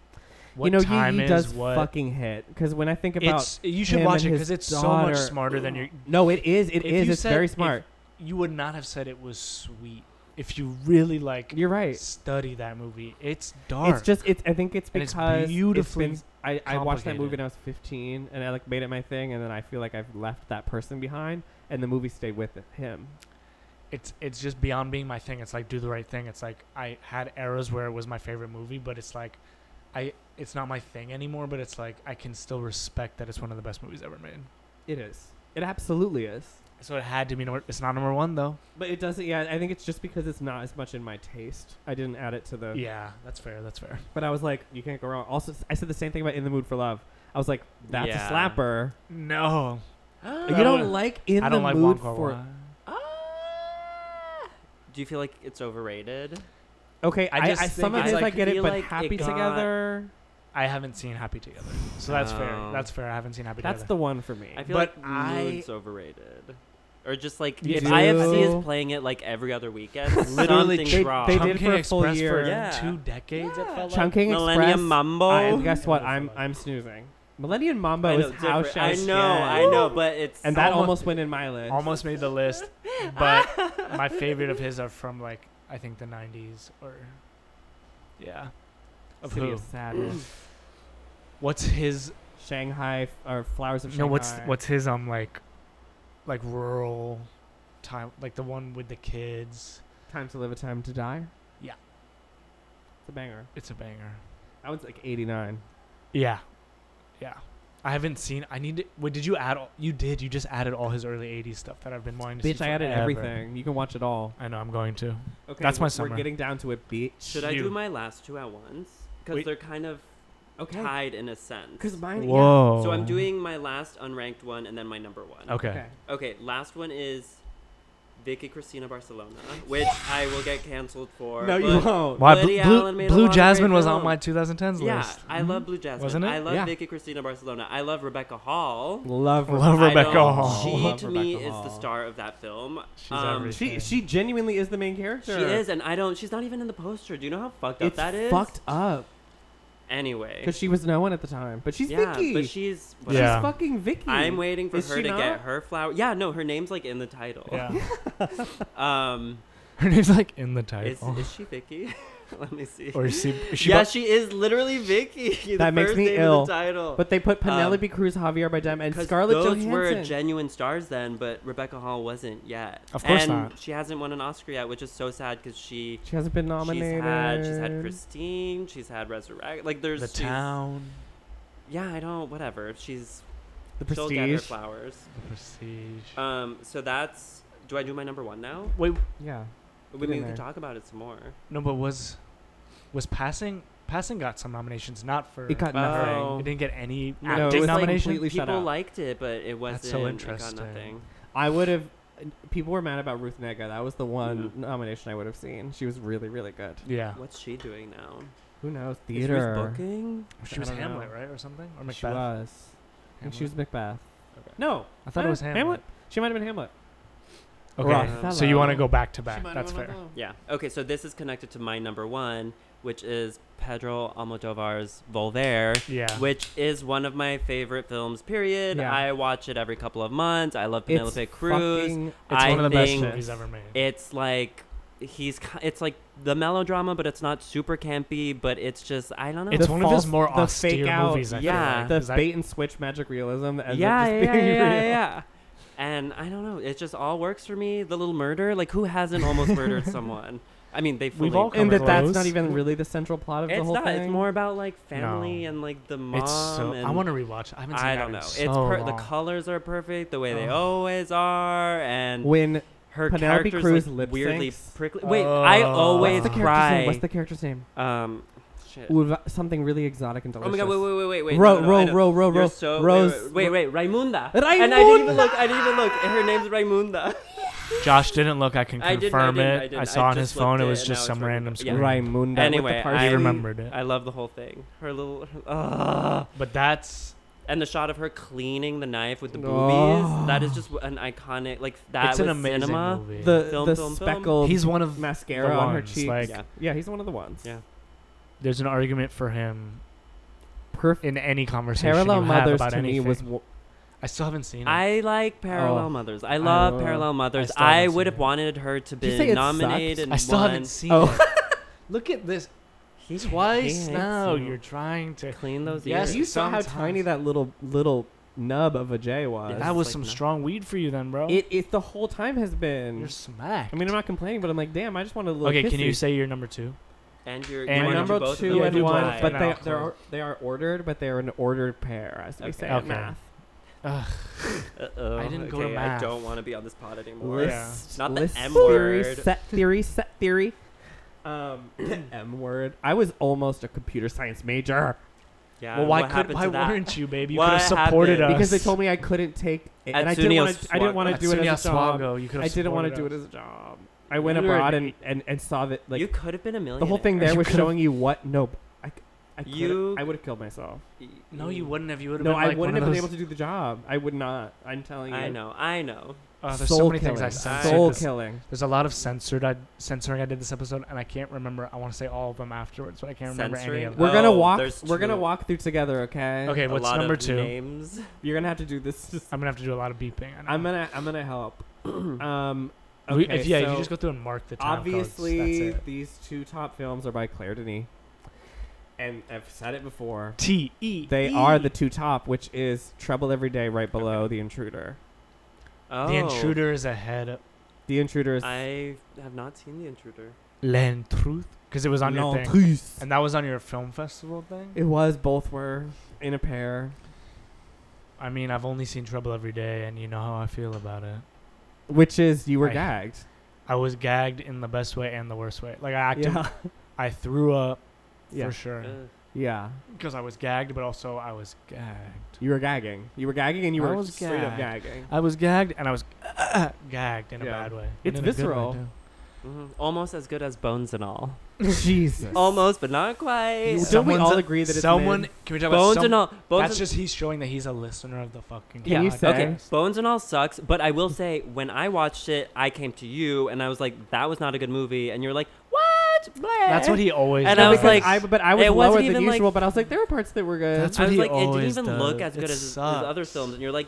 Speaker 3: what
Speaker 4: you know,
Speaker 3: time
Speaker 4: Yee Yee
Speaker 3: is
Speaker 4: does
Speaker 3: what.
Speaker 4: fucking hit because when I think about
Speaker 3: it's you should
Speaker 4: him
Speaker 3: watch it
Speaker 4: and
Speaker 3: because
Speaker 4: his
Speaker 3: it's so much
Speaker 4: daughter.
Speaker 3: smarter than you.
Speaker 4: no, it is, it
Speaker 3: If
Speaker 4: is,
Speaker 3: you
Speaker 4: it's
Speaker 3: said-
Speaker 4: very
Speaker 3: if-
Speaker 4: smart.
Speaker 3: You would not have said it was sweet if you really like
Speaker 4: You're right.
Speaker 3: study that movie. It's dark.
Speaker 4: It's just it's. I think it's
Speaker 3: And it's
Speaker 4: because it's
Speaker 3: beautifully
Speaker 4: been- I, I watched that movie
Speaker 3: complicated.
Speaker 4: when I was 15, and I like made it my thing, and then I feel like I've left that person behind, and the movie stayed with it- him.
Speaker 3: it's it's just beyond being my thing. It's like do the right thing. It's like I had eras where it was my favorite movie, but it's like I it's not my thing anymore. But it's like I can still respect that it's one of the best movies ever made.
Speaker 4: It is. It absolutely is.
Speaker 3: So it had to be number. It's not number one though.
Speaker 4: But it doesn't. Yeah, I think it's just because it's not as much in my taste. I didn't add it to the.
Speaker 3: Yeah, that's fair. That's fair.
Speaker 4: But I was like, you can't go wrong. Also, I said the same thing about In the Mood for Love. I was like, that's
Speaker 2: Yeah.
Speaker 4: a slapper.
Speaker 3: No,
Speaker 4: You
Speaker 3: That
Speaker 4: don't
Speaker 3: one-
Speaker 4: like In
Speaker 3: I
Speaker 4: the
Speaker 3: don't like Wong
Speaker 4: Mood
Speaker 3: Kar
Speaker 4: for.
Speaker 3: Wai.
Speaker 2: Ah! Do you feel like it's overrated?
Speaker 4: Okay,
Speaker 3: I
Speaker 4: I,
Speaker 3: just
Speaker 4: I-
Speaker 3: think
Speaker 4: some of
Speaker 3: it's
Speaker 4: his
Speaker 2: like,
Speaker 4: I get it,
Speaker 2: feel
Speaker 4: but
Speaker 2: like it
Speaker 4: Happy
Speaker 2: got-
Speaker 4: Together.
Speaker 3: I haven't seen Happy Together, so that's fair.
Speaker 2: Oh.
Speaker 3: That's fair. I haven't seen Happy
Speaker 4: That's
Speaker 3: Together.
Speaker 4: the one for me.
Speaker 2: I feel
Speaker 3: But
Speaker 2: like
Speaker 3: I-
Speaker 2: Mood's overrated. Or just like
Speaker 4: You
Speaker 2: if IFC
Speaker 4: do.
Speaker 2: is playing it like every other weekend,
Speaker 3: Literally,
Speaker 2: something's
Speaker 4: they-
Speaker 2: wrong.
Speaker 4: they
Speaker 3: Chungking
Speaker 4: did for a full
Speaker 3: Express
Speaker 4: year.
Speaker 3: for
Speaker 2: Yeah.
Speaker 3: two decades. It
Speaker 2: Yeah.
Speaker 3: felt like.
Speaker 4: Chunking
Speaker 2: Millennium
Speaker 4: Express.
Speaker 2: Mambo.
Speaker 4: I-
Speaker 3: Oh.
Speaker 4: guess what?
Speaker 3: Yeah,
Speaker 4: I'm
Speaker 3: that's a lot.
Speaker 4: I'm snoozing. Millennium Mambo
Speaker 2: I know,
Speaker 4: is how
Speaker 2: different-
Speaker 4: show
Speaker 2: I know, I know, but it's
Speaker 4: And that
Speaker 3: Almo-
Speaker 4: almost went in my list.
Speaker 3: almost made the list, but my favorite of his are from like I think the '90s or yeah. Of
Speaker 4: City
Speaker 3: who?
Speaker 4: of Sadness.
Speaker 3: What's his?
Speaker 4: Shanghai f- or Flowers of Shanghai.
Speaker 3: No, what's what's his? Um, like, like rural time, like the one with the kids.
Speaker 4: Time to Live a Time to Die?
Speaker 3: Yeah.
Speaker 4: It's a banger.
Speaker 3: It's a banger.
Speaker 4: That one's like 89.
Speaker 3: Yeah, yeah. I haven't seen. I need to. Wait, did you add? All, you did. You just added all his early '80s stuff that I've been wanting to see.
Speaker 4: Bitch, I added
Speaker 3: forever.
Speaker 4: everything. You can watch it all.
Speaker 3: I know. I'm going to.
Speaker 4: Okay,
Speaker 3: That's my
Speaker 4: we're,
Speaker 3: summer.
Speaker 4: We're getting down to it, bitch.
Speaker 2: Should I do
Speaker 3: You.
Speaker 2: my last two at once? Because
Speaker 3: Wait.
Speaker 2: they're kind of
Speaker 4: Okay.
Speaker 2: tied in a sense.
Speaker 4: Because mine.
Speaker 3: Whoa.
Speaker 2: So I'm doing my last unranked one and then my number one.
Speaker 3: Okay.
Speaker 4: Yeah. Okay.
Speaker 2: Okay, last one is Vicky Cristina Barcelona, which I will get canceled for.
Speaker 4: No, you
Speaker 2: but-
Speaker 4: won't.
Speaker 3: Why?
Speaker 2: Woody
Speaker 3: Blue,
Speaker 2: Allen
Speaker 3: Blue,
Speaker 2: made a lot of great
Speaker 3: Jasmine was on
Speaker 2: films.
Speaker 3: my 2010s
Speaker 2: Yeah,
Speaker 3: list.
Speaker 2: I love Blue Jasmine.
Speaker 3: Wasn't it?
Speaker 2: I love
Speaker 4: Yeah.
Speaker 2: Vicky Cristina Barcelona. I love Rebecca Hall.
Speaker 4: Love.
Speaker 3: Love
Speaker 2: I
Speaker 3: Rebecca
Speaker 2: don't-
Speaker 3: Hall.
Speaker 2: She
Speaker 4: Love
Speaker 2: to me
Speaker 4: Rebecca
Speaker 2: is the
Speaker 4: Hall.
Speaker 2: star of that film.
Speaker 3: She's
Speaker 2: um,
Speaker 3: everything.
Speaker 4: She she genuinely is the main
Speaker 2: she
Speaker 4: character.
Speaker 2: is, and I don't. She's not even in the poster. Do you know how fucked
Speaker 4: It's
Speaker 2: up that is?
Speaker 4: fucked up.
Speaker 2: Anyway,
Speaker 4: Because she was no one at the time, but she's
Speaker 2: yeah,
Speaker 4: Vicky.
Speaker 2: but she's.
Speaker 4: She's
Speaker 3: Yeah.
Speaker 4: fucking Vicky.
Speaker 2: I'm waiting for
Speaker 4: Is
Speaker 2: her
Speaker 4: she
Speaker 2: to
Speaker 4: not?
Speaker 2: get her flower. Yeah, no, her name's like in the title.
Speaker 3: Yeah.
Speaker 2: Um,
Speaker 3: Her name's like in the
Speaker 2: Is,
Speaker 3: title.
Speaker 2: is she Vicky? Let me see.
Speaker 3: or is she? is she
Speaker 2: yeah,
Speaker 3: bu-
Speaker 2: she is literally Vicky. the
Speaker 4: That makes
Speaker 2: first
Speaker 4: me
Speaker 2: name of
Speaker 4: ill,
Speaker 2: The title.
Speaker 4: But they put Penelope Cruz, Javier Bardem, and
Speaker 2: Um, 'Cause
Speaker 4: Scarlett
Speaker 2: those
Speaker 4: Johansson.
Speaker 2: were genuine stars then, but Rebecca Hall wasn't yet.
Speaker 3: Of course
Speaker 2: and
Speaker 3: not.
Speaker 2: She hasn't won an Oscar yet, which is so sad because she
Speaker 4: she hasn't been nominated.
Speaker 2: she's had she's had Christine, she's had Resurrect. Like there's
Speaker 3: the
Speaker 2: she's-
Speaker 3: town.
Speaker 2: Yeah, I don't. Whatever. She's
Speaker 4: the
Speaker 2: she'll get her
Speaker 4: Prestige.
Speaker 2: flowers.
Speaker 3: The prestige.
Speaker 2: Um. So that's. Do I do my number one now?
Speaker 3: Uh, Wait,
Speaker 4: Yeah.
Speaker 2: We,
Speaker 4: Get
Speaker 2: we
Speaker 4: in
Speaker 2: can
Speaker 4: there.
Speaker 2: talk about it some more.
Speaker 3: no, but was was passing? Passing got some nominations, not for
Speaker 4: It got
Speaker 3: her.
Speaker 2: nothing.
Speaker 3: It didn't get any
Speaker 2: No,
Speaker 4: it
Speaker 3: acting
Speaker 4: was, like,
Speaker 3: nomination.
Speaker 4: completely- shut
Speaker 2: People
Speaker 4: out.
Speaker 2: liked it, but it wasn't.
Speaker 3: so
Speaker 2: It
Speaker 3: interesting.
Speaker 2: got nothing.
Speaker 4: I would have. People were mad about Ruth Nega. That was the one nomination I would have seen. She was really, really good.
Speaker 3: yeah,
Speaker 2: What's she doing now?
Speaker 4: Who knows?
Speaker 2: Is Ruth
Speaker 4: Theater.
Speaker 2: booking.
Speaker 3: she
Speaker 4: I
Speaker 3: was
Speaker 4: don't know.
Speaker 3: Hamlet, right, or something, or
Speaker 4: She
Speaker 3: Macbeth.
Speaker 4: was. I think she was
Speaker 3: Hamlet?
Speaker 4: Macbeth.
Speaker 2: Okay.
Speaker 4: No,
Speaker 3: I thought it was Hamlet.
Speaker 4: She might have been Hamlet.
Speaker 3: Okay,
Speaker 2: Or
Speaker 3: so you want to
Speaker 4: Othello.
Speaker 3: go back to back? That's fair.
Speaker 2: Oh. Yeah. Okay. So this is connected to my number one, which is Pedro Almodovar's Voltaire.
Speaker 3: Yeah.
Speaker 2: Which is one of my favorite films. Period.
Speaker 4: Yeah.
Speaker 2: I watch it every couple of months. I love
Speaker 4: It's
Speaker 2: Penelope Cruz.
Speaker 4: fucking-
Speaker 3: It's
Speaker 2: I
Speaker 3: one of the best
Speaker 2: think
Speaker 3: movies ever made.
Speaker 2: it's like he's ki- it's like the melodrama but it's not super campy but it's just i don't know
Speaker 3: it's
Speaker 4: the
Speaker 3: one
Speaker 4: false-
Speaker 3: of his more
Speaker 4: the
Speaker 3: austere
Speaker 4: fake out-
Speaker 3: movies. I feel
Speaker 2: yeah.
Speaker 3: like,
Speaker 4: the
Speaker 3: 'cause I-
Speaker 4: bait and switch magic realism. That ends
Speaker 2: Uh-huh. yeah
Speaker 4: up
Speaker 2: yeah
Speaker 4: just
Speaker 2: yeah,
Speaker 4: being
Speaker 2: yeah,
Speaker 4: real.
Speaker 2: yeah. and i don't know it just all works for me the little murder like who hasn't almost murdered someone i mean they fully
Speaker 3: We've all come
Speaker 4: And that that's not
Speaker 3: Close.
Speaker 4: even really the central plot of
Speaker 2: it's
Speaker 4: the whole
Speaker 2: not
Speaker 4: thing.
Speaker 2: it's more about like family
Speaker 3: No.
Speaker 2: and like the mom
Speaker 3: it's so.
Speaker 2: and
Speaker 3: I want to rewatch. I haven't seen
Speaker 2: I
Speaker 3: that
Speaker 2: don't
Speaker 3: in
Speaker 2: know. It's
Speaker 3: so
Speaker 2: per-
Speaker 3: long.
Speaker 2: the colors are perfect the way they
Speaker 3: Oh.
Speaker 2: always are, and
Speaker 4: when
Speaker 2: her
Speaker 4: Penelope
Speaker 2: character's
Speaker 4: Cruz
Speaker 2: like
Speaker 4: lip
Speaker 2: weirdly
Speaker 4: syncs.
Speaker 2: prickly. Wait, I
Speaker 3: Oh.
Speaker 2: always
Speaker 4: what's the character's name?
Speaker 2: cry.
Speaker 4: What's the character's name?
Speaker 2: um, shit.
Speaker 4: Uva- something really exotic and delicious.
Speaker 2: Oh my god, wait, wait, wait, wait, wait.
Speaker 4: Ro-
Speaker 2: no, no,
Speaker 4: Ro-
Speaker 2: I know.
Speaker 4: Ro- Ro-
Speaker 2: You're
Speaker 4: Oh, Ro-
Speaker 2: so,
Speaker 4: Rose-
Speaker 2: Wait, wait, wait, Raimunda.
Speaker 4: Raimunda!
Speaker 2: And I didn't even look. I didn't even look. Her name's Raimunda.
Speaker 3: Josh didn't look. I can
Speaker 2: I didn't- I
Speaker 3: confirm
Speaker 2: didn't-
Speaker 3: it.
Speaker 2: I
Speaker 3: I,
Speaker 2: didn't.
Speaker 3: saw
Speaker 2: I
Speaker 3: on his
Speaker 2: just looked
Speaker 3: phone. It
Speaker 2: it
Speaker 3: was
Speaker 2: and
Speaker 3: just
Speaker 2: now
Speaker 3: some
Speaker 2: it's
Speaker 3: random
Speaker 2: Raimunda. Yeah.
Speaker 3: screen.
Speaker 4: Raimunda.
Speaker 2: Anyway,
Speaker 4: with the
Speaker 2: I-
Speaker 3: I
Speaker 4: parsley.
Speaker 3: remembered it.
Speaker 2: I love the whole thing. Her little. Ugh.
Speaker 3: But that's
Speaker 2: and the shot of her cleaning the knife with the boobies.
Speaker 4: Oh.
Speaker 2: That is just an iconic. Like, that
Speaker 3: it's
Speaker 2: was
Speaker 3: an amazing
Speaker 2: cinema.
Speaker 3: movie.
Speaker 4: the
Speaker 2: Film,
Speaker 4: the
Speaker 2: film, film.
Speaker 4: speckled
Speaker 3: He's one of
Speaker 4: mascara
Speaker 3: the
Speaker 4: on her
Speaker 3: ones,
Speaker 4: cheeks.
Speaker 3: like-
Speaker 2: Yeah.
Speaker 4: yeah, he's one of the ones.
Speaker 2: Yeah.
Speaker 3: there's an argument for him
Speaker 4: Perfect.
Speaker 3: in any conversation
Speaker 4: Parallel
Speaker 3: you have
Speaker 4: Mothers
Speaker 3: about
Speaker 4: to
Speaker 3: anything.
Speaker 4: me was wa-
Speaker 3: I still haven't seen it.
Speaker 2: I like Parallel
Speaker 4: Oh.
Speaker 2: Mothers. I love
Speaker 4: love-
Speaker 2: Parallel Mothers.
Speaker 3: still
Speaker 2: I,
Speaker 3: haven't
Speaker 2: would have
Speaker 3: seen it.
Speaker 2: wanted her to
Speaker 4: you
Speaker 2: be
Speaker 4: say it
Speaker 2: nominated
Speaker 4: sucks?
Speaker 2: and
Speaker 3: I still
Speaker 2: won.
Speaker 3: haven't seen
Speaker 4: Oh.
Speaker 3: it. Look at this
Speaker 2: He
Speaker 3: twice
Speaker 2: hates
Speaker 3: now.
Speaker 2: you.
Speaker 3: You're trying to.
Speaker 2: Clean those
Speaker 3: Yes,
Speaker 2: ears.
Speaker 4: You saw how
Speaker 3: Sometimes.
Speaker 4: tiny that little little nub of a J was.
Speaker 2: Yeah,
Speaker 3: That was
Speaker 2: like
Speaker 3: some
Speaker 2: no-
Speaker 3: strong weed for you, then, bro.
Speaker 4: it, it the whole time has been.
Speaker 3: You're smacked.
Speaker 4: I mean, I'm not complaining, but I'm like, damn, I just want a little.
Speaker 3: okay, can you
Speaker 4: kissy.
Speaker 3: say your number two?
Speaker 2: and your
Speaker 3: And
Speaker 4: My
Speaker 3: you
Speaker 4: number
Speaker 3: do both of
Speaker 4: two
Speaker 3: them?
Speaker 4: and
Speaker 3: You do
Speaker 4: one,
Speaker 3: both,
Speaker 4: but
Speaker 3: but
Speaker 4: they
Speaker 3: not
Speaker 4: they are
Speaker 3: close.
Speaker 4: they are ordered, but they are an ordered pair, as we
Speaker 2: Okay.
Speaker 4: say in
Speaker 3: Okay.
Speaker 4: math.
Speaker 2: Uh-oh.
Speaker 3: I didn't go to
Speaker 2: okay,
Speaker 3: math.
Speaker 2: I don't want to be on this pod anymore.
Speaker 3: Yeah.
Speaker 4: List,
Speaker 2: Not the
Speaker 4: list
Speaker 2: M
Speaker 4: theory,
Speaker 2: word.
Speaker 4: set theory, set theory. Um, the M word. I was almost a computer science major
Speaker 2: Yeah.
Speaker 3: well, why
Speaker 2: what
Speaker 3: could
Speaker 2: happened
Speaker 3: why
Speaker 2: to that?
Speaker 3: weren't you, baby? You
Speaker 2: What
Speaker 3: could have supported
Speaker 2: happened?
Speaker 3: us
Speaker 4: because they told me I couldn't take it, and I didn't
Speaker 2: Atsunio
Speaker 4: want to. I didn't want to do it as a job.
Speaker 3: Swago, you could
Speaker 4: I
Speaker 3: have
Speaker 4: didn't want to do
Speaker 3: supported
Speaker 4: it
Speaker 3: us.
Speaker 4: as a job. I went
Speaker 3: You were
Speaker 4: abroad
Speaker 3: an
Speaker 4: and, and, and saw that like
Speaker 2: you could have been a millionaire.
Speaker 4: the whole thing there
Speaker 3: You
Speaker 4: was
Speaker 3: could've-
Speaker 4: showing you what. No, I, c- I could've-
Speaker 2: You-
Speaker 4: I would have killed myself.
Speaker 3: No, you wouldn't have. You would have.
Speaker 4: No,
Speaker 3: been
Speaker 4: I
Speaker 3: like one
Speaker 4: wouldn't
Speaker 3: of
Speaker 4: have been
Speaker 3: those-
Speaker 4: able to do the job. I would not. I'm telling you.
Speaker 2: I know. I know.
Speaker 3: Oh, there's so
Speaker 4: Soul
Speaker 3: many things I
Speaker 4: killing.
Speaker 3: censored.
Speaker 4: Soul
Speaker 3: this-
Speaker 4: killing.
Speaker 3: There's a lot of censored I, censoring I did this episode, and I can't remember. I want to say all of them afterwards, but I can't remember any of
Speaker 2: Censoring?
Speaker 3: them.
Speaker 4: We're gonna
Speaker 2: Oh,
Speaker 4: walk.
Speaker 2: there's
Speaker 4: We're gonna
Speaker 2: two.
Speaker 4: walk through together. Okay.
Speaker 3: Okay,
Speaker 2: A
Speaker 3: what's
Speaker 2: lot
Speaker 3: number
Speaker 2: of
Speaker 3: two?
Speaker 2: Names.
Speaker 4: You're gonna have to do this. Just,
Speaker 3: I'm gonna have to do a lot of beeping. I know.
Speaker 4: I'm gonna. I'm gonna help. Um.
Speaker 3: We-
Speaker 4: Okay.
Speaker 3: if, yeah,
Speaker 4: so
Speaker 3: you just go through and mark the time codes.
Speaker 4: obviously
Speaker 3: That's it.
Speaker 4: these two top films are by Claire Denis, and I've said it before.
Speaker 3: T E.
Speaker 4: They are the two top, which is Trouble Every Day, right below The Intruder.
Speaker 2: Oh,
Speaker 3: The intruder is ahead. of
Speaker 4: The Intruder is
Speaker 2: I have not seen the intruder.
Speaker 3: L'intruth, because it was on your thing,
Speaker 4: L'Intruse.
Speaker 3: and that was on your film festival thing.
Speaker 4: It was both were in a pair.
Speaker 3: I mean, I've only seen Trouble Every Day, and you know how I feel about it.
Speaker 4: Which is you were
Speaker 3: I-
Speaker 4: gagged.
Speaker 3: I was gagged in the best way and the worst way. Like I acted,
Speaker 4: Yeah.
Speaker 3: I threw up
Speaker 4: Yeah.
Speaker 3: for sure
Speaker 2: Ugh.
Speaker 4: Yeah.
Speaker 3: because I was gagged, but also I was gagged.
Speaker 4: You were gagging. You were gagging and you
Speaker 3: I
Speaker 4: were
Speaker 3: was
Speaker 4: straight up gagging.
Speaker 3: I was gagged, and I was uh, gagged in a
Speaker 4: Yeah.
Speaker 3: bad way.
Speaker 4: It's
Speaker 3: And in a good way,
Speaker 4: visceral.
Speaker 3: too.
Speaker 2: Mhm. Almost as good as Bones and all.
Speaker 4: Jesus.
Speaker 2: Almost, but not quite.
Speaker 4: Don't we
Speaker 3: Someone's
Speaker 4: all
Speaker 3: a-
Speaker 4: agree that it's
Speaker 3: someone?
Speaker 4: men?
Speaker 3: Can we talk
Speaker 2: Bones
Speaker 3: about some,
Speaker 2: and all. Bones
Speaker 3: That's
Speaker 2: and-
Speaker 3: just he's showing that he's a listener of the fucking.
Speaker 4: Can you
Speaker 3: podcast.
Speaker 4: say-
Speaker 2: Okay, Bones and All sucks, but I will say when I watched it, I came to you and I was like, "That was not a good movie," and you're like, "What?" Blah."
Speaker 3: That's what he always.
Speaker 2: And
Speaker 3: does.
Speaker 2: I was like-
Speaker 4: I, but I was
Speaker 2: it wasn't
Speaker 4: lower than
Speaker 2: even, like-
Speaker 4: usual. but I was like, there were parts that were good.
Speaker 3: That's
Speaker 2: I
Speaker 3: what
Speaker 2: was
Speaker 3: he
Speaker 2: like, it didn't
Speaker 3: always
Speaker 2: even
Speaker 3: does.
Speaker 2: look as good
Speaker 3: It
Speaker 2: as his, his
Speaker 3: sucks.
Speaker 2: other films, and you're like,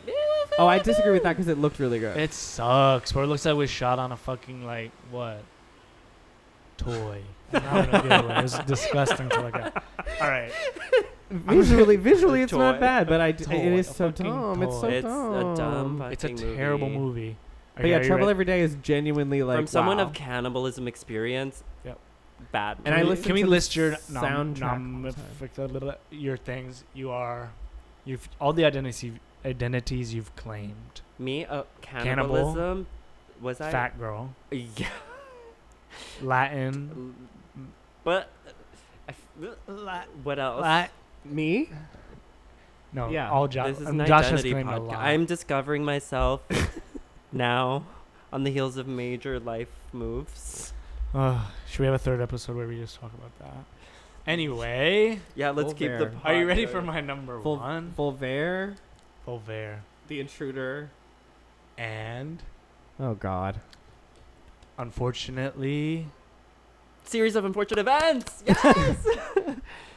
Speaker 4: oh, I disagree with that because it looked really good.
Speaker 3: It sucks. Where it looks like it was shot on a fucking like what? toy. And I don't know, get away. it was disgusting to look at. All right.
Speaker 4: Visually, visually,
Speaker 2: A
Speaker 4: it's not
Speaker 2: toy.
Speaker 4: bad, but I d-
Speaker 3: Toy,
Speaker 4: it is
Speaker 3: a
Speaker 4: so
Speaker 3: fucking
Speaker 4: dumb. It's so
Speaker 3: toy.
Speaker 2: it's
Speaker 4: dumb.
Speaker 2: a dumb fucking
Speaker 3: It's a terrible movie.
Speaker 4: But yeah, Trouble Every Day is genuinely like
Speaker 2: From someone
Speaker 4: wow.
Speaker 2: of cannibalism experience.
Speaker 3: Yep.
Speaker 2: Bad.
Speaker 4: And I
Speaker 2: movie.
Speaker 3: can we, can
Speaker 4: listen
Speaker 3: we
Speaker 4: to the
Speaker 3: list your nom,
Speaker 4: soundtrack
Speaker 3: nom,
Speaker 4: all the time.
Speaker 3: f- the little- your things you are, you've all the identities identities you've claimed.
Speaker 2: me uh,
Speaker 3: Cannibal.
Speaker 2: cannibalism. Was I?
Speaker 3: Fat girl,
Speaker 2: Yeah.
Speaker 3: Latin,
Speaker 2: But I f- what else?
Speaker 4: me.
Speaker 3: no,
Speaker 4: Yeah.
Speaker 3: all Josh.
Speaker 2: this is
Speaker 3: um,
Speaker 2: an
Speaker 3: Josh has
Speaker 2: identity
Speaker 3: claimed a
Speaker 2: podcast.
Speaker 3: lot.
Speaker 2: I'm discovering myself now on the heels of major life moves.
Speaker 3: Ugh, should we have a third episode where we just talk about that? Anyway,
Speaker 2: Yeah, let's
Speaker 4: Full
Speaker 2: keep
Speaker 4: bear.
Speaker 2: the. Pod
Speaker 3: are you ready
Speaker 2: going.
Speaker 3: for my number
Speaker 4: Full-
Speaker 3: one?
Speaker 4: Volvaire,
Speaker 3: Volvaire
Speaker 4: the intruder.
Speaker 3: and
Speaker 4: Oh God.
Speaker 3: unfortunately,
Speaker 2: series of unfortunate events? Yes.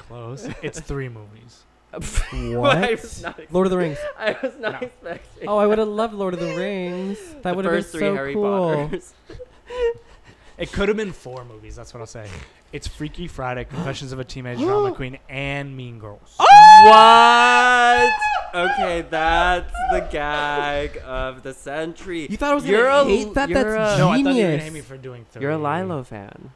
Speaker 3: close. it's three movies.
Speaker 2: I was not ex-
Speaker 4: Lord of the Rings.
Speaker 2: I was not
Speaker 3: No.
Speaker 2: expecting.
Speaker 4: Oh, I would have loved Lord of the Rings. That
Speaker 2: the
Speaker 4: would have been
Speaker 2: first three
Speaker 4: so
Speaker 2: Harry
Speaker 4: cool.
Speaker 2: Potters.
Speaker 3: It could have been four movies. That's what I'll say. It's Freaky Friday, Confessions of a Teenage Drama Queen, and Mean Girls.
Speaker 4: Oh,
Speaker 2: What? Okay, that's the gag of the century.
Speaker 4: You thought I was
Speaker 2: You're
Speaker 4: gonna
Speaker 2: a-
Speaker 4: hate that?
Speaker 2: you're
Speaker 4: That's
Speaker 2: a-
Speaker 3: no, I thought you were
Speaker 4: genius.
Speaker 3: gonna hate me for doing three.
Speaker 2: You're a Lilo fan.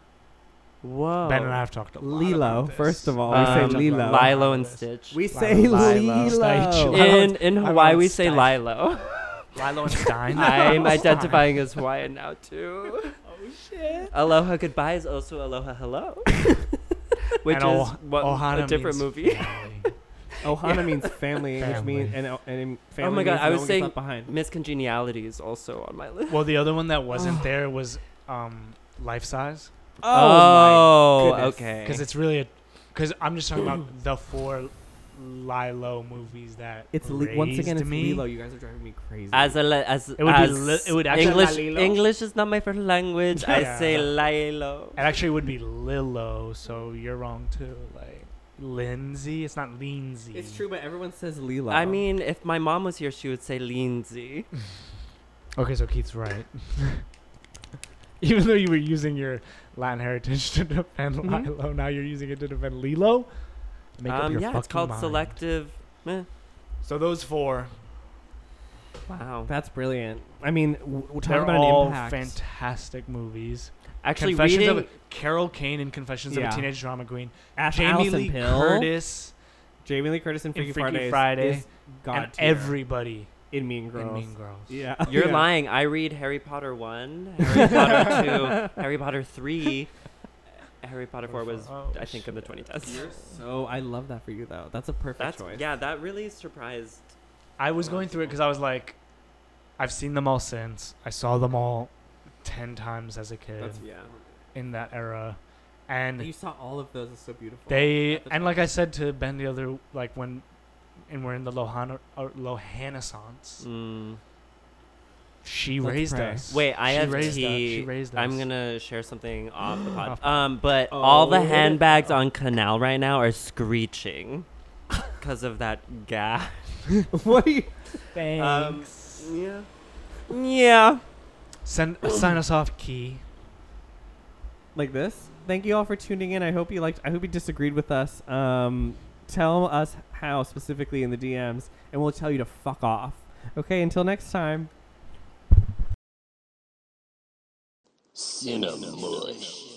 Speaker 2: Whoa.
Speaker 3: Ben and I have talked a lot
Speaker 4: Lilo,
Speaker 3: about this.
Speaker 4: first of all.
Speaker 3: Um,
Speaker 4: we say
Speaker 3: Lilo.
Speaker 4: Lilo.
Speaker 2: Lilo and
Speaker 3: Lilo.
Speaker 2: Stitch.
Speaker 4: we
Speaker 3: Lilo.
Speaker 4: say
Speaker 3: Lilo.
Speaker 4: Lilo.
Speaker 3: Stitch.
Speaker 2: in in
Speaker 3: I
Speaker 2: Hawaii,
Speaker 3: want
Speaker 2: we say
Speaker 3: Stein.
Speaker 2: Lilo.
Speaker 3: Lilo and Stein.
Speaker 2: I'm identifying as Hawaiian now too. Oh shit! Aloha goodbye is also aloha hello, which is
Speaker 3: And oh-
Speaker 2: what,
Speaker 3: Ohana
Speaker 2: a different
Speaker 3: means
Speaker 2: movie.
Speaker 3: family.
Speaker 4: Ohana means family, which
Speaker 3: Family.
Speaker 4: means and, uh, and family.
Speaker 2: Oh my God,
Speaker 4: means
Speaker 2: I
Speaker 4: no
Speaker 2: was
Speaker 4: one gets
Speaker 2: saying-
Speaker 4: left behind.
Speaker 2: Miss Congeniality is also on my list.
Speaker 3: well, the other one that wasn't there was um, Life Size
Speaker 4: Oh, my
Speaker 2: Oh,
Speaker 4: goodness.
Speaker 2: okay.
Speaker 3: because it's really a because I'm just talking about the four Lilo movies that
Speaker 4: It's li- once again
Speaker 3: raised
Speaker 4: it's
Speaker 3: me.
Speaker 4: Lilo. You guys are driving me crazy.
Speaker 2: As a li- as
Speaker 3: It would be
Speaker 2: as
Speaker 3: li- it would actually-
Speaker 2: English
Speaker 3: Lilo.
Speaker 2: English is not my first language. I
Speaker 3: Yeah.
Speaker 2: say Lilo.
Speaker 3: It actually would be Lilo, so you're wrong too. Like Lindsay, it's not Lindsay.
Speaker 4: it's true, but everyone says Lilo.
Speaker 2: I mean, if my mom was here, she would say Lindsay.
Speaker 3: Okay, so Keith's right. Even though you were using your Latin heritage to defend
Speaker 2: Mhm.
Speaker 3: Lilo, now you're using it to defend Lilo. Make up
Speaker 2: um,
Speaker 3: your
Speaker 2: yeah, it's
Speaker 3: fucking
Speaker 2: called
Speaker 3: mind.
Speaker 2: selective. eh,
Speaker 3: So those four,
Speaker 2: wow.
Speaker 4: that's brilliant. I mean, w- we're talking
Speaker 3: they're
Speaker 4: about
Speaker 3: all
Speaker 4: an impact.
Speaker 3: fantastic movies.
Speaker 2: Actually,
Speaker 3: Confessions
Speaker 2: reading
Speaker 3: of a, Carol Kane in Confessions
Speaker 4: Yeah.
Speaker 3: of a Teenage Drama Queen.
Speaker 4: Ash
Speaker 3: Jamie
Speaker 4: Allison
Speaker 3: Lee
Speaker 4: Pill,
Speaker 3: Curtis
Speaker 4: Jamie Lee Curtis in
Speaker 3: in
Speaker 4: Freaky,
Speaker 3: Freaky,
Speaker 4: Fridays
Speaker 3: Friday,
Speaker 4: is god
Speaker 3: and
Speaker 4: tier
Speaker 3: everybody
Speaker 4: in Mean Girls.
Speaker 3: in Mean Girls.
Speaker 4: Yeah,
Speaker 2: You're
Speaker 4: Yeah.
Speaker 2: lying. I read Harry Potter 1, Harry Potter 2, Harry Potter 3. Harry Potter 4 was,
Speaker 3: Oh,
Speaker 2: I think, in the 2010s.
Speaker 4: You're so. I love that for you though. That's a perfect
Speaker 2: That's,
Speaker 4: choice.
Speaker 2: yeah, that really surprised.
Speaker 3: I was going through it because I was like, I've seen them all since. I saw them all ten times as a kid
Speaker 4: That's, yeah.
Speaker 3: in that era, and
Speaker 4: You saw all of those. It's so beautiful.
Speaker 3: they
Speaker 4: at the
Speaker 3: and
Speaker 4: time.
Speaker 3: like I said to Ben the other like when, and we're in the Lohana uh, or Lohanessence.
Speaker 2: Mm.
Speaker 3: She
Speaker 4: Let's
Speaker 3: raised
Speaker 4: pray.
Speaker 3: us.
Speaker 2: Wait, I
Speaker 3: she
Speaker 2: have
Speaker 3: raised us. She
Speaker 2: tea.
Speaker 3: raised us.
Speaker 2: I'm gonna share something off the
Speaker 3: Off
Speaker 2: pod. Um, but all the
Speaker 4: Oh.
Speaker 2: handbags on Canal right now are screeching because of that gas.
Speaker 4: what are you?
Speaker 2: Um,
Speaker 3: Thanks.
Speaker 2: yeah. Yeah.
Speaker 3: Send sign us off, Key.
Speaker 4: like this. Thank you all for tuning in. I hope you liked. I hope you disagreed with us. Um, tell us how specifically in the DMs, and we'll tell you to fuck off. Okay. Until next time.
Speaker 5: Cinemush.